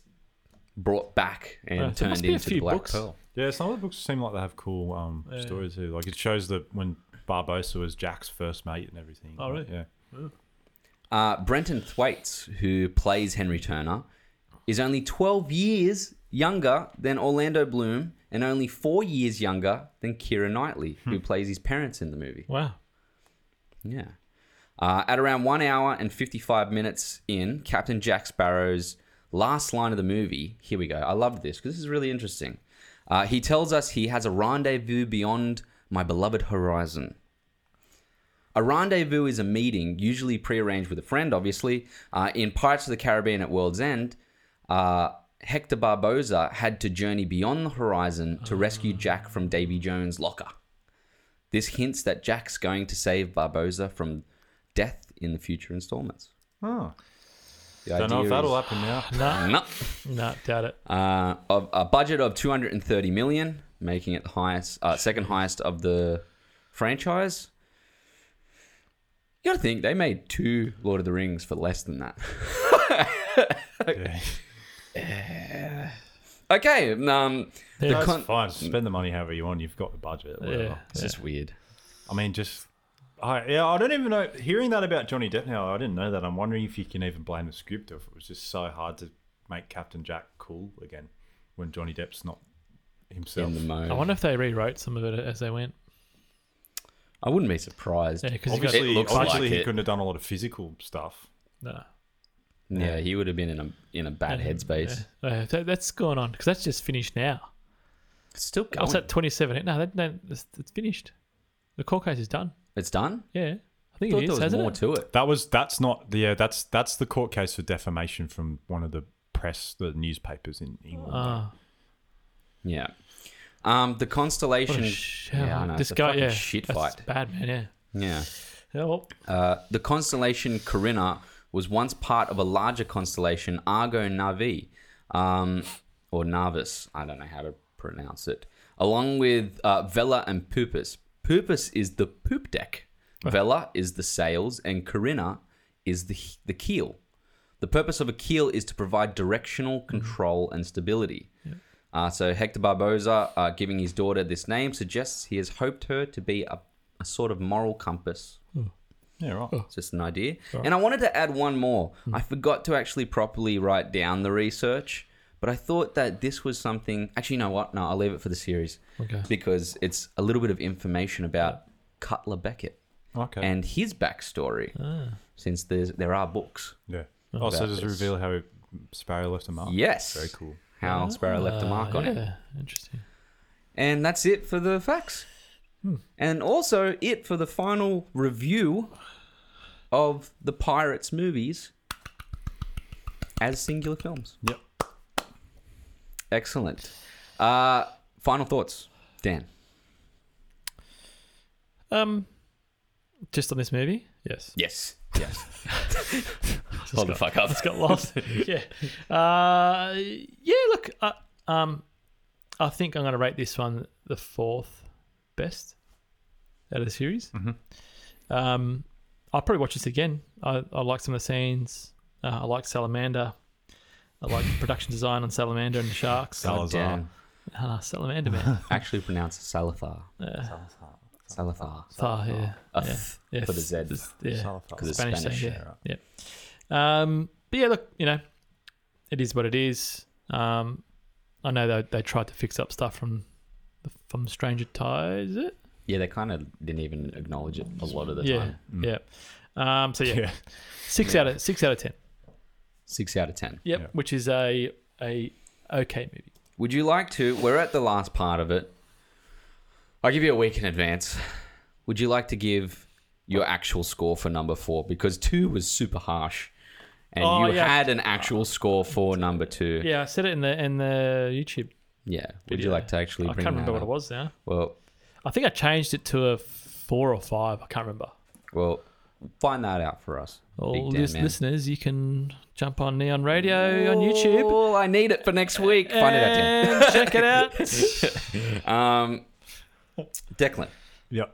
A: brought back and
B: Yeah, there must
A: turned
B: be a
A: into the
B: few
A: Black
B: books.
A: Pearl.
C: Yeah, some of the books seem like they have cool um, stories too. Like it shows that when Barbosa was Jack's first mate and everything.
B: Oh, really?
C: Yeah.
A: Uh, Brenton Thwaites, who plays Henry Turner, is only 12 years younger than Orlando Bloom and only four years younger than Kira Knightley, who
B: Hmm.
A: plays his parents in the movie.
B: wow.
A: Yeah. Uh, at around one hour and 55 minutes in, Captain Jack Sparrow's last line of the movie, here we go. I love this because this is really interesting. Uh, he tells us he has a rendezvous beyond my beloved horizon. A rendezvous is a meeting, usually prearranged with a friend, obviously. Uh, in Pirates of the Caribbean at World's End, uh, Hector Barboza had to journey beyond the horizon to rescue Jack from Davy Jones' locker. This hints that Jack's going to save Barboza from death in the future installments.
C: Oh.
A: Hmm. The
C: Don't know if
A: idea
C: that'll
A: is-
C: happen now.
B: No,
A: No.
B: no, doubt it.
A: Uh, of a budget of 230 million, making it the highest, uh, second highest of the franchise. You gotta think they made two Lord of the Rings for less than that.
C: Yeah.
A: Okay, um, the
B: Yeah.
C: That's
A: con-
C: fine. Spend the money however you want. You've got the budget. Whatever.
B: Yeah.
A: it's just weird.
C: I mean, just I yeah. I don't even know. Hearing that about Johnny Depp now, I didn't know that. I'm wondering if you can even blame the script or if it was just so hard to make Captain Jack cool again when Johnny Depp's not himself.
A: In the mode,
B: I wonder if they rewrote some of it as they went.
A: I wouldn't be surprised.
B: Yeah, because got
C: obviously,
A: It looks
C: obviously
A: like
C: he
A: it.
C: couldn't have done a lot of physical stuff.
B: no.
A: Yeah, he would have been in a in a bad headspace.
B: Yeah. Uh, that, that's going on because that's just finished now.
A: It's still
B: What's
A: going.
B: that? Twenty seven? No, that, that it's, it's finished. The court case is done.
A: It's done.
B: Yeah, I
A: I
B: think
A: thought there
B: it is.
A: was
B: hasn't
A: more
B: it?
A: to it.
C: That was that's not the yeah, that's that's the court case for defamation from one of the press, the newspapers in England.
B: Ah,
A: Yeah. Um, the
B: what
A: constellation.
B: a shit.
A: yeah, I know. it's
B: This
A: a
B: guy,
A: fucking
B: yeah,
A: shit
B: that's
A: fight.
B: bad man. Yeah.
A: Yeah.
B: Help.
A: Uh, the constellation Corinna was once part of a larger constellation, Argo Navi, um, or Navis. I don't know how to pronounce it. Along with uh, Vela and Pupus. Pupus is the poop deck. Vela is the sails, and Corinna is the the keel. The purpose of a keel is to provide directional control and stability. Uh, so Hector Barboza, uh, giving his daughter this name, suggests he has hoped her to be a, a sort of moral compass
C: Yeah, right.
A: it's just an idea. And I wanted to add one more.
C: Hmm.
A: I forgot to actually properly write down the research, but I thought that this was something. Actually, you know what? No, I'll leave it for the series
B: Okay.
A: because it's a little bit of information about Cutler Beckett
C: Okay. Ah.
A: and his backstory, since there's, there are books.
C: yeah. Also
A: About
C: does it
A: this.
C: reveal how Sparrow left a mark.
A: Yes.
C: Oh, Very cool. Ah,
A: How Sparrow left a mark
B: Uh,
A: on it.
B: yeah, Interesting.
A: And that's it for the facts. And also it for the final review of the Pirates movies as singular films.
F: Yep.
A: Excellent. Uh, final thoughts, Dan.
B: Um, just on this movie, yes.
A: Yes. Yes. Hold the fuck up.
B: Just got lost. yeah. Uh, yeah. Look, uh, um, I think I'm going to rate this one the fourth best out of the series.
A: Mm-hmm.
B: Um, I'll probably watch this again. I, I like some of the scenes. Uh, I like Salamander. I like the production design on Salamander and the sharks.
A: God damn.
B: Ah, Salamander man.
A: Actually pronounce Salafar.
B: Yeah.
A: Salafar.
B: Thar, Oh, yeah.
A: A
B: yeah.
A: th
B: Yeah,
A: for the
B: th-
A: Z.
B: th- Yeah.
A: Because it's
B: Spanish,
A: Spanish.
B: Spanish yeah. yeah. Um, but yeah, look, you know, it is what it is. Um, I know they, they tried to fix up stuff from the, from Stranger Ties. Is it?
A: Yeah, they kind of didn't even acknowledge it a lot of the
B: Yeah,
A: time.
B: yeah. Um, so yeah,
C: Yeah.
B: six out of six out of ten.
A: Six out of ten.
B: Yep,
C: Yeah.
B: which is a a okay movie.
A: Would you like to? We're at the last part of it. I'll give you a week in advance. Would you like to give your actual score for number four? Because two was super harsh, and
B: Oh,
A: you
B: yeah.
A: had an actual score for number two.
B: Yeah, I said it in the in the YouTube.
A: Yeah. Would
B: video.
A: you like to actually
B: I
A: bring
B: can't remember
A: that
B: what
A: up?
B: it was now.
A: Well,
B: I think I changed it to a four or five. I can't remember.
A: well, find that out for us.
B: All
A: Big Dan
B: lis-
A: man.
B: listeners, you can jump on Neon Radio on YouTube. Uh,
A: Oh, I need it for next week. Find it out, Dan.
B: And check it out. uh.
A: Um, Declan.
C: Yep.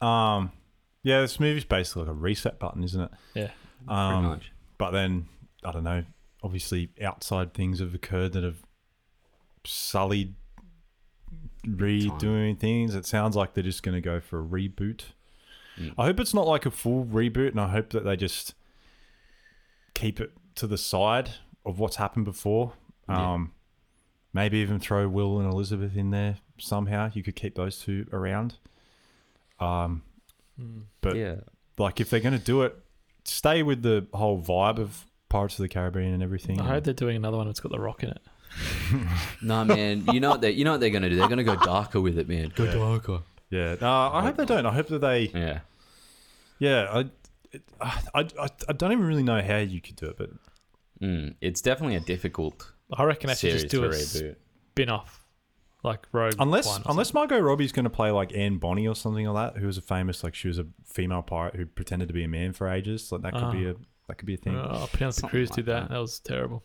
C: Um, yeah, this movie's basically like a reset button, isn't it?
B: yeah.
C: Um,
A: much.
C: But then, I don't know, obviously outside things have occurred that have sullied redoing things. It sounds like they're just going to go for a reboot. I hope it's not like a full reboot, and I hope that they just keep it to the side of what's happened before.
A: Yeah.
C: Um, Maybe even throw Will and Elizabeth in there somehow. You could keep those two around. Um, but
A: Yeah.
C: like if they're going to do it, stay with the whole vibe of Pirates of the Caribbean and everything.
B: I hope they're doing another one that's got the rock in it.
A: No, man. You know what they you know what they're gonna do. They're gonna go darker with it, man. Go darker.
C: yeah, no, I, hope they don't. I hope that they.
A: Yeah.
C: Yeah, I, it- I, I, I don't even really know how you could do it, but
A: Mm, it's definitely a difficult
B: I reckon they should
A: series
B: just do
A: to
B: a
A: reboot.
B: spin off, like Rogue
C: unless
B: One or
C: unless Margot Robbie's going to play like Anne Bonny or something like that, who was a famous like she was a female pirate who pretended to be a man for ages. Like that could
B: Ah.
C: be a that could be a
B: something.
C: thing.
B: Oh, Penelope
A: Something
B: Cruz
A: like
B: did that.
A: that.
B: that. was terrible.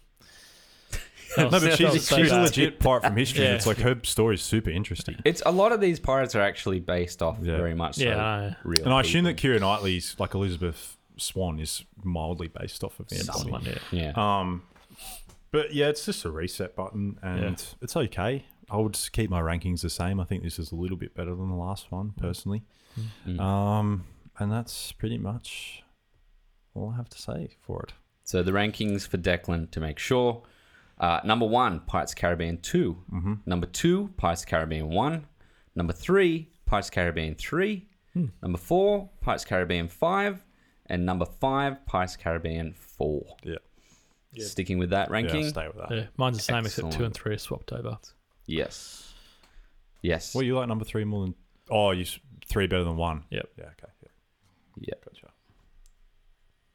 C: no, but she's,
B: was so
C: she's a
B: bad.
C: legit pirate from history.
B: Yeah.
C: It's like her story's super interesting.
A: It's a lot of these pirates are actually based off
C: Yeah.
A: very much so
B: Yeah, I know.
A: real.
C: And I assume that
A: people.
C: Kira Knightley's like Elizabeth Swan is mildly based off of Anne Bonny.
B: Someone, yeah.
A: yeah.
C: Um, but yeah, it's just a reset button, and it's okay. I would just keep my rankings the same. I think this is a little bit better than the last one, personally. Um, and that's pretty much all I have to say for it.
A: So the rankings for Declan to make sure. Uh, number one, Pirates of the Caribbean 2.
C: Mm-hmm.
A: Number two, Pirates of the Caribbean 1. Number three, Pirates of the Caribbean 3.
C: Hmm.
A: Number four, Pirates of the Caribbean 5. And number five, Pirates of the Caribbean 4.
C: Yeah,
A: Sticking with that
C: yeah,
A: ranking?
C: I'll stay with that.
B: yeah. Mine's the same except two
A: Excellent.
B: and three are swapped over.
A: yes. Yes.
C: Well, you like number three more than oh, you s- three better than one.
B: Yep.
C: Yeah, okay, yeah,
A: yeah.
C: gotcha.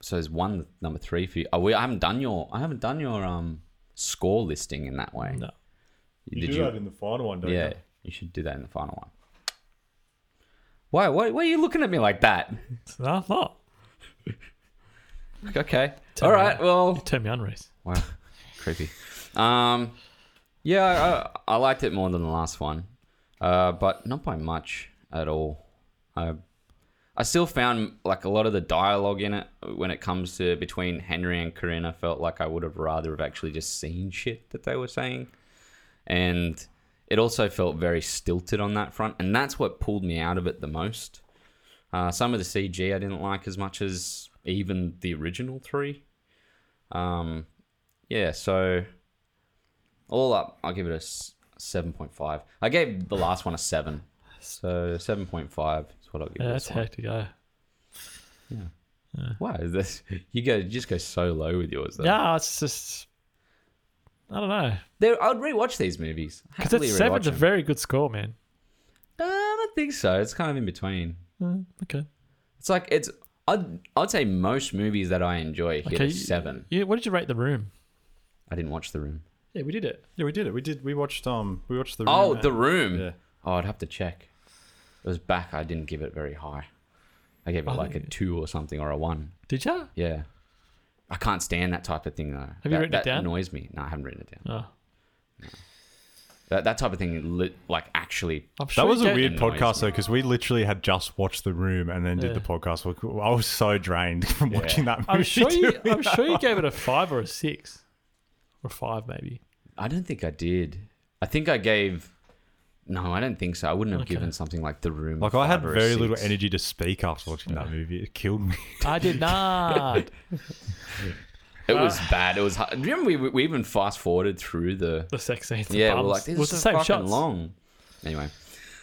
A: So there's one number three for you. Oh, we, I haven't done your I haven't done your um score listing in that way.
B: No.
A: You, did you?
C: in the final one,
A: yeah, you should do that in the final one. Why? Why, why are you looking at me like that?
B: So, no, it's not.
A: Okay.
B: Tell
A: All
B: me
A: right.
B: that. You
A: Well.
B: turn me on, Reese.
A: Wow. Creepy. Um. Yeah, I, I liked it more than the last one, uh, but not by much at all. I I still found like a lot of the dialogue in it when it comes to between Henry and Corinna felt like I would have rather have actually just seen shit that they were saying, and it also felt very stilted on that front, and that's what pulled me out of it the most. Uh, some of the CG I didn't like as much as even the original three. Um, yeah, so all up, I'll give it a s- 7.5. I gave the last one a 7. So 7.5 is what I'll give
B: Yeah,
A: this
B: that's
A: one.
B: hectic. Yeah.
A: Wow, this you go you just go so low with yours though.
B: No, it's just. I don't know.
A: There, I'd rewatch these movies.
B: Because
A: Happily
B: it's seven's
A: rewatch
B: a
A: them.
B: very good score, man.
A: Uh, I don't think so. It's kind of in between.
B: Mm, okay.
A: It's like it's. I'd I'd say most movies that I enjoy hit
B: Okay,
A: a
B: you-
A: seven.
B: Yeah. What did you rate the room?
A: I didn't watch The Room.
B: Yeah, we did it.
C: Yeah, we did it. We did. We watched. Um, we watched the.
A: Oh,
C: Room at-
A: The Room.
C: Yeah.
A: Oh, I'd have to check. It was back. I didn't give it very high. I gave it
B: Oh,
A: like a
B: yeah.
A: two or something or a one.
B: Did ya?
A: Yeah. I can't stand that type of thing though. Have
B: you
A: that,
B: written it
A: that
B: down?
A: annoys me. No, I haven't written it down.
B: Oh,
A: That, that type of thing, li- like actually,
B: I'm sure
C: That
B: you
C: was a
B: gave-
C: weird
A: Annoys
C: podcast
A: me.
C: though, because we literally had just watched the room and then
B: Yeah.
C: did the podcast. I was so drained from watching that movie.
B: I'm sure you.
C: doing
B: I'm sure you gave it a five or a six, or five maybe.
A: I don't think I did. I think I gave. No, I don't think so. I wouldn't have
B: Okay.
A: given something like The Room. a
C: Like I had
A: five or a
C: very little
A: six.
C: energy to speak after watching that movie. It killed me.
B: I did not.
A: It was bad. It was. Hard. Do you remember we, we even fast forwarded through the.
B: the sex scenes. and
A: Yeah, we're
B: bums
A: like this
B: was
A: is
B: the
A: so
B: same
A: fucking
B: shots.
A: long. Anyway,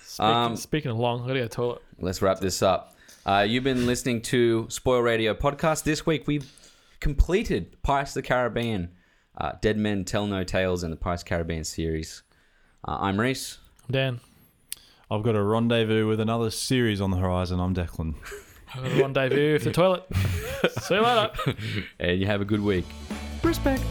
B: Speaking,
A: Um,
B: speaking of long, I gotta go to the toilet.
A: let's wrap this up. Uh, you've been listening to Spoil Radio podcast. This week we've completed Pirates of the Caribbean, uh, Dead Men Tell No Tales, and the Pirates of the Caribbean series. Uh, I'm Reese.
B: I'm Dan.
C: I've got a rendezvous with another series on the horizon. I'm Declan.
B: I got a rendezvous with the toilet. See you later.
A: and you have a good week.
C: Respect.